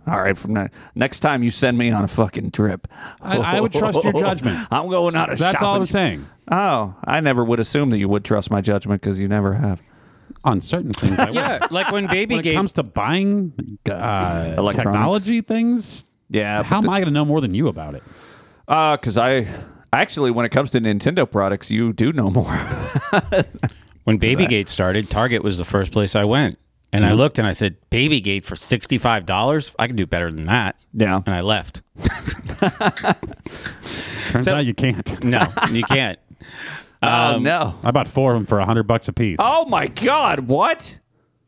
A: All right, from now, next time you send me on a fucking trip,
E: I- I would trust your judgment.
A: I'm going out of
E: That's all
A: shopping
E: I'm saying.
A: Oh, I never would assume that you would trust my judgment because you never have.
E: On certain things, I would.
J: Yeah, like when baby
E: When it
J: gate
E: comes to buying uh,
A: Electronics.
E: technology things,
A: Yeah.
E: how am I going to know more than you about it?
A: Uh, because I actually, when it comes to Nintendo products, you do know more.
J: when Babygate started, Target was the first place I went. And I looked and I said, Babygate for $65? I can do better than that.
A: Yeah.
J: And I left.
E: Turns out you can't.
J: No, you can't.
A: oh no!
E: I bought four of them for hundred bucks a piece.
A: Oh my God! What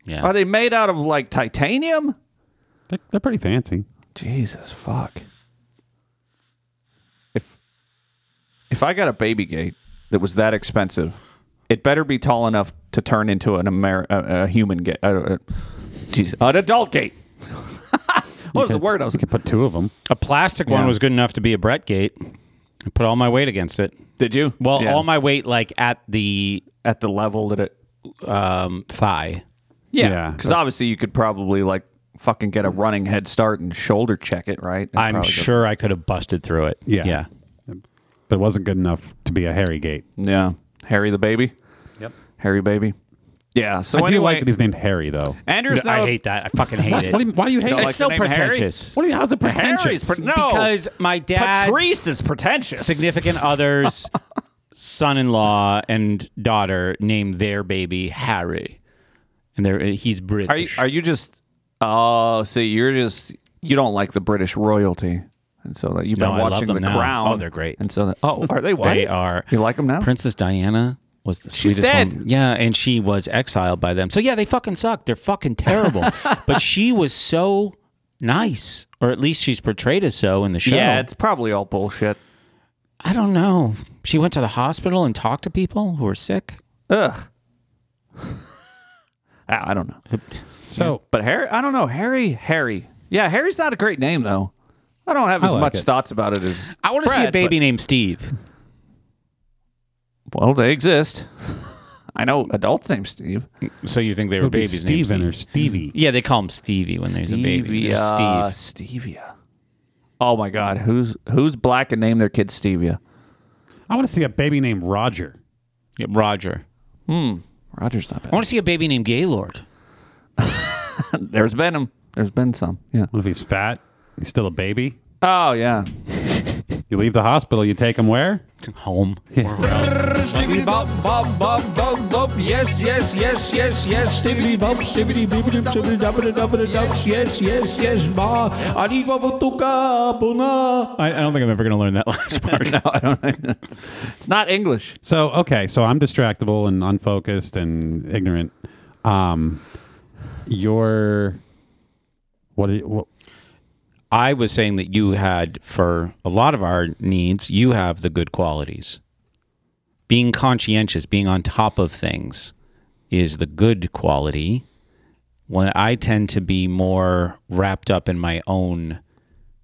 J: Yeah.
A: are they made out of? Like titanium?
E: They're, they're pretty fancy.
A: Jesus fuck! If if I got a baby gate that was that expensive, it better be tall enough to turn into an Amer- a, a human gate. Uh, uh, geez, an adult gate. what was the word I was?
E: You could put two of them.
J: a plastic one was good enough to be a Brett gate. I put all my weight against it.
A: Did you?
J: Well,
A: Yeah.
J: all my weight like at the
A: at the level that it.
J: um, thigh.
A: Yeah,
E: Yeah.
A: because obviously you could probably like fucking get a running head start and shoulder check it, right? That'd
J: I'm
A: probably go-
J: sure I could have busted through it.
E: Yeah.
J: Yeah.
E: But it wasn't good enough to be a hairy gate.
A: Yeah, Harry the baby.
E: Yep.
A: Harry baby. Yeah. So
E: I do
A: anyway,
E: like that he's named Harry though.
A: Andrew's
J: I
A: now-
J: hate that. I fucking hate it.
E: What do you, why do you hate?
A: No,
E: it?
A: like
J: it's so
A: the name Harry?
J: pretentious.
E: what do you? How's it
A: Harry's
E: pretentious?
A: pre- no
J: Because my dad's
A: Patrice is pretentious.
J: significant others, son-in-law and daughter named their baby Harry, and they're uh, he's British.
A: are you? Are you just? Oh, see, you're just. You don't like the British royalty. And so that you've
J: No,
A: been
J: I love
A: watching
J: them
A: The
J: now.
A: Crown.
J: Oh, they're great.
A: And so, that, oh, are they? What?
J: They are.
A: You like them now?
J: Princess Diana was the
A: She's
J: sweetest
A: dead.
J: woman. Yeah, and she was exiled by them. So yeah, they fucking suck. They're fucking terrible. but she was so nice, or at least she's portrayed as so in the show.
A: Yeah, it's probably all bullshit.
J: I don't know. She went to the hospital and talked to people who were sick.
A: Ugh. I I don't know.
E: So
A: But Harry, I don't know. Harry, Harry. Yeah, Harry's not a great name though. I don't have
E: I
A: as
E: like
A: much
E: it.
A: thoughts about it as
J: I want to see
A: Brad,
J: a baby named Steve.
A: Well, they exist. I know adults named Steve.
J: So you think they
E: it
J: were
E: would be
J: babies named
E: Steven or
J: Steve.
E: Stevie.
J: Yeah, they call him Stevie when there's a baby. There's
A: Stevia.
J: Steve.
A: Stevia. Oh my God, who's who's black and named their kid Stevia?
E: I want to see a baby named Roger.
J: Yeah, Roger.
A: Roger's not bad.
J: I want to see a baby named Gaylord.
A: There's been 'em. There's been some. Yeah.
E: What if he's fat? He's still a baby.
A: Oh yeah.
E: You leave the hospital, you take him where?
J: Home.
I: Skibbity bop, bop, bop, bop, bop. Yes, yes, yes, yes, yes. Skibbity bop, skibbity bibbity, bibbity, bibbity, bibbity, bibbity. Yes, yes, yes, ma. Arriba botuka, buna.
J: I, I don't think I'm ever going to learn that last part.
A: No, I don't. Think that's, it's not English.
E: So okay, so I'm distractible and unfocused and ignorant. Um, your what? Are you, what
J: I was saying that you had, for a lot of our needs, you have the good qualities. Being conscientious, being on top of things is the good quality. When I tend to be more wrapped up in my own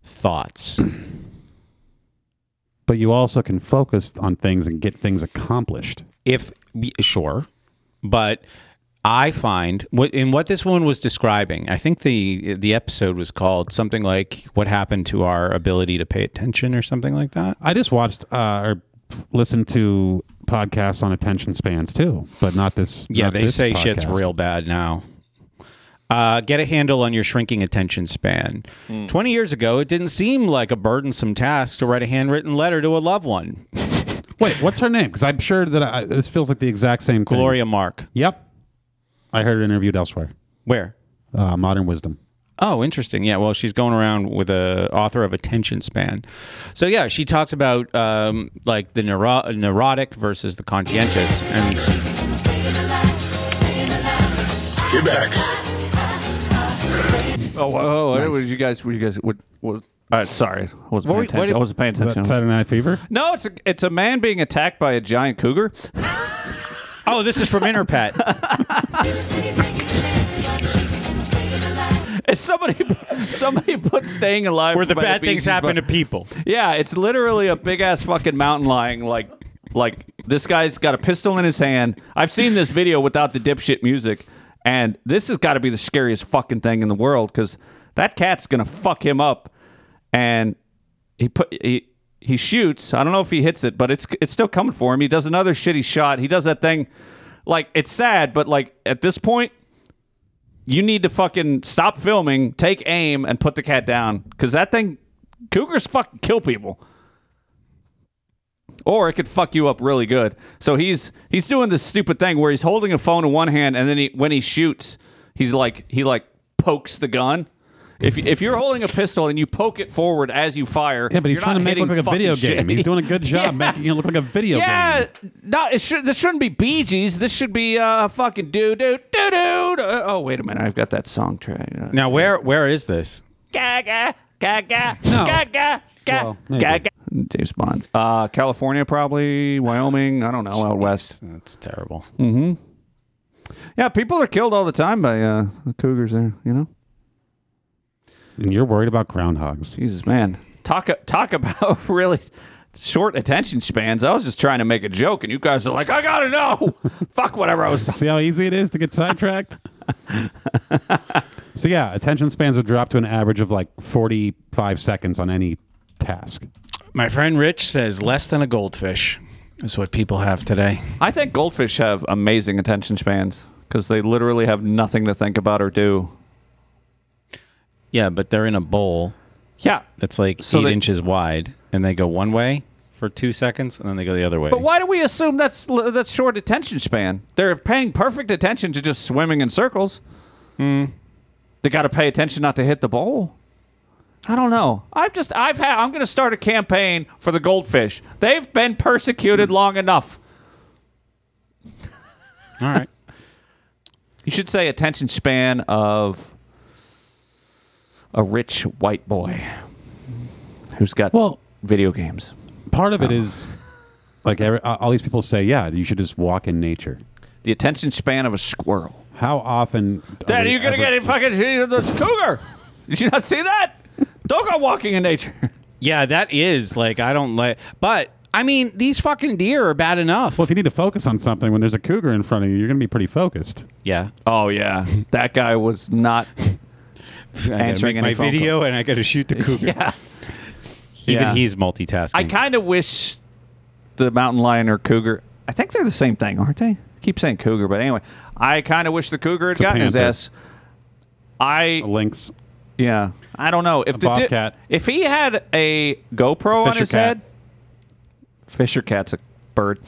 J: thoughts.
E: but you also can focus on things and get things accomplished.
J: if sure but i find what in what this woman was describing i think the the episode was called something like what happened to our ability to pay attention or something like that
E: I just watched uh, or listened to podcasts on attention spans too, but not this.
J: yeah
E: not
J: they
E: this
J: say shit's
E: podcast.
J: real bad now uh, get a handle on your shrinking attention span 20 years ago it didn't seem like a burdensome task to write a handwritten letter to a loved one
E: Wait, what's her name? Because I'm sure that I, this feels like the exact same. thing.
J: gloria mark
E: Yep, I heard it interviewed elsewhere.
J: where
E: Uh, Modern Wisdom.
J: Oh, interesting. Yeah. Well, she's going around with a author of Attention Span. So yeah, she talks about um, like the neuro- neurotic versus the conscientious. And
I: You're back.
A: Oh, whoa, whoa, what was you guys? Were you guys? What? what uh, sorry, I wasn't paying
J: What were-
A: attention.
J: what did-
A: I wasn't paying
E: Is
A: attention.
E: that Saturday Night Fever?
A: No, it's a, it's a man being attacked by a giant cougar.
J: oh, this is from Interpet.
A: It's somebody somebody put staying alive
J: Where the
A: by the
J: bad things
A: Bee Gees,
J: happen to
A: but-
J: people.
A: Yeah, it's literally a big ass fucking mountain lion. Like, like this guy's got a pistol in his hand. I've seen this video without the dipshit music, and this has got to be the scariest fucking thing in the world because that cat's gonna fuck him up. And he put he he shoots. I don't know if he hits it, but it's it's still coming for him. He does another shitty shot. He does that thing. Like it's sad, but like at this point, you need to fucking stop filming, take aim, and put the cat down because that thing cougars fucking kill people or it could fuck you up really good so he's he's doing this stupid thing where he's holding a phone in one hand and then he, when he shoots he's like he like pokes the gun if, if you're holding a pistol and you poke it forward as you fire
E: Yeah, but he's
A: you're
E: trying
A: not
E: to make it
A: hitting
E: look like a
A: fucking
E: video
A: shit.
E: game. He's doing a good job making it look like a video game.
A: yeah no it should this shouldn't be Bee Gees. this should be uh fucking doo doo doo doo uh, oh wait a minute i've got that song track uh,
J: Now, where where is this?
A: gaga gaga
E: No.
A: gaga
E: Well, maybe.
A: gaga James Bond. Uh, California, probably Wyoming. I don't know out west.
J: That's terrible.
A: Yeah, people are killed all the time by uh, the cougars. There, you know.
E: And you're worried about groundhogs.
A: Jesus, man, talk talk about really short attention spans. I was just trying to make a joke, and you guys are like, "I gotta know." Fuck whatever I was. talking
E: See how easy it is to get sidetracked? so, yeah, attention spans have dropped to an average of like 45 seconds on any task.
J: My friend Rich says less than a goldfish is what people have today.
A: I think goldfish have amazing attention spans because they literally have nothing to think about or do.
J: Yeah, but they're in a bowl
A: Yeah,
J: that's like
A: So
J: eight
A: they-
J: inches wide, and they go one way for two seconds, and then they go the other way.
A: But why do we assume that's that's short attention span? They're paying perfect attention to just
J: Hmm.
A: swimming in circles. They got to pay attention not to hit the bowl. I don't know. I've just I've had I'm going to start a campaign for the goldfish. They've been persecuted
J: Hmm.
A: long enough.
J: All right.
A: You should say attention span of a rich white boy who's got
E: Well-
A: video games.
E: Part of it is like every, uh, all these people say, yeah, you should just walk in nature.
A: The attention span of a squirrel.
E: How often?
A: Dad, you're going to get it fucking the cougar. Did you not see that? Don't go walking in nature.
J: Yeah, that is like I don't like. But I mean, these fucking deer are bad enough.
E: Well, if you need to focus on something when there's a cougar in front of you, you're going to be pretty focused.
J: yeah.
A: Oh yeah, that guy was not answering any
J: my
A: phone
J: video, and I got to shoot the
A: calls.
J: cougar.
A: Yeah.
J: Even
A: Yeah.
J: he's multitasking.
A: I kind of wish the mountain lion or cougar. I think they're the same thing, aren't they? I keep saying cougar, but anyway, I kind of wish the cougar had
E: a
A: gotten his
E: panther.
A: ass. I
E: Lynx.
A: yeah, I don't know if the di-
E: bobcat.
A: if he had a GoPro on
E: Fisher
A: his
E: cat.
A: head. Fisher cat's a bird.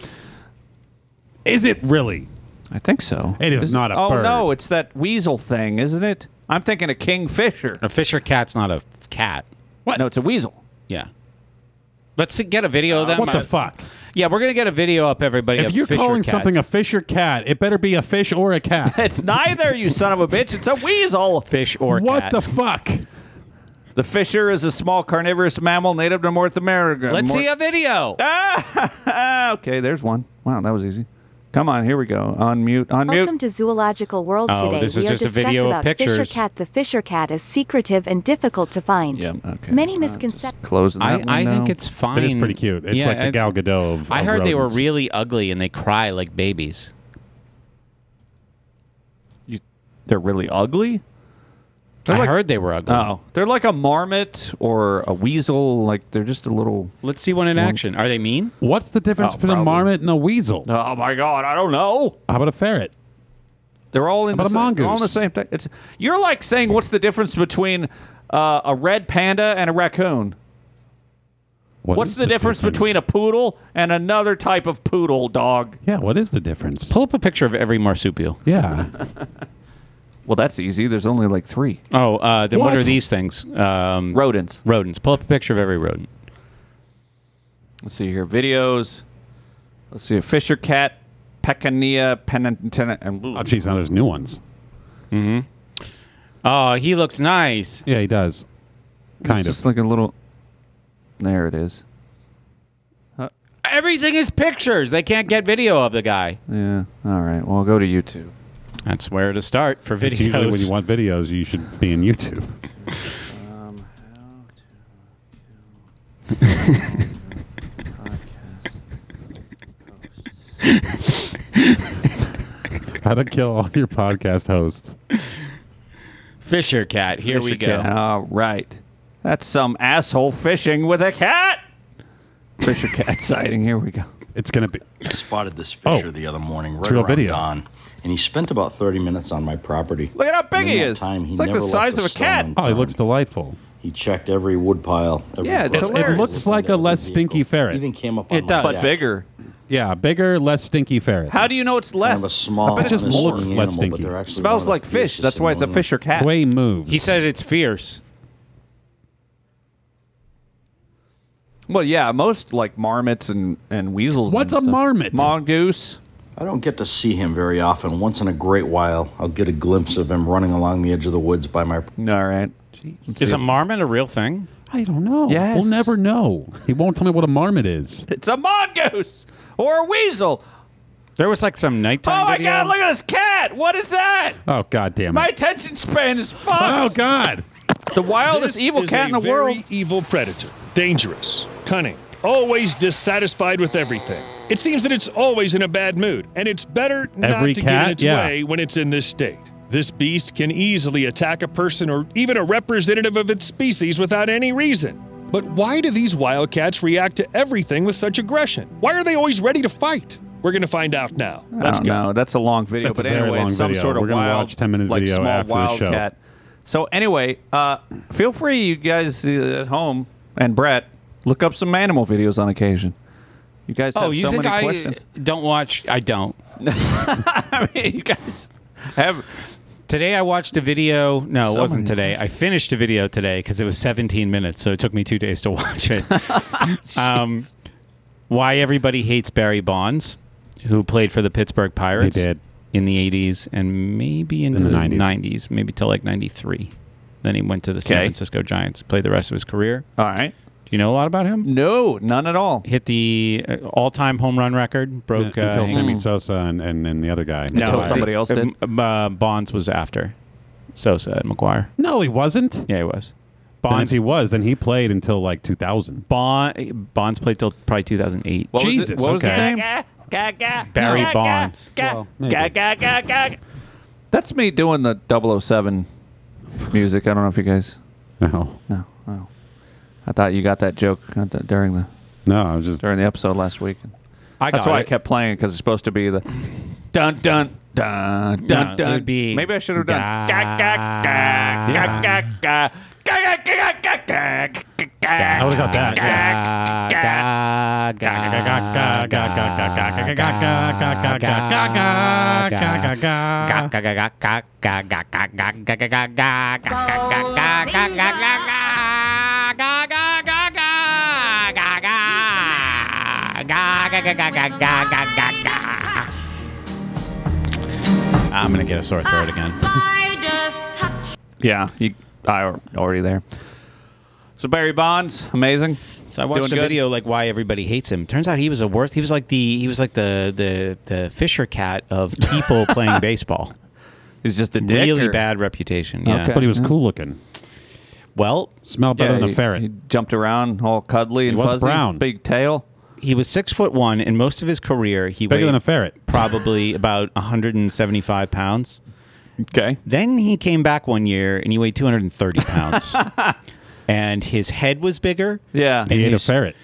E: Is it really?
A: I think so.
E: It is not a
A: oh,
E: bird.
A: no, it's that weasel thing, isn't it? I'm thinking of kingfisher.
J: a fisher cat's not a cat.
A: What? No, it's a weasel.
J: Yeah. Let's get a video of them. Uh,
E: What the fuck?
J: Yeah, we're gonna get a video up, everybody.
E: If
J: of
E: you're
J: fisher
E: calling
J: cats.
E: something a fish or cat, it better be a fish or a cat.
A: It's neither, you son of a bitch. It's a weasel.
J: fish or
E: what
J: cat.
E: the fuck?
A: The fisher is a small carnivorous mammal native to North America.
J: Let's
A: Mor-
J: see a video.
A: Ah, okay, there's one. Wow, that was easy. Come on, here we go. Unmute, unmute.
L: Welcome to Zoological World
J: Oh,
L: today.
J: this is
L: we
J: just a
L: are discussing
J: video of
L: about
J: pictures.
L: Fisher cat. The Fisher cat is secretive and difficult to find.
A: Yeah, okay.
L: Many misconceptions.
A: Closing that
J: I,
A: one
J: I think
A: now.
J: it's fine.
E: It is pretty cute. It's
J: Yeah,
E: like the
J: I-
E: Gal Gadot of.
J: I
E: of
J: heard they were
E: rodents.
J: really ugly and they cry like babies.
A: they're really ugly.
J: I heard they were ugly.
A: Oh, they're like a marmot or a weasel. Like they're just a little.
J: Let's see one in action. Are they mean?
E: What's the difference
A: Oh,
E: between
A: probably.
E: a marmot and a weasel?
A: Oh my god, I don't know.
E: How about a ferret?
A: They're all in
E: How
A: the
E: about a
A: same, they're all in the
E: mongoose?
A: same thing. It's you're like saying what's the difference between uh, a red panda and a raccoon?
E: What
A: What's
E: is
A: the, difference, between a poodle and another type of poodle dog?
E: Yeah, what is the difference?
J: Pull up a picture of every marsupial.
E: Yeah.
A: Well, that's easy. There's only like three
J: Oh, uh, then what?
E: What?
J: are these things?
A: Hmm.
J: Um,
A: rodents.
J: rodents. Pull up a picture of every rodent.
A: Let's see here. Videos. Let's see. A Fisher cat, Pecania penitena, and
E: Oh, geez, now there's new ones.
J: Oh, he looks nice.
E: Yeah, he does. Kind
A: just
E: of.
A: like a little. There it is.
J: Everything is pictures. They can't get video of the guy.
A: Yeah. All right. Well, go to YouTube.
J: That's where to start for videos.
E: It's usually when you want videos, you should be in YouTube. How to kill all your podcast hosts.
J: Fisher cat. Here we
A: Fisher
J: go.
A: cat. All right. That's some asshole fishing with a cat. Fisher cat sighting. Here we go.
E: It's going to be.
F: Spotted this
E: Oh.
F: fisher the other morning right
E: real
F: around
E: video.
F: dawn, and he spent about 30 minutes on my property.
A: Look at how big
F: And
A: he
F: in that
A: is.
F: time, he
A: It's like the
F: never left
A: size of a
F: stone
A: cat.
E: Oh, he
F: unturned.
E: looks delightful.
F: He checked every woodpile. Every
A: Yeah, it's
F: bush,
A: hilarious.
F: every
A: It
E: looks
F: little
E: like a
F: thing that was
E: less
F: in
E: stinky
F: vehicle.
E: ferret.
F: Even came up
J: It
F: on my
J: does.
A: But
F: deck.
A: bigger.
E: Yeah, bigger, less stinky ferret.
A: How do you know it's
F: Kind
A: less?
F: of a small.
A: I bet it
E: just
A: smells-
E: looks
F: annoying
E: less
F: animal,
E: stinky.
F: but they're actually one
A: smells
F: of the
A: like fish.
F: fiercest
A: That's
F: in
A: why it's a
F: New England.
A: fisher cat.
E: the way he moves.
J: He said it's fierce.
A: Well, yeah, most like marmots and and weasels.
E: What's
A: and
E: a
A: stuff.
E: marmot?
A: Mongoose.
F: I don't get to see him very often. Once in a great while, I'll get a glimpse of him running along the edge of the woods by my.
A: All right.
J: Is a marmot a real thing?
E: I don't know.
A: Yes.
E: We'll never know. He won't tell me what a marmot is.
A: It's a mongoose or a weasel.
J: There was like some nighttime
A: oh my
J: video.
A: god! Look at this cat. What is that?
E: Oh, God damn it.
A: My attention span is
E: oh,
A: fucked.
E: God.
A: the wildest
M: This
A: evil
M: is
A: cat in
M: a
A: the
M: very
A: world.
M: Evil predator, dangerous, cunning, always dissatisfied with everything. It seems that it's always in a bad mood, and it's better not
E: Every
M: to get
E: cat?
M: in its
E: Yeah.
M: way when it's in this state. This beast can easily attack a person or even a representative of its species without any reason. But why do these wildcats react to everything with such aggression? Why are they always ready to fight? We're going to find out now. Let's
A: I
M: go.
A: don't know. That's a long video,
E: That's
A: but
E: a very
A: anyway,
E: long
A: it's some
E: video.
A: sort of
E: We're gonna
A: wild,
E: watch 10 minute
A: like
E: video
A: small
E: after the
A: wild
E: show.
A: cat. So anyway, uh, feel free, you guys uh, at home and Brett, look up some animal videos on occasion. You guys have
J: Oh, you
A: so
J: think
A: many
J: I
A: questions.
J: don't watch? I don't.
A: I mean, you guys have
J: Today I watched a video. No, it
B: Someone-
J: wasn't today. I finished a video today because it was 17 minutes, so it took me two days to watch it. um, why everybody hates Barry Bonds, who played for the Pittsburgh Pirates.
E: did.
J: in the 80s and maybe into
E: the
J: the,
E: 90s.
J: 90s, maybe till like 93. Then he went to the San
A: Okay.
J: Francisco Giants, played the rest of his career.
A: All right.
J: Do you know a lot about him?
A: No, none at all.
J: Hit the uh, all-time home run record, broke uh,
E: until
J: him-
E: Sammy Sosa and, and, and the other guy.
J: No,
A: Until
J: I-
A: somebody else did.
J: um, Uh, Bonds was after Sosa and McGuire.
E: No, he wasn't.
J: Yeah, he was.
E: Then if
J: Bonds
E: he was, then he played until like 2000.
J: Bond, Bonds played till probably 2008.
A: What was it-
E: Jesus,
A: what was his
E: okay.
A: name?
J: Barry Bonds.
A: That's me doing the 007 music. I don't know if you guys.
E: No,
A: No, no. I thought you got that joke at the- during the
E: no, I was just
A: during the episode last week.
J: I
A: That's
J: got
A: why I
J: it.
A: kept playing it because it's supposed to be the dun dun dun
J: No,
A: dun
J: it
A: dun.
J: would be
A: Maybe I should have done.
J: da-
A: Ga, ga, ga, ga, ga, ga, ga, ga, ga, ga, ga, ga.
E: I would have got that. yeah.
J: I'm gonna get a sore throat again.
A: Yeah, you, I were already there. So Barry Bonds, amazing.
J: So I watched
A: Doing
J: a
A: good?
J: video like why everybody hates him. Turns out he was a worth. He was like the he was like the the the Fisher cat of people playing baseball.
A: He's just a dick
J: Really
A: or-
J: bad reputation. Yeah.
A: Okay.
E: But he was cool looking.
J: Well,
E: Smelled better
A: Yeah,
E: than
A: he-
E: a ferret.
A: He jumped around all cuddly and
E: was
A: fuzzy,
E: brown.
A: big tail.
J: he was six foot one, and most of his career he
E: Bigger
J: weighed
E: than a ferret.
J: probably about 175 pounds.
A: Okay.
J: Then he came back one year and he weighed 230 pounds. and his head was bigger.
A: Yeah.
E: He ate a
J: He's-
E: ferret.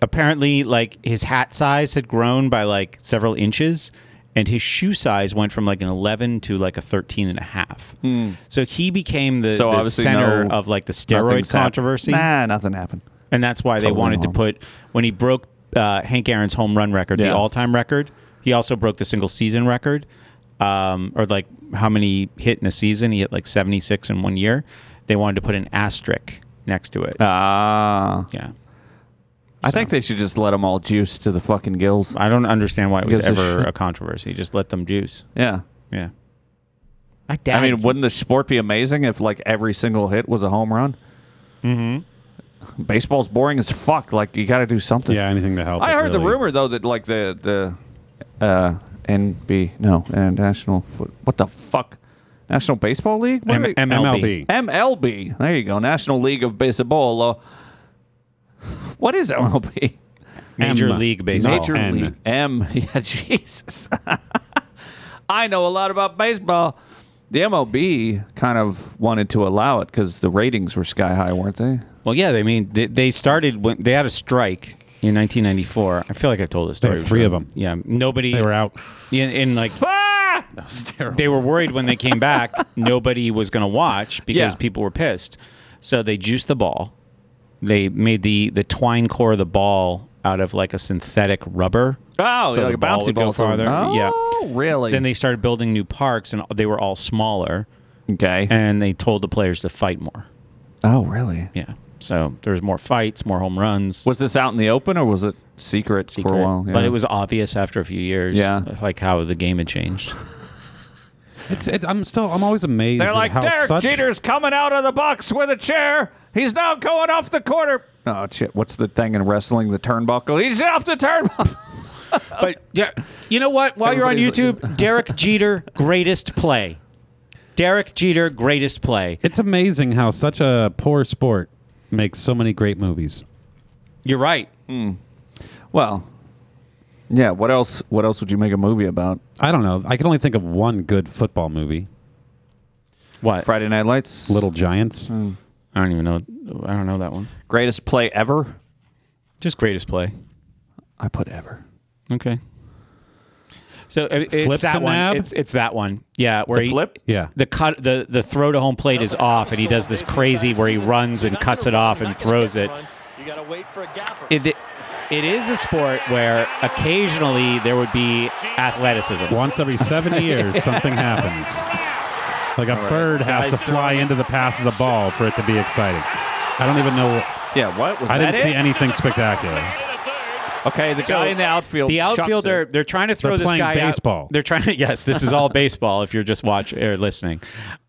J: Apparently, like his hat size had grown by like several inches and his shoe size went from like an 11 to like a 13 and a half.
E: Hmm.
J: So he became the,
A: So
J: the
A: obviously
J: center
A: no-
J: of like the steroid
A: Nothing's hap-
J: controversy.
A: Nah, nothing happened.
J: And that's why they
A: Totally
J: wanted
A: wrong.
J: to put when he broke uh, Hank Aaron's home run record,
A: Yeah.
J: the all-time record. He also broke the single season record, um, or like how many hit in a season? He hit like seventy-six in one year. They wanted to put an asterisk next to it.
A: Ah.
J: yeah,
A: I think they should just let them all juice to the fucking gills.
J: I don't understand why it was
A: Gives a
J: ever
A: shit.
J: a, controversy. Just let them juice.
A: Yeah.
J: Yeah, I,
A: I mean, wouldn't the sport be amazing if like every single hit was a home run? Mm-hmm. Baseball's boring as fuck. Like you got to do something.
E: Yeah, anything to help.
A: I
E: it
A: heard the
E: really-
A: rumor though that like the the uh, NB no uh, National Foot what the fuck National Baseball League What
J: M-
A: are they-
J: MLB.
A: MLB there you go National League of Baseball. Uh, What is MLB?
J: Major
E: M.
J: League Baseball.
E: Major- N.
A: League M. Yeah, Jesus. I know a lot about baseball. The MLB kind of wanted to allow it because the ratings were sky high, weren't they?
J: well, yeah. They mean they, they started when they had a strike. In 1994, I feel like I told this
E: They
J: story.
E: had three of
J: before.
E: them.
J: Yeah, nobody.
E: They were out.
J: in, in like Ah!
E: That was terrible.
J: they were worried when they came back nobody was going to watch because
A: Yeah.
J: people were pissed so they juiced the ball they made the the twine core of the ball out of like a synthetic rubber
A: Oh,
J: so
A: like
J: the
A: a bouncy
J: would go
A: ball.
J: farther
A: Oh,
J: yeah
A: really?
J: then they started building new parks and they were all smaller
A: okay.
J: and they told the players to fight more
A: oh, really?
J: yeah so there's more fights more home runs
A: Was this out in the open or was it secret, for a
J: secret.
A: while?
J: but
A: Yeah.
J: it was obvious after a few years
A: Yeah.
J: like how the game had changed
E: It's, it, I'm still. I'm always amazed.
A: They're
E: at
A: like
E: how
A: Derek
E: such,
A: Jeter's coming out of the box with a chair. He's now going off the corner. Oh shit! What's the thing in wrestling? The turnbuckle. He's off the turnbuckle.
J: But Der- you know what? While you're on
A: Everybody's-
J: YouTube, Derek Jeter greatest play. Derek Jeter greatest play.
E: It's amazing how such a poor sport makes so many great movies.
J: You're right.
A: Well, yeah. What else? What else would you make a movie about?
E: I don't know. I can only think of one good football movie.
J: What?
A: Friday Night Lights.
E: Little Giants.
J: I don't even know. I don't know that one.
A: greatest play ever.
J: Just greatest play.
A: I put ever.
J: Okay. So uh, it's
E: Flip to
J: that one.
E: nab?
J: It's it's that one. Yeah, where
A: The
J: he,
A: flip?
E: Yeah.
J: The cut the the throw to home plate is off, and he does this crazy where he runs and cuts it off and throws it.
D: You gotta wait for a gapper.
J: It it is a sport where occasionally there would be athleticism.
E: Once every seven years, something happens. Like a
A: All right.
E: bird has
A: Guys,
E: to fly into the path of the ball for it to be exciting. I don't even know.
A: Yeah, what was
E: I
A: that
E: didn't see
A: it?
E: anything spectacular.
A: Okay, the
B: So,
A: guy in the outfield.
B: The
A: chucks
B: outfielder,
A: it.
B: they're trying to throw
E: They're
B: this
E: playing
B: guy out-
E: baseball.
B: They're trying to yes, this is all baseball. If you're just watching or listening,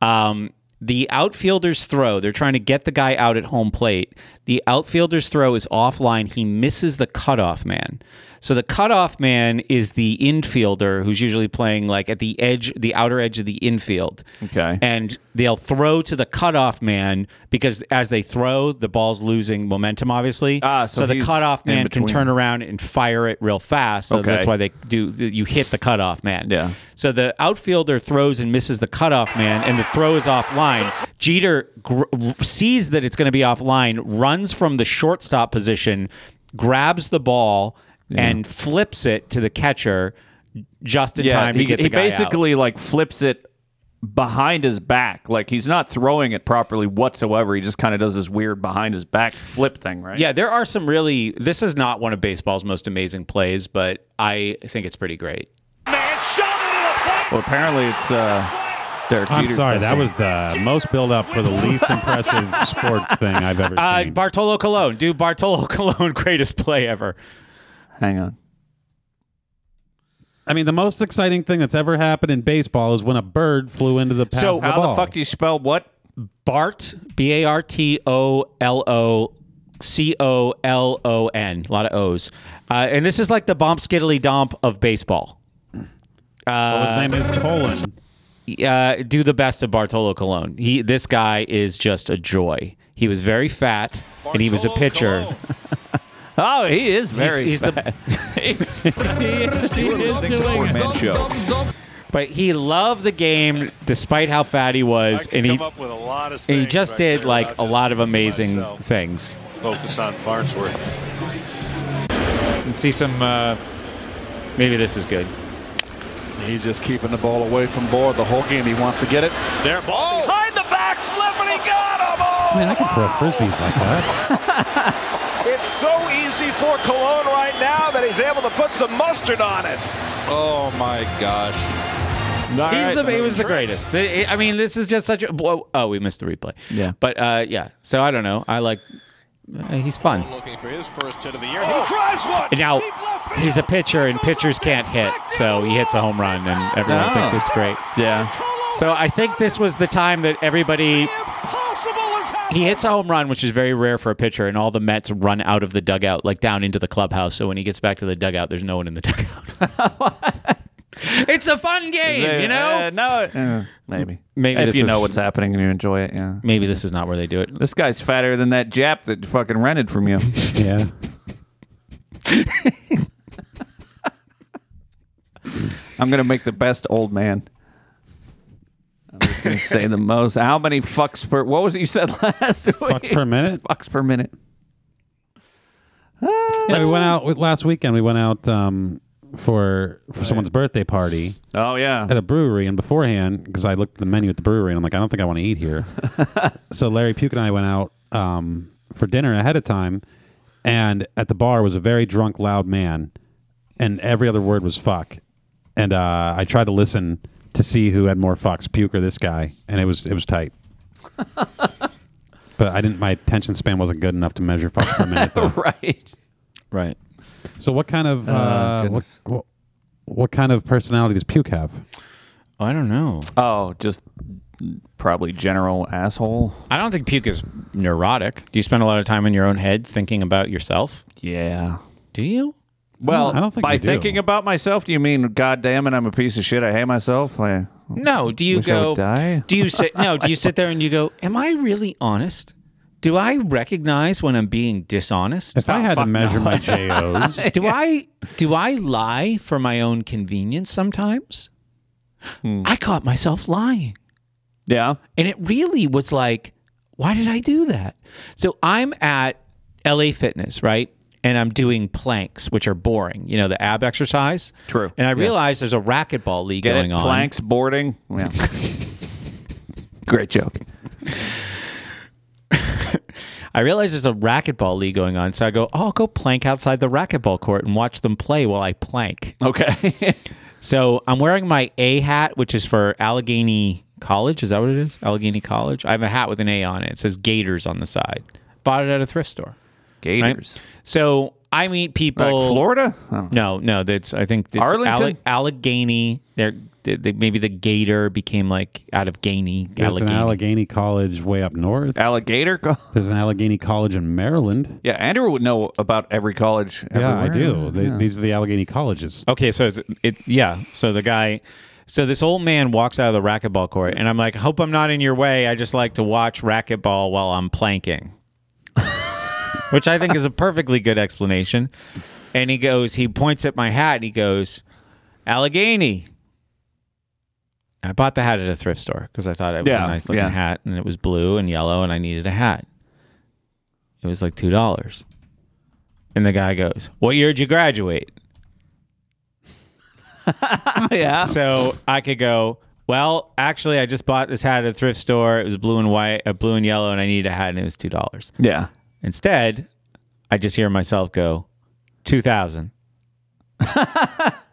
B: um, the outfielder's throw. They're trying to get the guy out at home plate. The outfielder's throw is offline. He misses the cutoff man. So the cutoff man is the infielder who's usually playing like at the edge, the outer edge of the infield.
A: Okay.
B: And they'll throw to the cutoff man because as they throw, the ball's losing momentum, obviously. Ah,
A: so
B: the
A: he's
B: cutoff
A: in
B: man can
A: between.
B: turn around and fire it real fast. So
A: Okay.
B: that's why they do. You hit the cutoff man. Yeah. So the outfielder throws and misses the cutoff man, and the throw is offline. Jeter gr- sees that it's going to be offline, runs from the shortstop position, grabs the ball, and flips it to the catcher just in
A: yeah,
B: time
A: he,
B: to get the
A: he
B: guy out.
A: basically like flips it behind his back. Like he's not throwing it properly whatsoever. He just kind of does this weird behind his back flip thing, right?
B: Yeah, there are some really. This is not one of baseball's most amazing plays, but I think it's pretty great.
A: Well, apparently it's uh, Derek
E: I'm
A: Jeter's
E: sorry,
A: best
E: that
A: team.
E: was the most build up for the least impressive sports thing I've ever
B: Uh,
E: seen.
B: Bartolo Colon, dude, Bartolo Colon, greatest play ever.
A: Hang on.
E: I mean, the most exciting thing that's ever happened in baseball is when a bird flew into the path
B: So
E: of the
B: how the
E: ball.
A: Fuck, do you spell what?
B: Bart, B A R T O L O C O L O N. A lot of O's. Uh, and this is like the bomb skiddly domp of baseball. Uh,
E: well, his name is Colon.
B: uh, do the best of Bartolo Colon. He, this guy is just a joy. He was very fat, and he was a pitcher.
A: Oh, he is
B: He's-
A: very.
B: he's the-
A: fat. He's- You're listening to Poor Man Show.
B: But he loved the game despite how fat he was, and he
N: come up with a lot of
B: and he
N: things
B: just
N: right
B: did
N: there
B: like
N: without
B: a
N: just
B: lot of amazing
N: myself.
B: things.
N: Focus on Farnsworth.
B: And see some. Uh, maybe this is good.
O: He's just keeping the ball away from Bohr the whole game. He wants to get it. Oh, There, ball. Behind the back flip, and he got him.
E: I mean, I can throw frisbees like that.
P: It's so easy for Cologne right now that he's able to put some mustard on it.
O: Oh, my gosh.
B: He's
O: right,
B: the, he was the
O: Tricks.
B: greatest. The- I mean, this is just such a. whoa- Oh, we missed the replay.
A: Yeah.
B: But uh, yeah, so I don't know. I like. uh, he's fun.
P: Looking for his first hit of the year.
O: Oh.
P: He drives one.
B: And now he's a pitcher, and pitchers can't hit, so he hits a home run, and everyone
P: Oh.
B: thinks it's great. Yeah. So I think this was the time that everybody
P: Possible as hell.
B: he hits a home run, which is very rare for a pitcher, and all the Mets run out of the dugout, like down into the clubhouse. So when he gets back to the dugout, there's no one in the dugout. it's a fun game, you know.
A: Uh, no, uh, maybe.
B: Maybe
A: if
B: this
A: you
B: is-
A: know what's happening and you enjoy it. Yeah.
B: Maybe this is not where they do it.
A: This guy's fatter than that Jap that fucking rented from you.
E: yeah.
A: I'm gonna make the best old man. I'm just gonna say the most. How many fucks per? What was it you said last week?
E: Fucks per minute?
A: Fucks per minute.
E: yeah, we went out we- last weekend. We went out um, for for someone's birthday party.
A: Oh yeah.
E: At a brewery, and beforehand, because I looked at the menu at the brewery, and I'm like, I don't think I want to eat here. so Larry Puke and I went out um, for dinner ahead of time, and at the bar was a very drunk, loud man, and every other word was fuck. And uh, I tried to listen to see who had more fucks, Puke or this guy, and it was it was tight. but I didn't. My attention span wasn't good enough to measure fucks per minute. Though.
A: right.
B: Right.
E: So what kind of
A: Oh,
E: uh, what,
A: goodness.
E: what, what kind of personality does Puke have?
B: I don't know.
A: Oh, just probably general asshole.
B: I don't think puke is neurotic. Do you spend a lot of time in your own head thinking about yourself?
A: Yeah.
B: Do you?
A: Well, by
B: I
A: thinking about myself, do you mean, God damn it, I'm a piece of shit. I hate myself. I
B: No. Do you
A: wish I
B: go?
A: would die.
B: Do you sit? No. Do you sit there and you go? Am I really honest? Do I recognize when I'm being dishonest?
E: If I had to measure my JOs,
B: do I do I lie for my own convenience sometimes?
A: Hmm.
B: I caught myself lying.
A: Yeah.
B: And it really was like, why did I do that? So I'm at LA Fitness, right? And I'm doing planks, which are boring, you know, the ab exercise. True. And I
A: Yes.
B: realized there's a racquetball league
A: Get
B: going
A: it?
B: on.
A: Planks, boarding. Yeah. Great joke.
B: I realize there's a racquetball league going on, so I go, oh, I'll go plank outside the racquetball court and watch them play while I plank.
A: Okay.
B: so I'm wearing my A hat, which is for Allegheny College? Is that what it is? Allegheny College? I have a hat with an A on it. It says Gators on the side. Bought it at a thrift store.
A: Gators.
B: So I meet people.
A: Like Florida? Oh.
B: No, no. That's I think it's
A: Arlington?
B: Alle- Allegheny. They're, they, they, maybe the Gator became like out of Gainey.
E: There's an Allegheny College way up north.
A: Alligator. Co-
E: There's an Allegheny College in Maryland.
A: Yeah, Andrew would know about every college.
E: Yeah, I
A: everywhere.
E: do. They,
A: Yeah.
E: These are the Allegheny colleges.
B: Okay, so it's, it yeah. So the guy, so this old man walks out of the racquetball court, and I'm like, hope I'm not in your way. I just like to watch racquetball while I'm planking, which I think is a perfectly good explanation. And he goes, he points at my hat, and he goes, Allegheny. I bought the hat at a thrift store because I thought it was
Q: Yeah,
B: a nice looking
Q: yeah.
B: hat, and it was blue and yellow, and I needed a hat. It was like two dollars. And the guy goes, "What year did you graduate?"
A: yeah.
B: So I could go. Well, actually, I just bought this hat at a thrift store. It was blue and white, uh, blue and yellow, and I needed a hat, and it was two dollars.
A: Yeah.
B: Instead, I just hear myself go, two thousand.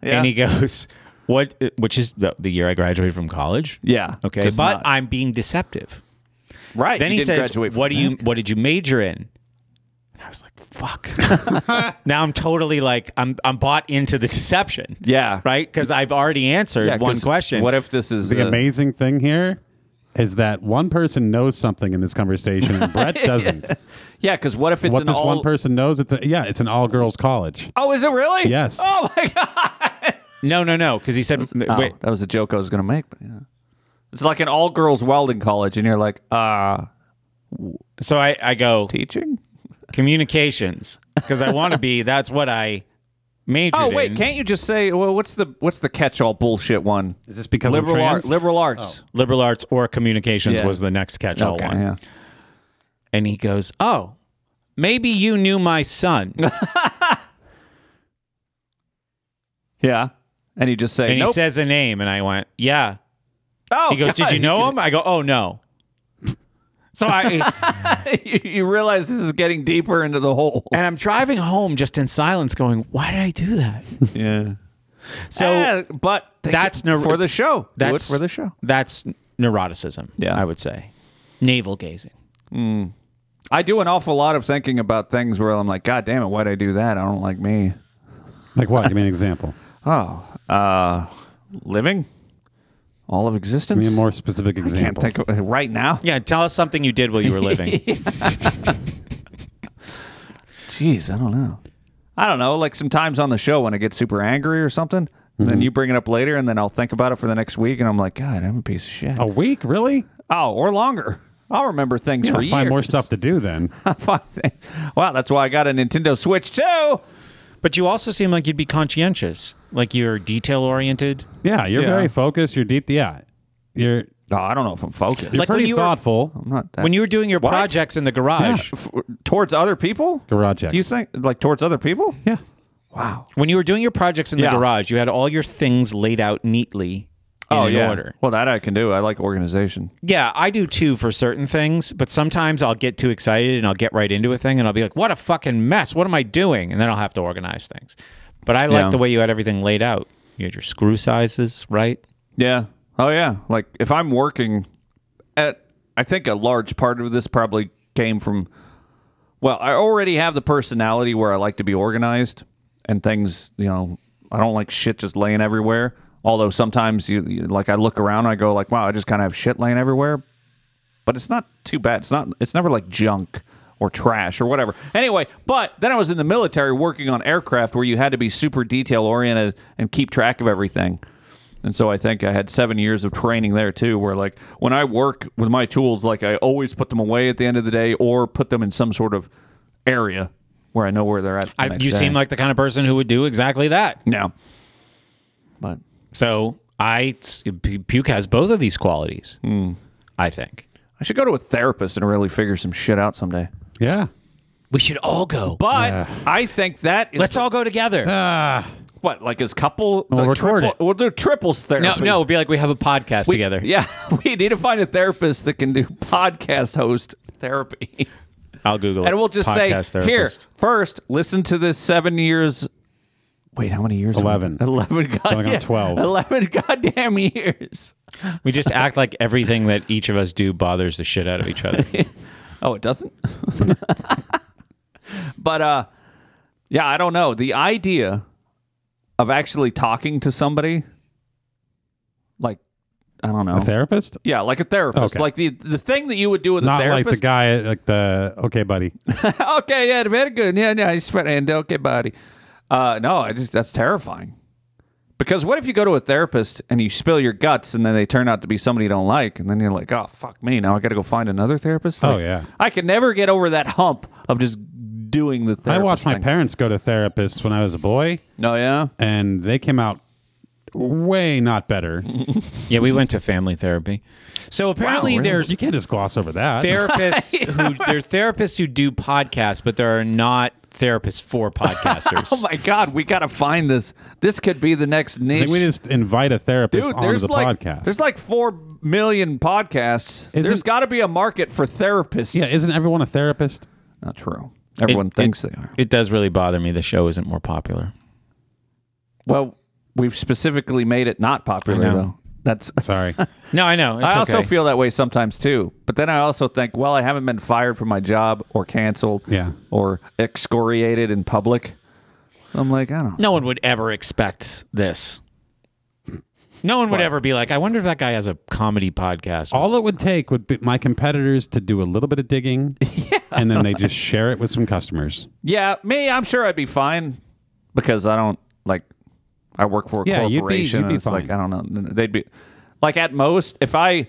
B: And he goes, "What?" Which is the, the year I graduated from college.
A: Yeah.
B: Okay,
A: Just
B: but
A: not-
B: I'm being deceptive.
A: Right.
B: Then
A: you
B: he
A: didn't
B: says,
A: graduate from
B: "What do you?
A: that."
B: What did you major in?" And I was like, "Fuck." now I'm totally like I'm I'm bought into the deception.
A: Yeah.
B: Right. Because I've already answered
E: Yeah,
B: one
E: 'cause
B: question.
A: What if this is
E: The
A: uh,
E: amazing thing here is that one person knows something in this conversation and Brett doesn't.
A: Yeah, because what if it's
E: what
A: an
E: this
A: all?
E: one person knows, it's a, yeah, it's an all girls college.
A: oh, is it really?
E: Yes.
A: Oh my god.
B: No, no, no. Because he said,
A: wait. that was a joke I was gonna make. But yeah. It's like an all girls welding college, and you're like, uh
B: So I, I go
A: teaching
B: communications because I want to be. That's what I majored.
A: Oh wait,
B: in.
A: can't you just say well what's the what's the catch all bullshit one?
E: Is this because
A: liberal art- liberal arts?
B: liberal arts or communications
A: Yeah.
B: was the next catch-all
A: Okay,
B: Oh, one.
A: yeah.
B: And he goes, "Oh, maybe you knew my son."
A: Yeah. And you just say
B: and
A: nope.
B: he says a name, and I went, "Yeah."
A: Oh,
B: he goes,
A: God.
B: "Did you know him?" I go, "Oh no." So I
A: you, you realize this is getting deeper into the hole.
B: and I'm driving home just in silence, going, "Why did I do that?"
A: Yeah.
B: So,
A: Ah, but take
B: that's
A: it
B: neur-
A: for the show. Do it
B: That's
A: for the show.
B: That's neuroticism. Yeah, I would say navel gazing.
A: Mm. I do an awful lot of thinking about things where I'm like, God damn it, why'd I do that? I don't like me.
E: Like what? Give me an example.
A: Oh, uh, living all of existence.
E: Give me a more specific example.
A: Can't think of, right now.
B: Yeah, tell us something you did while you were living.
A: Jeez, I don't know. I don't know. Like sometimes on the show when I get super angry or something, and
E: Mm-hmm.
A: then you bring it up later, and then I'll think about it for the next week, and I'm like, God, I'm a piece of shit.
E: A week, really?
A: Oh, or longer. I'll remember things
E: Yeah,
A: for
E: find
A: years.
E: more stuff to do then.
A: wow, that's why I got a Nintendo Switch too. Oh,
B: But you also seem like you'd be conscientious, like you're detail oriented.
E: Yeah, you're
B: Yeah.
E: very focusused. You're deep. Yeah, you're.
A: No, I don't know if I'm focused.
E: You're
B: Like when
E: pretty
B: you were-
E: thoughtful.
A: I'm not that.
B: When you were doing your
A: What?
B: projects in the garage,
A: F- towards other people?
E: Garage X.
A: Do you think like towards other people?
E: Yeah.
B: when you were doing your projects in
A: Yeah.
B: the garage, you had all your things laid out neatly in
A: oh
B: an
A: yeah.
B: order.
A: Well, that I can do. I like organization.
B: Yeah, I do too for certain things, but sometimes I'll get too excited and I'll get right into a thing and I'll be like, what a fucking mess. What am I doing? And then I'll have to organize things. But I like
A: Yeah.
B: the way you had everything laid out. You had your screw sizes, right?
A: Yeah. Oh yeah. Like if I'm working at I think a large part of this probably came from well, I already have the personality where I like to be organized and things, you know, I don't like shit just laying everywhere. Although sometimes you, you like I look around and I go like, wow, I just kind of have shit laying everywhere. But it's not too bad. It's not it's never like junk or trash or whatever. Anyway, but then I was in the military working on aircraft where you had to be super detail oriented and keep track of everything. And so I think I had seven years of training there too, where like when I work with my tools, like I always put them away at the end of the day or put them in some sort of area where I know where they're at. the
B: I,
A: next
B: you
A: day.
B: seem like the kind of person who would do exactly that.
A: no, but
B: So I, P- Puke has both of these qualities,
A: Hmm.
B: I think.
A: I should go to a therapist and really figure some shit out someday.
E: Yeah.
B: We should all go.
A: But I think that is
B: Let's all go together.
A: Ah. what like as couple.
E: We'll
A: the
E: record
A: triple-
E: it.
A: We'll do triples
B: no,
A: therapy.
B: no, it'll be like we have a podcast
A: We-
B: together.
A: Yeah, we need to find a therapist that can do podcast host therapy.
B: I'll Google it.
A: and we'll just say
B: Podcast
A: here
B: therapist.
A: first listen to this seven years Wait, how many years? have we-
E: 11.
A: 11 goddamn,
E: Going on 12.
A: 11 goddamn years.
B: We just act like everything that each of us do bothers the shit out of each other.
A: Oh, it doesn't? but uh yeah, I don't know. The idea of actually talking to somebody like I don't know.
E: A therapist?
A: Yeah, like a therapist.
E: Okay.
A: Like the the thing that you would do with
E: Not
A: a
E: like
A: therapist.
E: the guy, like the okay, buddy.
A: okay, yeah, very good. Yeah, yeah, he's fine. And okay, buddy. Uh, no, I just that's terrifying. Because what if you go to a therapist and you spill your guts and then they turn out to be somebody you don't like and then you're like, oh fuck me, now I got to go find another therapist.
E: Oh,
A: Like,
E: yeah.
A: I can never get over that hump of just doing the. Therapist
E: I watched my
A: thing.
E: parents go to therapists when I was a boy.
A: No, yeah, Oh
E: and they came out way not better.
A: Mm-hmm.
B: yeah, we went to family therapy. So apparently there's
E: you can't just gloss over that.
B: therapists who there's therapists who do podcasts, but there are not therapists for podcasters.
A: Oh my god, we got to find this. This could be the next
E: I
A: niche.
E: think we just invite a therapist
A: Dude,
E: onto
A: there's
E: the
A: like
E: podcast.
A: there's like four million podcasts. there's got to be a market for therapists.
E: yeah, isn't everyone a therapist?
A: Not true. Everyone
B: It-
A: thinks
B: it-
A: they are.
B: It does really bother me the show isn't more popular.
A: Well, we've specifically made it not popular
B: I know.
A: though. That's
E: sorry.
B: No, I know. It's
A: I also
B: okay.
A: feel that way sometimes too. But then I also think, well, I haven't been fired from my job or canceled
E: Yeah.
A: or excoriated in public. I'm like, I don't
B: no one would ever expect this. No one would ever be like, I wonder if that guy has a comedy podcast.
E: All it would take would be my competitors to do a little bit of digging, and then they just share it with some customers.
A: Yeah, me, I'm sure I'd be fine because I don't like I work for a
E: Yeah, you'd be-
A: corporation.
E: you'd
A: and
E: be
A: it's like I don't know. They'd be like at most if I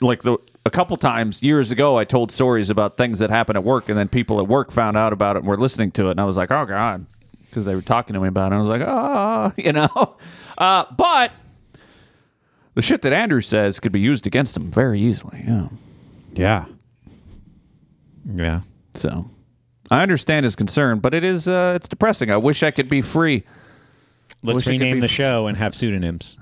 A: like the a couple times years ago I told stories about things that happened at work and then people at work found out about it and were listening to it and I was like, "Oh god." Because they were talking to me about it, I was like, "Ah," you know. Uh, but the shit that Andrew says could be used against him very easily. Yeah.
E: Yeah.
B: Yeah.
A: So I understand his concern, but it is uh, it's depressing. I wish I could be free.
B: Let's
A: Wish I could
B: rename
A: be-
B: the show and have pseudonyms.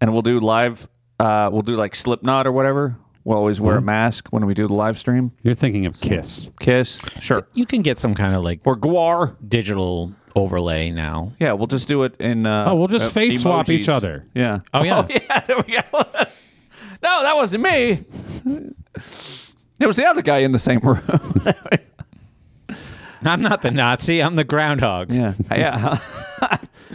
A: and we'll do live. Uh, we'll do like Slipknot or whatever. We'll always wear a mask when we do the live stream.
E: You're thinking of Kiss.
A: Kiss, sure.
B: You can get some kind of like
A: or Guar
B: digital overlay now.
A: Yeah, we'll just do it in. Uh,
E: Oh, we'll just
A: uh,
E: face swap
A: emojis.
E: each other.
A: Yeah.
B: Oh yeah.
A: yeah. There we go. no, that wasn't me. It was the other guy in the same room.
B: I'm not the Nazi. I'm the groundhog.
A: Yeah. yeah.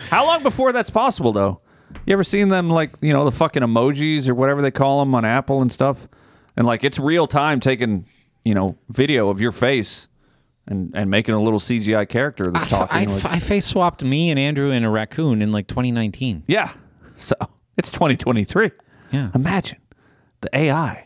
A: How long before that's possible, though? You ever seen them like you know the fucking emojis or whatever they call them on Apple and stuff, and like it's real time taking you know video of your face and and making a little CGI character that's talking.
B: I,
A: like-
B: I face swapped me and Andrew and a raccoon in like 2019.
A: yeah. So it's 2023.
B: Yeah.
A: Imagine the AI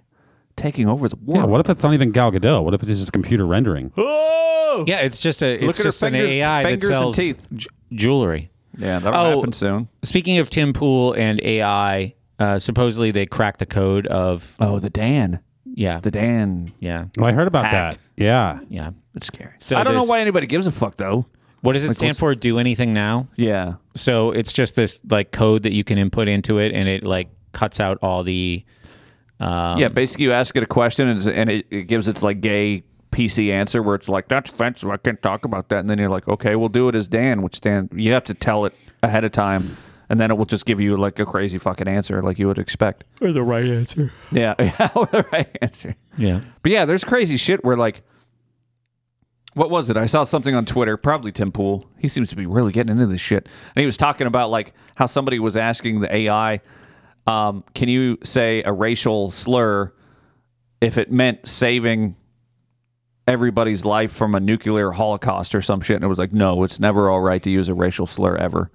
A: taking over the world.
E: Yeah. What if it's not even Gal Gadot? What if it's just computer rendering?
A: Oh.
B: Yeah, it's just a it's
A: Look at her
B: just an
A: fingers-
B: AI that
A: fingers and
B: sells
A: teeth.
B: ju- jewelry.
A: Yeah, that'll
B: Oh.
A: happen soon.
B: Speaking of Tim Pool and AI, uh, supposedly they cracked the code of
A: Oh, the Dan.
B: yeah
A: The Dan.
B: yeah
E: Well, I heard about
A: Hack.
E: that. Yeah.
B: yeah.
A: It's scary.
B: So
A: I don't know
B: there's-
A: why anybody gives a fuck though.
B: What does it
A: Like,
B: stand
A: what's-
B: for? Do anything now?
A: Yeah.
B: So it's just this like code that you can input into it, and it like cuts out all the um,
A: yeah, basically you ask it a question and, it's- and it, it gives its like gay PC answer where it's like that's offensive. I can't talk about that. And then you're like, okay, we'll do it as Dan, which Dan you have to tell it ahead of time, and then it will just give you like a crazy fucking answer like you would expect.
B: or the right answer.
A: Yeah, yeah, or the right answer.
B: Yeah.
A: But yeah, there's crazy shit where like, what was it? I saw something on Twitter, probably Tim Pool. He seems to be really getting into this shit, and he was talking about like how somebody was asking the AI, um, "Can you say a racial slur if it meant saving everybody's life from a nuclear holocaust or some shit?" And it was like, "No, it's never all right to use a racial slur ever."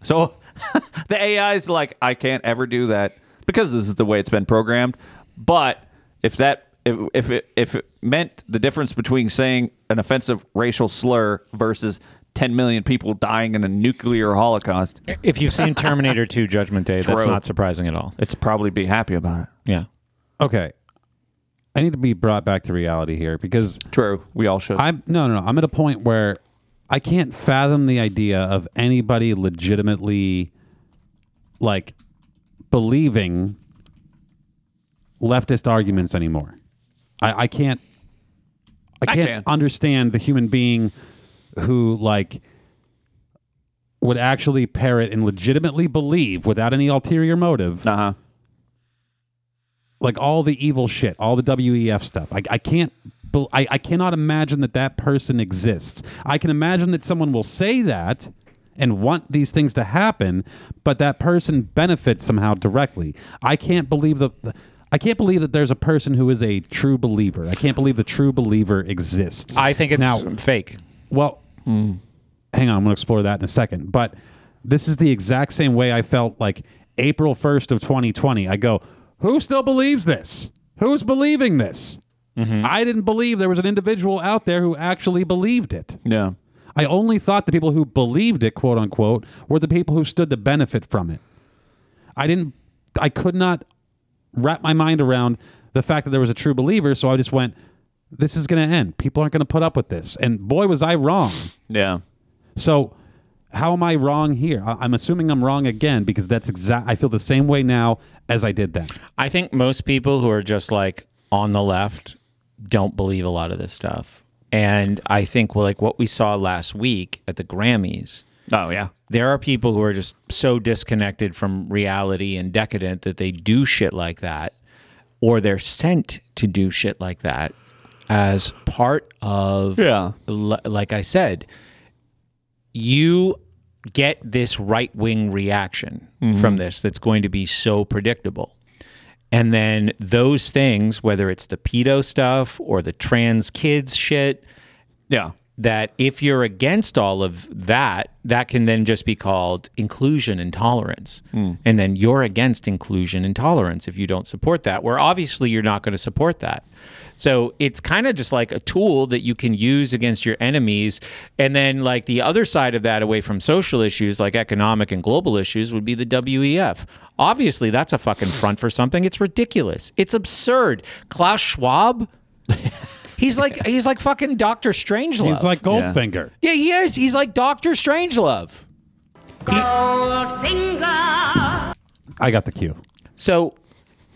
A: So the AI's like, I can't ever do that because this is the way it's been programmed. But if that if if it, if it meant the difference between saying an offensive racial slur versus 10 million people dying in a nuclear holocaust,
B: If you've seen Terminator 2 Judgment Day, that's
A: True.
B: not surprising at all.
A: it's probably be happy about it.
B: Yeah.
E: Okay. I need to be brought back to reality here because
A: True, we all should.
E: I'm no, no, no. I'm at a point where I can't fathom the idea of anybody legitimately like believing leftist arguments anymore. I, I can't. I
A: I
E: can't
A: can.
E: understand the human being who like would actually parrot and legitimately believe without any ulterior motive.
A: Uh-huh.
E: Like all the evil shit, all the WEF stuff. I, I can't. bel- I, I cannot imagine that that person exists. I can imagine that someone will say that and want these things to happen, but that person benefits somehow directly. I can't believe the. the- I can't believe that there's a person who is a true believer. I can't believe the true believer exists.
B: I think it's
E: Now-
B: fake.
E: Well, hang on, I'm going to explore that in a second. But this is the exact same way I felt like April 1st of 2020. I go, who still believes this? Who's believing this? I didn't believe there was an individual out there who actually believed it.
A: Yeah.
E: I only thought the people who believed it, quote unquote, were the people who stood to benefit from it. I didn't, I could not wrap my mind around the fact that there was a true believer. So I just went, this is going to end. People aren't going to put up with this. And boy, was I wrong.
A: Yeah.
E: So how am I wrong here? I- I'm assuming I'm wrong again because that's exact. I feel the same way now as I did then.
B: I think most people who are just like on the left don't believe a lot of this stuff. And I think well, like what we saw last week at the Grammys.
A: Oh yeah.
B: There are people who are just so disconnected from reality and decadent that they do shit like that or they're sent to do shit like that as part of
A: Yeah.
B: l- like I said, you get this right wing reaction
J: Mhm.
B: from this that's going to be so predictable. And then those things, whether it's the pedo stuff or the trans kids shit,
A: yeah,
B: that if you're against all of that, that can then just be called inclusion and tolerance.
E: Hmm.
A: Mm.
B: And then you're against inclusion and tolerance if you don't support that, where obviously you're not going to support that. So it's kind of just like a tool that you can use against your enemies. And then, like, the other side of that, away from social issues, like economic and global issues, would be the WEF. Obviously, that's a fucking front for something. It's ridiculous. It's absurd. Klaus Schwab. He's like he's like fucking Doctor Strangelove.
E: He's like Goldfinger.
B: Yeah, he is. He's like Doctor Strangelove.
E: I got the cue.
B: So,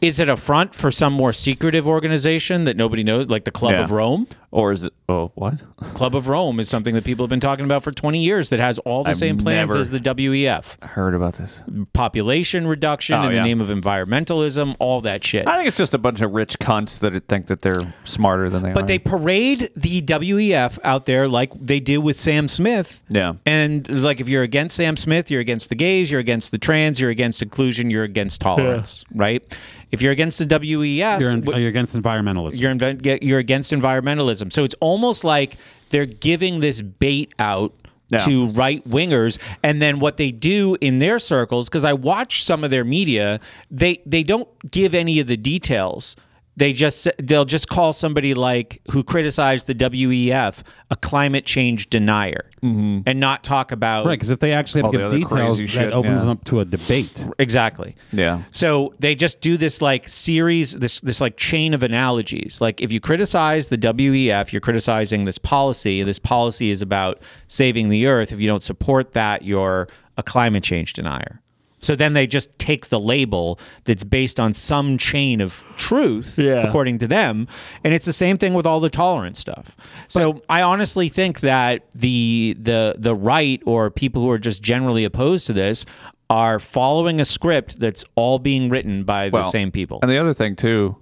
B: is it a front for some more secretive organization that nobody knows, like the Club
A: Yeah.
B: of Rome?
A: Or is it? Oh, what?
B: Club of Rome is something that people have been talking about for 20 years that has all the
A: I've
B: same plans
A: never
B: as the WEF.
A: Heard about this?
B: Population reduction
A: Oh,
B: in
A: yeah.
B: the name of environmentalism, all that shit.
A: I think it's just a bunch of rich cunts that think that they're smarter than they are.
B: But they parade the WEF out there like they do with Sam Smith.
A: Yeah.
B: And like if you're against Sam Smith, you're against the gays, you're against the trans, you're against inclusion, you're against tolerance, right? If you're against the E WEF,
E: You're, in, you're against environmentalism.
B: you're inve- you're against environmentalism. So it's almost like they're giving this bait out
A: Yeah.
B: to right wingers, and then what they do in their circles, because I watch some of their media, they they don't give any of the details. They just they'll just call somebody like who criticized the WEF a climate change denier, and not talk about
E: Right, because if they actually have
B: All the
E: to
A: Oh,
E: give
B: other
E: details,
B: crazy
E: that
B: shit,
E: opens
B: yeah.
E: them up to a debate.
B: Exactly.
A: Yeah.
B: So they just do this like series, this this like chain of analogies. Like if you criticize the WEF, you're criticizing this policy. This policy is about saving the earth. If you don't support that, you're a climate change denier. So then they just take the label that's based on some chain of truth, according to them, and it's the same thing with all the tolerance stuff. So I honestly think that the the the right or people who are just generally opposed to this are following a script that's all being written by the
A: Well,
B: same people.
A: And the other thing too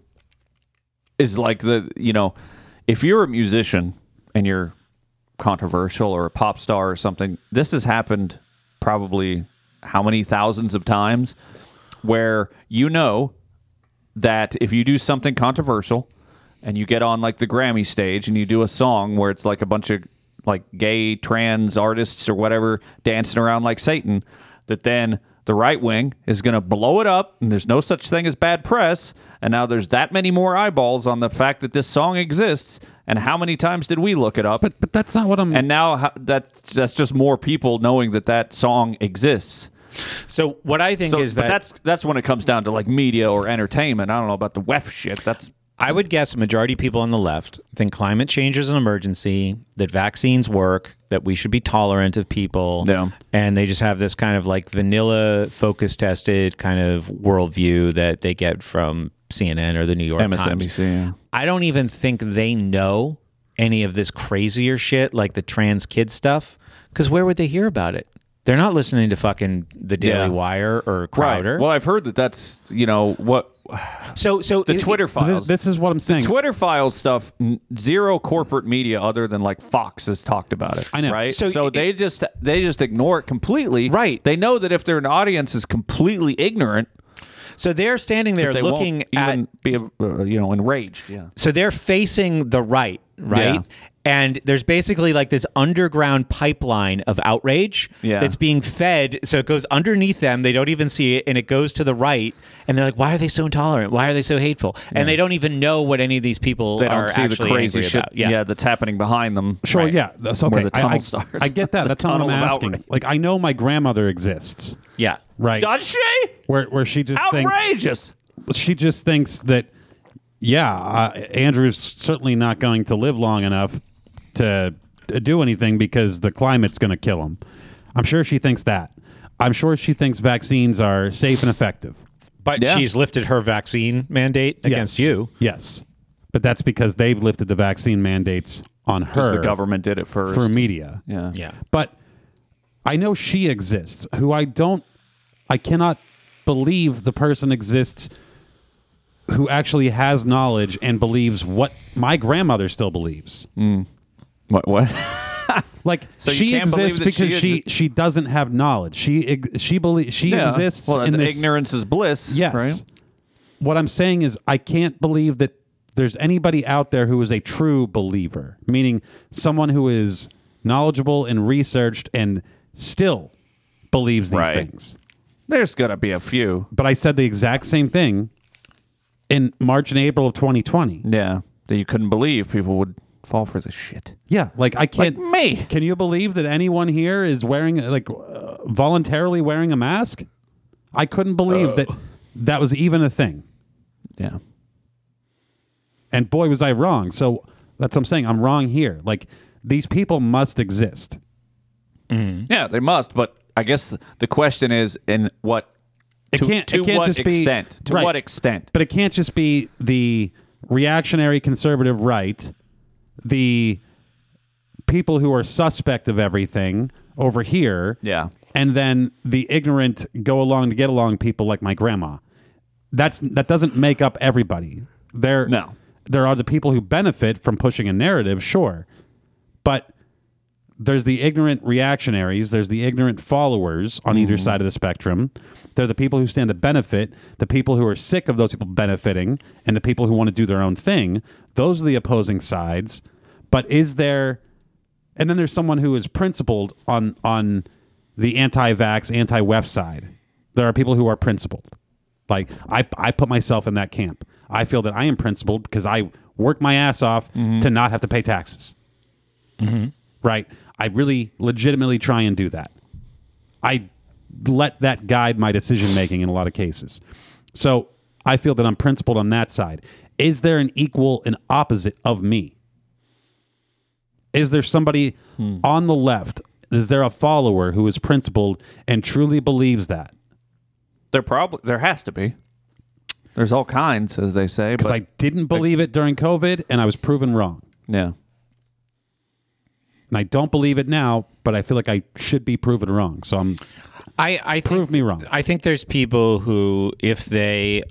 A: is like the you know, if you're a musician and you're controversial or a pop star or something, this has happened probably how many thousands of times where you know that if you do something controversial and you get on like the Grammy stage and you do a song where it's like a bunch of like gay trans artists or whatever dancing around like Satan, that then the right wing is going to blow it up and there's no such thing as bad press. And now there's that many more eyeballs on the fact that this song exists. And how many times did we look it up? But,
E: but that's not what I'm.
A: And now how, that that's just more people knowing that that song exists.
B: So what I think is
A: but
B: that-
A: that's that's when it comes down to like media or entertainment. I don't know about the wef shit. That's
B: I would guess a majority of people on the left think climate change is an emergency, that vaccines work, that we should be tolerant of people.
A: Yeah.
B: And they just have this kind of like vanilla focus tested kind of worldview that they get from CNN or the New York Times.
A: MSNBC.
B: I don't even think they know any of this crazier shit like the trans kid stuff because where would they hear about it? They're not listening to fucking the Daily
A: Yeah.
B: Wire or Crowder.
A: Well, I've heard that that's you know what.
B: So so
A: the Twitter files.
E: This is what I'm saying.
A: The Twitter files stuff. n- Zero corporate media other than like Fox has talked about it. I know. Right. So,
B: So
A: they just they just ignore it completely. Right. They know that if their audience is completely ignorant.
B: So they're standing there
A: they
B: looking
A: won't even be uh, you know enraged. Yeah.
B: So they're facing the right, right?
A: Yeah.
B: And there's basically like this underground pipeline of outrage
A: Yeah.
B: that's being fed. So it goes underneath them. They don't even see it. And it goes to the right. And they're like, why are they so intolerant? Why are they so hateful? And they don't even know what any of these people
A: They don't
B: are
A: see the
B: actually
A: crazy
B: angry
A: shit.
B: about. Yeah.
A: that's happening behind them.
E: Sure, yeah, that's okay.
A: Where the tunnel
E: I, I,
A: starts.
E: I get that.
A: The
E: That's not what I'm
A: tunnel of
E: asking.
A: outrage.
E: Like I know my grandmother exists.
B: Yeah.
E: Right.
A: Does she?
E: Where where she just
A: Outrageous.
E: thinks she just thinks that yeah, uh, Andrew's certainly not going to live long enough to to do anything because the climate's going to kill him. I'm sure she thinks that. I'm sure she thinks vaccines are safe and effective.
B: But she's lifted her vaccine mandate against
E: Yes.
B: you.
E: Yes. But that's because they've lifted the vaccine mandates on
A: Because
E: her.
A: the government did it first.
E: Through media.
A: Yeah.
B: Yeah.
E: But I know she exists, who I don't, I cannot believe the person exists who actually has knowledge and believes what my grandmother still believes.
A: What? What?
E: like
A: So you
E: she
A: can't believe
E: exists
A: that
E: because
A: she
E: she, she doesn't have knowledge. She ex- she believes she
A: Yeah.
E: exists
A: Well, that's
E: in this
A: ignorance is bliss.
E: Yes.
A: Right?
E: What I'm saying is, I can't believe that there's anybody out there who is a true believer, meaning someone who is knowledgeable and researched and still believes these
A: Right.
E: things.
A: There's gonna be a few.
E: But I said the exact same thing in March and April of 2020.
A: Yeah. That you couldn't believe people would fall for this shit.
E: Yeah, like I can't.
A: me.
E: Can you believe that anyone here is wearing like uh, voluntarily wearing a mask? I couldn't believe that that was even a thing.
A: Yeah.
E: And boy, was I wrong. So that's what I'm saying. I'm wrong here. Like these people must exist.
A: Yeah, they must. But I guess the question is, in what?
E: It
A: to
E: can't.
A: to
E: it can't
A: what
E: just
A: extent?
E: Be,
A: to
E: right.
A: what extent?
E: But it can't just be the reactionary conservative right, the people who are suspect of everything over here.
A: Yeah.
E: And then the ignorant go along to get along people like my grandma. That's that doesn't make up everybody. There no. there are the people who benefit from pushing a narrative, sure. But there's the ignorant reactionaries, there's the ignorant followers on either side of the spectrum. There are the people who stand to benefit, the people who are sick of those people benefiting, and the people who want to do their own thing. Those are the opposing sides. But is there and then there's someone who is principled on on the anti-vax, anti-wef side. There are people who are principled. Like I I put myself in that camp. I feel that I am principled because I work my ass off to not have to pay taxes right? I really legitimately try and do that. I let that guide my decision making in a lot of cases. So I feel that I'm principled on that side. Is there an equal and opposite of me? Is there somebody
A: Hmm.
E: on the left? Is there a follower who is principled and truly believes that?
A: There probably there has to be. There's all kinds, as they say.
E: Because
A: but-
E: I didn't believe it during COVID and I was proven wrong.
A: Yeah.
E: And I don't believe it now, but I feel like I should be proven wrong. So I'm
B: I, I
E: prove me wrong.
B: I think there's people who, if they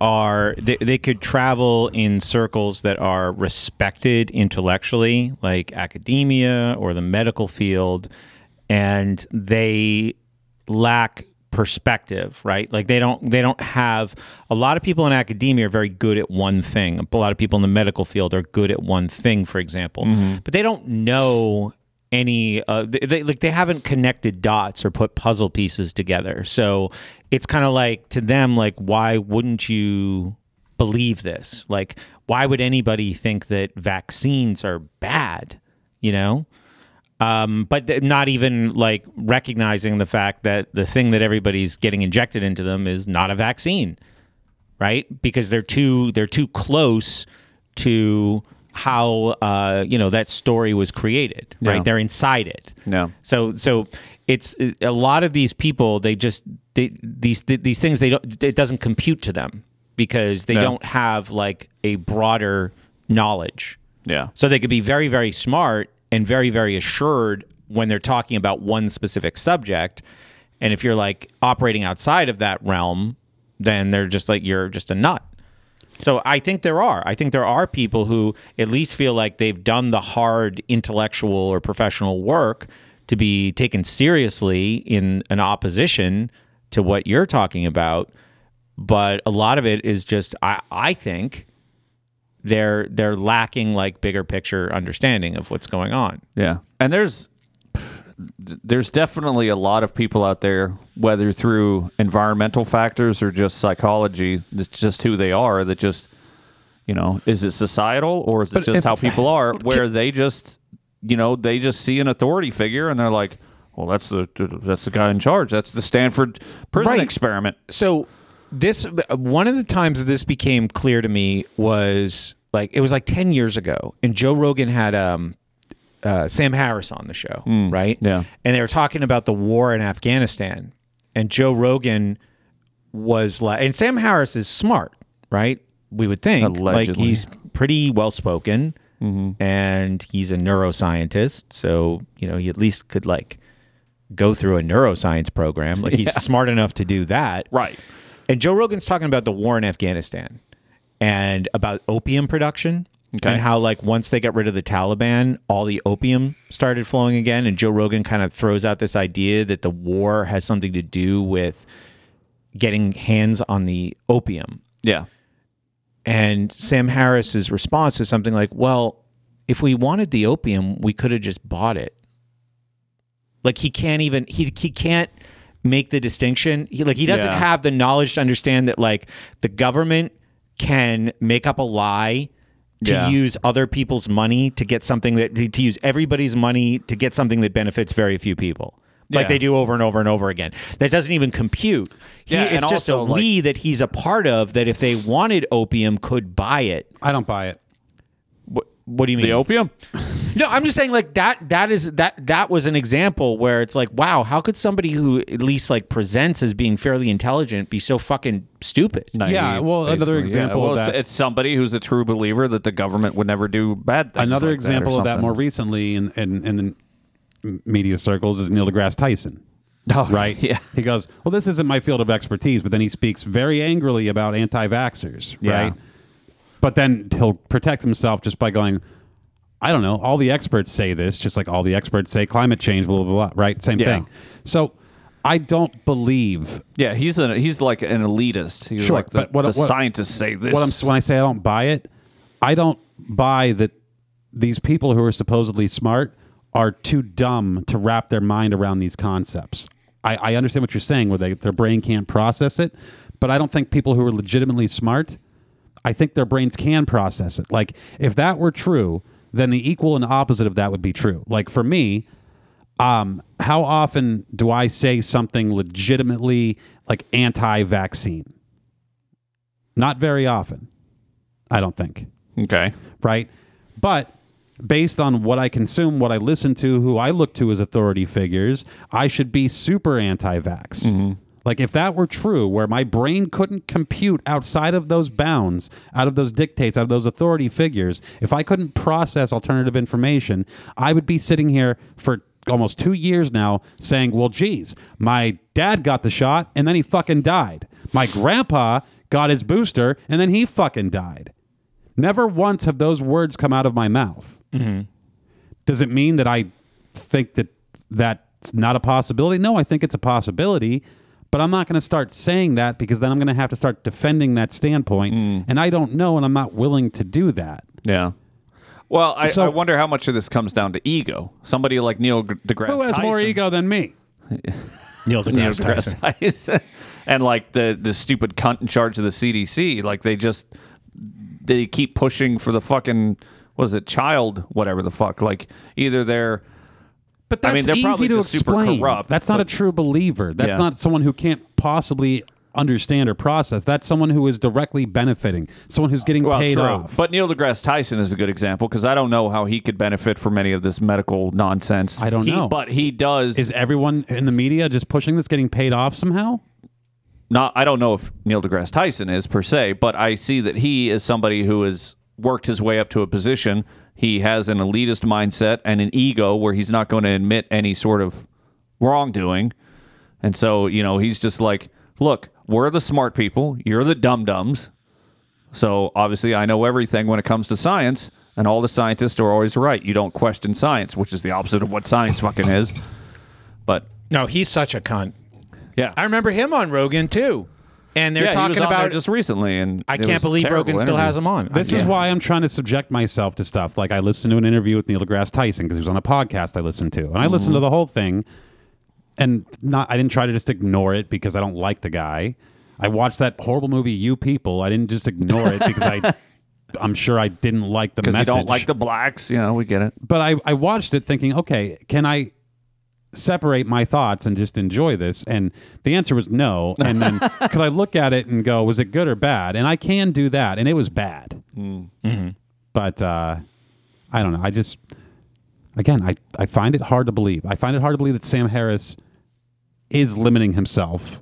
B: are, they, they could travel in circles that are respected intellectually, like academia or the medical field, and they lack perspective right like they don't they don't have a lot of people in academia are very good at one thing a lot of people in the medical field are good at one thing for example but they don't know any uh, they, they like they haven't connected dots or put puzzle pieces together so it's kind of like to them like why wouldn't you believe this like why would anybody think that vaccines are bad you know um, but th- not even like recognizing the fact that the thing that everybody's getting injected into them is not a vaccine right because they're too they're too close to how uh, you know that story was created right
A: Yeah.
B: they're inside it
A: Yeah.
B: so so it's a lot of these people they just they, these these things they don't it doesn't compute to them because they
A: Yeah.
B: don't have like a broader knowledge
A: Yeah.
B: So they could be very, very smart and very, very assured when they're talking about one specific subject. And if you're like operating outside of that realm, then they're just like, you're just a nut. So I think there are. I think there are people who at least feel like they've done the hard intellectual or professional work to be taken seriously in an opposition to what you're talking about. But a lot of it is just I, I think they're they're lacking like bigger picture understanding of what's going on.
A: Yeah. And there's there's definitely a lot of people out there, whether through environmental factors or just psychology, it's just who they are that just you know, is it societal or is it
I: But
A: just
I: if-
A: how people are where they just you know, they just see an authority figure and they're like, Well, that's the that's the guy in charge. That's the Stanford prison
B: Right.
A: experiment.
B: So this one of the times this became clear to me was like it was like 10 years ago and Joe Rogan had um uh, Sam Harris on the show,
A: Hmm.
B: right? Yeah. And they were talking about the war in Afghanistan and Joe Rogan was like and Sam Harris is smart, right? We would think like
A: Allegedly. Mm-hmm.
B: he's pretty well spoken and he's a neuroscientist, so you know, he at least could like go through a neuroscience program. Like he's
A: Yeah.
B: smart enough to do that.
A: Right.
B: And Joe Rogan's talking about the war in Afghanistan and about opium production
A: Okay.
B: and how like once they got rid of the Taliban, all the opium started flowing again and Joe Rogan kind of throws out this idea that the war has something to do with getting hands on the opium.
A: Yeah.
B: And Sam Harris's response is something like, "Well, if we wanted the opium, we could have just bought it." Like he can't even he he can't make the distinction. He like he doesn't
J: Yeah.
B: have the knowledge to understand that like the government can make up a lie to
J: Yeah.
B: use other people's money to get something that to use everybody's money to get something that benefits very few people. Like
A: Yeah.
B: they do over and over and over again. That doesn't even compute. He,
A: Yeah,
B: it's
A: and
B: just a
A: also, like-
B: we that he's a part of that if they wanted opium could buy it.
E: I don't buy it.
B: What, what do you mean?
A: The opium?
B: No, I'm just saying like that that is that that was an example where it's like wow, how could somebody who at least like presents as being fairly intelligent be so fucking stupid?
E: Yeah, well, another example of
A: it's-
E: that-
A: It's, somebody who's a true believer that the government would never do bad things.
E: Another
A: like that or
E: example of that
A: something.
E: more recently in, in, in the m- media circles is Neil deGrasse Tyson.
A: Oh,
E: right? Yeah. He goes, Well, this isn't my field of expertise, but then he speaks very angrily about anti vaxxers,
A: Yeah.
E: right? But then he'll protect himself just by going, I don't know, all the experts say this, just like all the experts say climate change, blah, blah, blah, right? Same
A: Yeah.
E: thing. So I don't believe
A: Yeah, he's an he's like an elitist. He's like the, the scientists say this.
E: What I'm when I say I don't buy it, I don't buy that these people who are supposedly smart are too dumb to wrap their mind around these concepts. I, I understand what you're saying, where they, their brain can't process it, but I don't think people who are legitimately smart, I think their brains can process it. Like if that were true, then the equal and opposite of that would be true. Like for me, um, how often do I say something legitimately like anti-vaccine? Not very often, I don't think.
A: Okay.
E: Right. But based on what I consume, what I listen to, who I look to as authority figures, I should be super anti vax. Like, if that were true, where my brain couldn't compute outside of those bounds, out of those dictates, out of those authority figures, if I couldn't process alternative information, I would be sitting here for almost two years now saying, well, geez, my dad got the shot and then he fucking died. My grandpa got his booster and then he fucking died. Never once have those words come out of my mouth.
A: Mm-hmm.
E: Does it mean that I think that that's not a possibility? No, I think it's a possibility, but I'm not going to start saying that because then I'm going to have to start defending that standpoint.
A: Mm.
E: And I don't know, and I'm not willing to do that.
A: yeah. Well, I,
E: So-
A: I wonder how much of this comes down to ego. Somebody like Neil G- deGrasse
E: Who has more
A: Tyson-
E: ego than me?
A: Neil
B: Neil
A: deGrasse Tyson. and like the the stupid cunt in charge of the CDC, like they just they keep pushing for the fucking what is it child whatever the fuck like either they're
E: But that's
A: I mean they're
E: easy
A: probably
E: to
A: just
E: explain.
A: super corrupt.
E: that's not a true believer. That's
A: Yeah.
E: not someone who can't possibly understand or process. That's someone who is directly benefiting, someone who's getting
A: Well,
E: paid
A: true.
E: off.
A: But Neil deGrasse Tyson is a good example because I don't know how he could benefit from any of this medical nonsense.
E: I don't
A: He-
E: know.
A: but he does.
E: Is everyone in the media just pushing this, getting paid off somehow?
A: not. I don't know if Neil deGrasse Tyson is per se, but I see that he is somebody who has worked his way up to a position He has an elitist mindset and an ego where he's not going to admit any sort of wrongdoing. And so, you know, he's just like, look, we're the smart people. You're the dum dums. So obviously, I know everything when it comes to science, and all the scientists are always right. You don't question science, which is the opposite of what science fucking is. But
B: no, he's such a cunt.
A: Yeah,
B: I remember him on Rogan too, and they're
A: Yeah, he was
B: talking
A: on there
B: about
A: just recently, and
B: I
A: it
B: can't
A: was
B: believe
A: terrible
B: Rogan still
A: interview.
B: has him on.
E: This is why I'm trying to subject myself to stuff. Like I listened to an interview with Neil deGrasse Tyson because he was on a podcast I listened to, and I listened
A: Mm-hmm.
B: Mhm.
E: to the whole thing. And not, I didn't try to just ignore it because I don't like the guy. I watched that horrible movie, You People. I didn't just ignore it because I, I'm sure I didn't like the
A: because you
E: message.
A: don't like the blacks, you know, we get it.
E: but I, I watched it thinking, okay, can I separate my thoughts and just enjoy this? And the answer was no. And then could I look at it and go, was it good or bad? And I can do that. And it was bad. But uh, I don't know. I just, again, I, I find it hard to believe. I find it hard to believe that Sam Harris is limiting himself.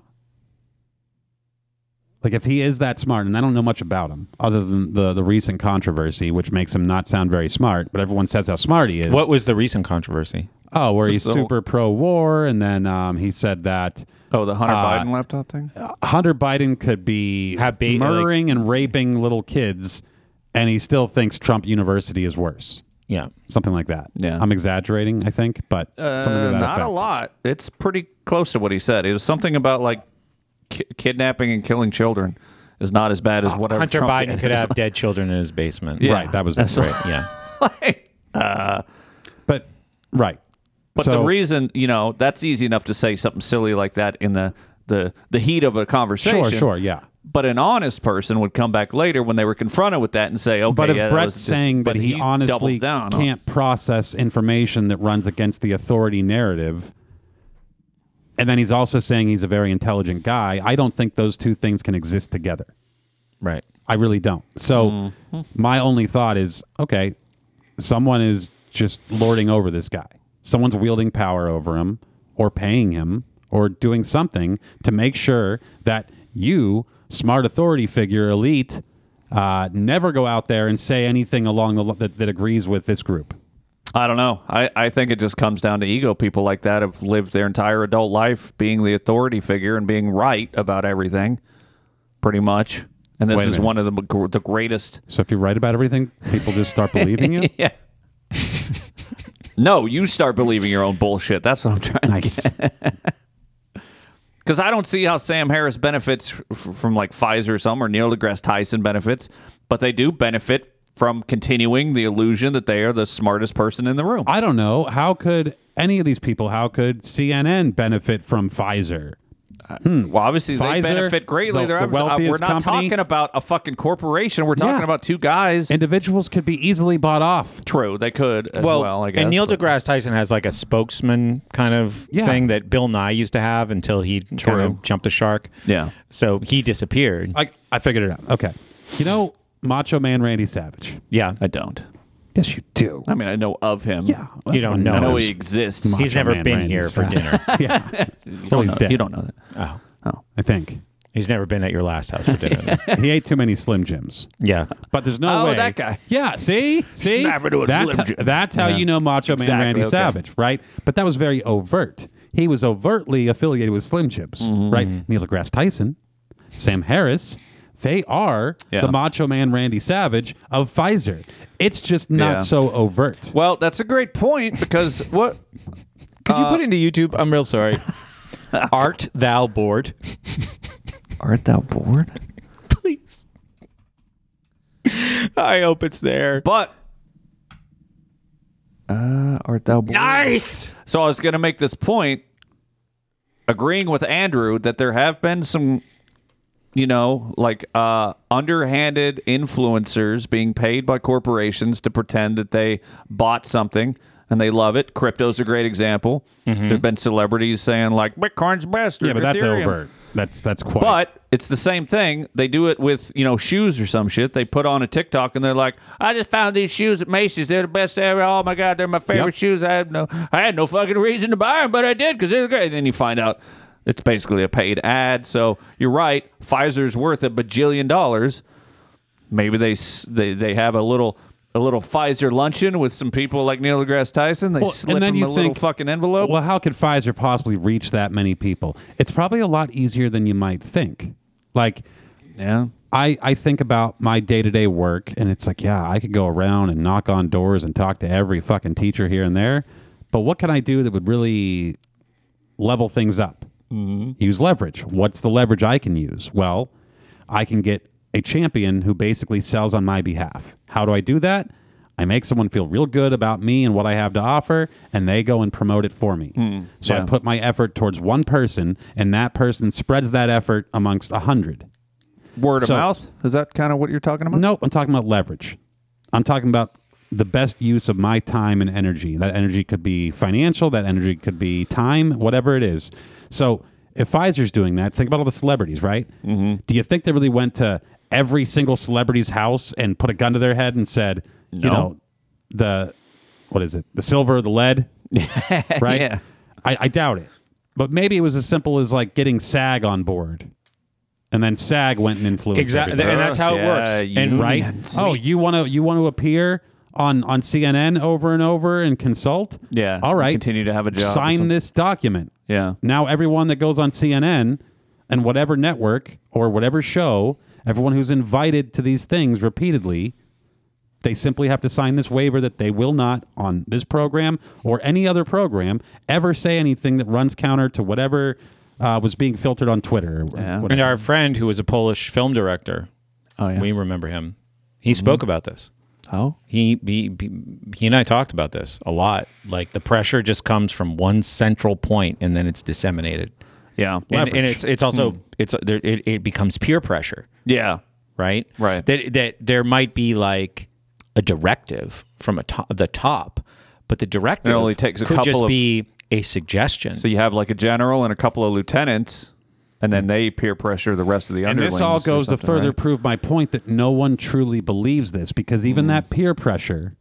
E: Like if he is that smart, and I don't know much about him other than the the recent controversy, which makes him not sound very smart, but everyone says how smart he is.
J: What was the recent controversy?
E: Oh, where
J: Just
E: he's
J: the whole-
E: super pro war, and then um, he said that.
A: Oh, the Hunter
E: uh,
A: Biden laptop thing.
E: Hunter Biden could be murdering and raping little kids, and he still thinks Trump University is worse.
B: Yeah,
E: something like that.
A: Yeah.
E: I'm exaggerating, I think, but something to
A: Uh,
E: that
A: not
E: effect.
A: a lot. It's pretty close to what he said. It was something about like ki- kidnapping and killing children is not as bad as whatever
B: Uh, Hunter
A: Trump
B: Biden
A: did.
B: could have dead children in his basement.
A: Yeah.
E: Right, that was
A: That's
E: great.
A: what-
B: Yeah.
A: uh,
E: but right.
A: But the
E: So-
A: reason, you know, that's easy enough to say something silly like that in the the the heat of a conversation.
E: Sure, sure, yeah.
A: But an honest person would come back later when they were confronted with that and say, "Okay,
E: But if
A: yeah, that
E: Brett's
A: was just-
E: saying that
A: but
E: he,
A: doubles
E: honestly
A: down on-
E: can't process information that runs against the authority narrative, and then he's also saying he's a very intelligent guy, I don't think those two things can exist together.
B: Right.
E: I really don't. So my only thought is okay, someone is just lording over this guy. Someone's wielding power over him or paying him or doing something to make sure that you, smart authority figure, elite, uh, never go out there and say anything along the li- that, that agrees with this group.
A: I don't know. I, I think it just comes down to ego. People like that have lived their entire adult life being the authority figure and being right about everything, pretty much. And this
E: Wait a
A: is
E: minute.
A: one of the gr- the greatest.
E: So if you're right about everything, people just start believing you.
A: yeah. no, you start believing your own bullshit. That's what I'm trying to get. Because I don't see how Sam Harris benefits f- from like Pfizer or some or Neil deGrasse Tyson benefits, but they do benefit from continuing the illusion that they are the smartest person in the room.
E: I don't know. How could any of these people, how could CNN benefit from Pfizer? Hmm.
A: Well, obviously they
E: Pfizer,
A: benefit greatly.
E: the-
A: They're
E: the
A: obvi- uh, we're
E: wealthiest
A: not
E: company.
A: talking about a fucking corporation. We're talking
E: Yeah.
A: about two guys.
E: Individuals could be easily bought off.
A: True, they could as well. I guess.
B: and Neil
A: but-
B: deGrasse Tyson has like a spokesman kind of
A: Yeah.
B: thing that Bill Nye used to have until he kind
E: True.
B: of jumped the shark.
A: Yeah.
B: So he disappeared.
E: I, I figured it out. Okay. You know Macho Man Randy Savage?
B: Yeah.
A: I don't.
E: Yes, you do.
A: I mean, I know of him. Yeah,
B: You don't know
A: I know
B: him.
A: he exists.
B: He's Macho never Man been Randy here for Savage. dinner.
E: yeah.
A: You
E: Well,
A: don't
E: he's
A: know-
E: dead.
A: You don't know that.
B: Oh.
A: Oh.
E: I think.
B: He's never been at your last house for dinner.
E: he ate too many Slim Jims.
B: yeah.
E: But there's no
B: Oh,
E: way.
B: that guy.
E: Yeah, see? See?
B: Snap into a
E: that's,
B: Slim Jim.
E: that's how
B: Yeah.
E: you know Macho Man
B: Exactly,
E: Randy
B: okay.
E: Savage, right? But that was very overt. He was overtly affiliated with Slim Jims,
B: Mm-hmm.
E: right? Neil deGrasse Tyson, Sam Harris, they are
A: Yeah.
E: the Macho Man Randy Savage of Pfizer. It's just not
A: Yeah.
E: so overt.
A: Well, that's a great point because what?
B: Could you put
A: Uh,
B: into YouTube? I'm real sorry. Art thou bored?
A: Art thou bored?
B: Please. I hope it's there.
A: But Uh, art thou bored?
B: Nice.
A: So I was going to make this point, agreeing with Andrew that there have been some, you know, like uh, underhanded influencers being paid by corporations to pretend that they bought something and they love it. Crypto's a great example. There've been celebrities saying like Bitcoin's best. or
E: Mm-hmm. Yeah, but that's
A: Ethereum.
E: overt. That's that's quite.
A: But it's the same thing. They do it with, you know, shoes or some shit. They put on a TikTok and they're like, I just found these shoes at Macy's. They're the best ever. Oh my God, they're my favorite shoes. I had no I had no fucking reason to buy them, but I did because they're great. And then you find out it's basically a paid ad. So you're right. Pfizer's worth a bajillion dollars. Maybe they s- they, they have a little a little Pfizer luncheon with some people like Neil deGrasse Tyson. They
E: Well,
A: slip him a little fucking envelope.
E: Well, how could Pfizer possibly reach that many people? It's probably a lot easier than you might think. Like,
A: yeah,
E: I I think about my day to day work, and it's like, yeah, I could go around and knock on doors and talk to every fucking teacher here and there, but what can I do that would really level things up? Use leverage. What's the leverage I can use? Well, I can get a champion who basically sells on my behalf. How do I do that? I make someone feel real good about me and what I have to offer, and they go and promote it for me. So I
A: yeah.
E: put my effort towards one person, and that person spreads that effort amongst a hundred.
A: Word
E: So-
A: of mouth. Is that kind of what you're talking about?
E: Nope, I'm talking about leverage. I'm talking about the best use of my time and energy. That energy could be financial, that energy could be time, whatever it is. So if Pfizer's doing that, think about all the celebrities, right? Mm-hmm. Do you think they really went to every single celebrity's house and put a gun to their head and said, you
A: No.
E: know, the, what is it, the silver, the lead? right?
A: Yeah.
E: I, I doubt it. But maybe it was as simple as like getting SAG on board. And then SAG went and influenced
B: Exactly,
E: everything.
B: and that's how it works. Yeah,
E: and
B: you-
E: right? Oh, you want to you want to appear on on CNN over and over and consult?
A: Yeah.
E: All right.
A: Continue to have a job or
E: Sign
A: something.
E: this document.
A: Yeah.
E: Now everyone that goes on CNN and whatever network or whatever show, everyone who's invited to these things repeatedly, they simply have to sign this waiver that they will not on this program or any other program ever say anything that runs counter to whatever uh, was being filtered on Twitter. Or
B: And our friend who was a Polish film director,
A: oh, yeah.
B: we remember him. He spoke about this.
A: Oh,
B: he, he he he and I talked about this a lot. Like the pressure just comes from one central point, and then it's disseminated.
A: Yeah,
B: and, and
A: Leverage.
B: it's it's also
A: Hmm.
B: it's there, it, it becomes peer pressure.
A: Yeah.
B: right? Right. That that there might be like a directive from a top, the top, but the directive
A: It only takes a
B: could
A: couple
B: just
A: of-
B: be a suggestion.
A: So you have like a general and a couple of lieutenants, and then they peer pressure the rest of the
E: And
A: underlings.
E: this all
A: or
E: goes to
A: something,
E: further
A: right?
E: prove my point that no one truly believes this because
A: Hmm.
E: even that peer pressure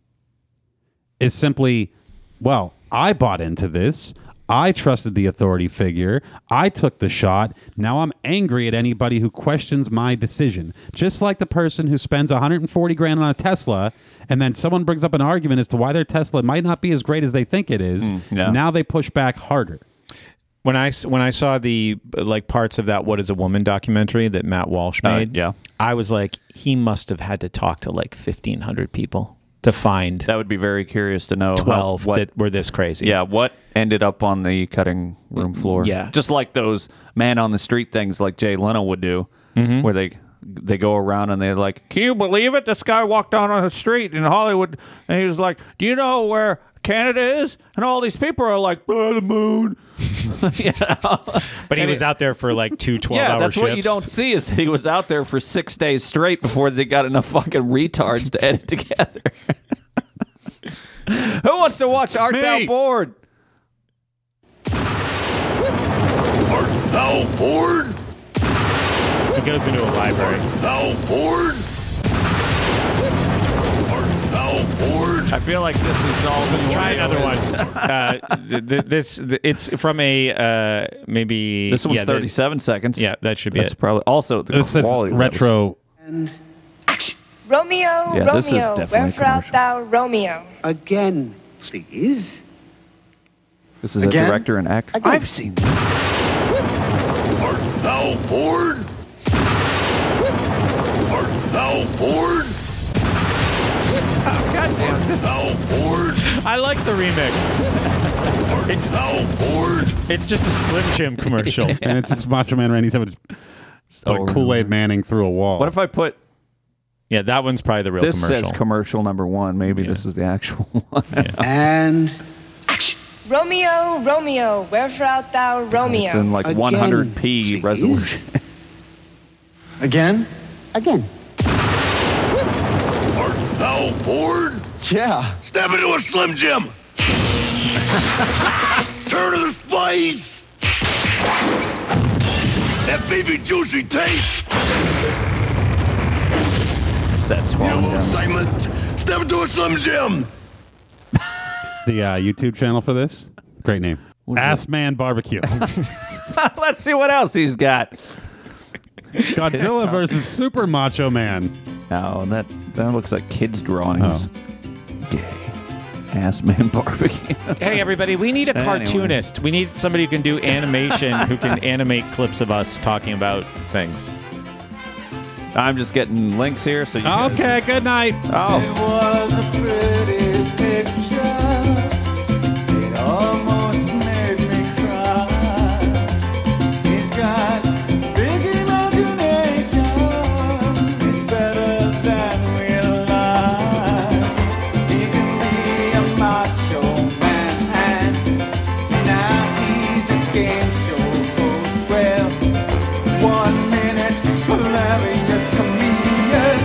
E: is simply, well, I bought into this. I trusted the authority figure. I took the shot. Now I'm angry at anybody who questions my decision. Just like the person who spends 140 grand on a Tesla and then someone brings up an argument as to why their Tesla might not be as great as they think it is.
A: Hmm,
E: Now they push back harder.
B: when I s- when I saw the uh, like parts of that "What Is a Woman" documentary that Matt Walsh
A: Uh,
B: made,
A: yeah.
B: I was like, he must have had to talk to like fifteen hundred people to find
A: That would be very curious to know how-
B: twelve
A: what-
B: that were this crazy.
A: Yeah, what ended up on the cutting room floor?
B: Yeah.
A: just like those man on the street things, like Jay Leno would do,
E: Mm-hmm.
A: where they they go around and they're like, "Can you believe it? This guy walked down on the street in Hollywood, and he was like, "Do you know where Canada is?" And all these people are like, "By the moon."
B: but he
A: And it-
B: was out there for like two 12
A: yeah,
B: hour
A: that's
B: shifts.
A: what you don't see is that he was out there for six days straight before they got enough fucking retards to edit together. Who wants to watch Art Thou Bored?
C: Thou bored?
B: He goes into a library.
C: Thou bored? Thou bored?
A: I feel like this is all.
B: Try another one. uh, th- th- this th- it's from a uh, maybe
A: This one's
B: yeah, the-
A: 37 seconds.
B: Yeah, that should be
A: That's
B: it.
A: probably also the
E: This is
A: quality of that was-
E: retro.
R: Romeo,
A: Yeah,
R: Romeo,
A: this is definitely
R: wherefore art thou, Romeo? Again, please.
A: This is
R: Again?
A: a director and actor. I've seen this.
C: Thou bored? Art thou bored? Goddamn, this thou bored?
B: I like the remix.
C: Art thou bored?
B: It's just a Slim Jim commercial.
E: And it's just Macho Man Randy Savage like Kool Aid Manning through a wall.
A: What if I put
B: yeah, that one's probably the real
A: this
B: Oh, commercial.
A: says commercial number one? Maybe this is the actual one.
R: And Romeo, Romeo, wherefore art thou, Romeo?
A: It's in like 100p resolution.
R: Again? Again.
C: Thou bored? Yeah. Step into a Slim Jim. Turn to the spice. That baby juicy taste.
A: Sets falling
C: Hello,
A: down.
C: Simon. Step into a Slim Jim.
E: the uh, YouTube channel for this? Great name. Ass Man Barbecue.
A: Let's see what else he's got.
E: Godzilla versus Super Macho Man.
A: Oh, No, that that looks like kids' drawings. Oh. gay ass man barbecue.
B: Hey, everybody, we need a
A: Anyway.
B: cartoonist. We need somebody who can do animation, who can animate clips of us talking about things.
A: I'm just getting links here, so you guys-
E: Okay, good night.
A: Oh.
C: was a pretty picture. It almost made me cry. He's got big imagination. It's better than real life. He can be a macho man. Now he's a game show host. Well, one minute hilarious comedian.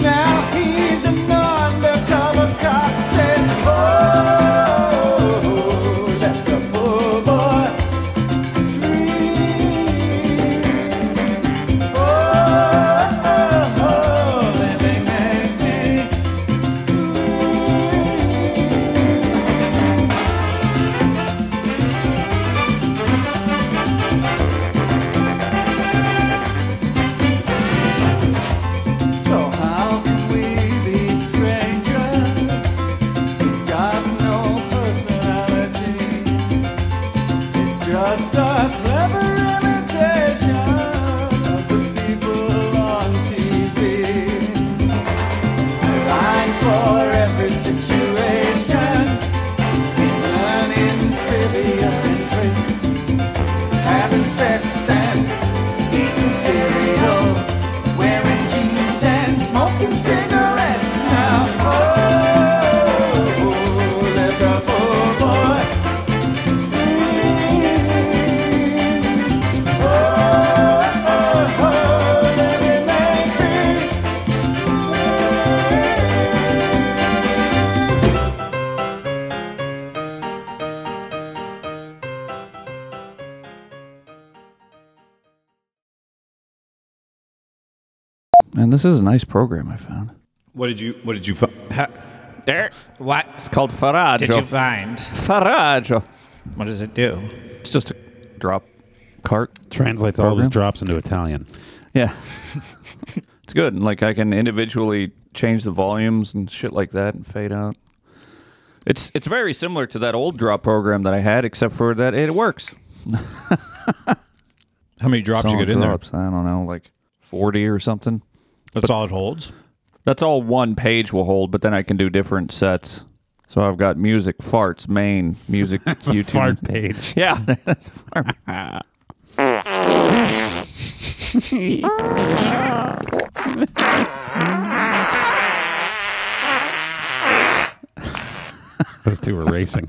C: Now he's an undercover cop said, Oh, let the poor boy dream. Oh, oh, oh, let me make me So how can we be strangers? He's got no personality. It's just a clever imitation of the people on TV. A line for every situation. He's learning trivia and tricks, having sex and eating cereal wearing jeans and smoking cigarettes now. Oh, let the poor boy dream. Oh, oh, oh, let me make me
A: Man, this is a nice program I found.
I: What did you? What did you? Fi-
B: There. What?
A: It's called Faraggio.
B: Did you find?
A: Faraggio.
B: What does it do?
A: It's just a drop cart.
E: Translates all his drops into Italian.
A: Yeah. it's good. And like I can individually change the volumes and shit like that and fade out. It's it's very similar to that old drop program that I had, except for that it works.
B: How many drops you
A: Solid
B: get in there?
A: drops, I don't know, like forty or something.
B: That's all it holds.
A: That's all one page will hold, but then I can do different sets. So I've got music, farts, main, music, YouTube.
E: fart page.
A: Yeah, that's a fart page.
E: Those two were racing.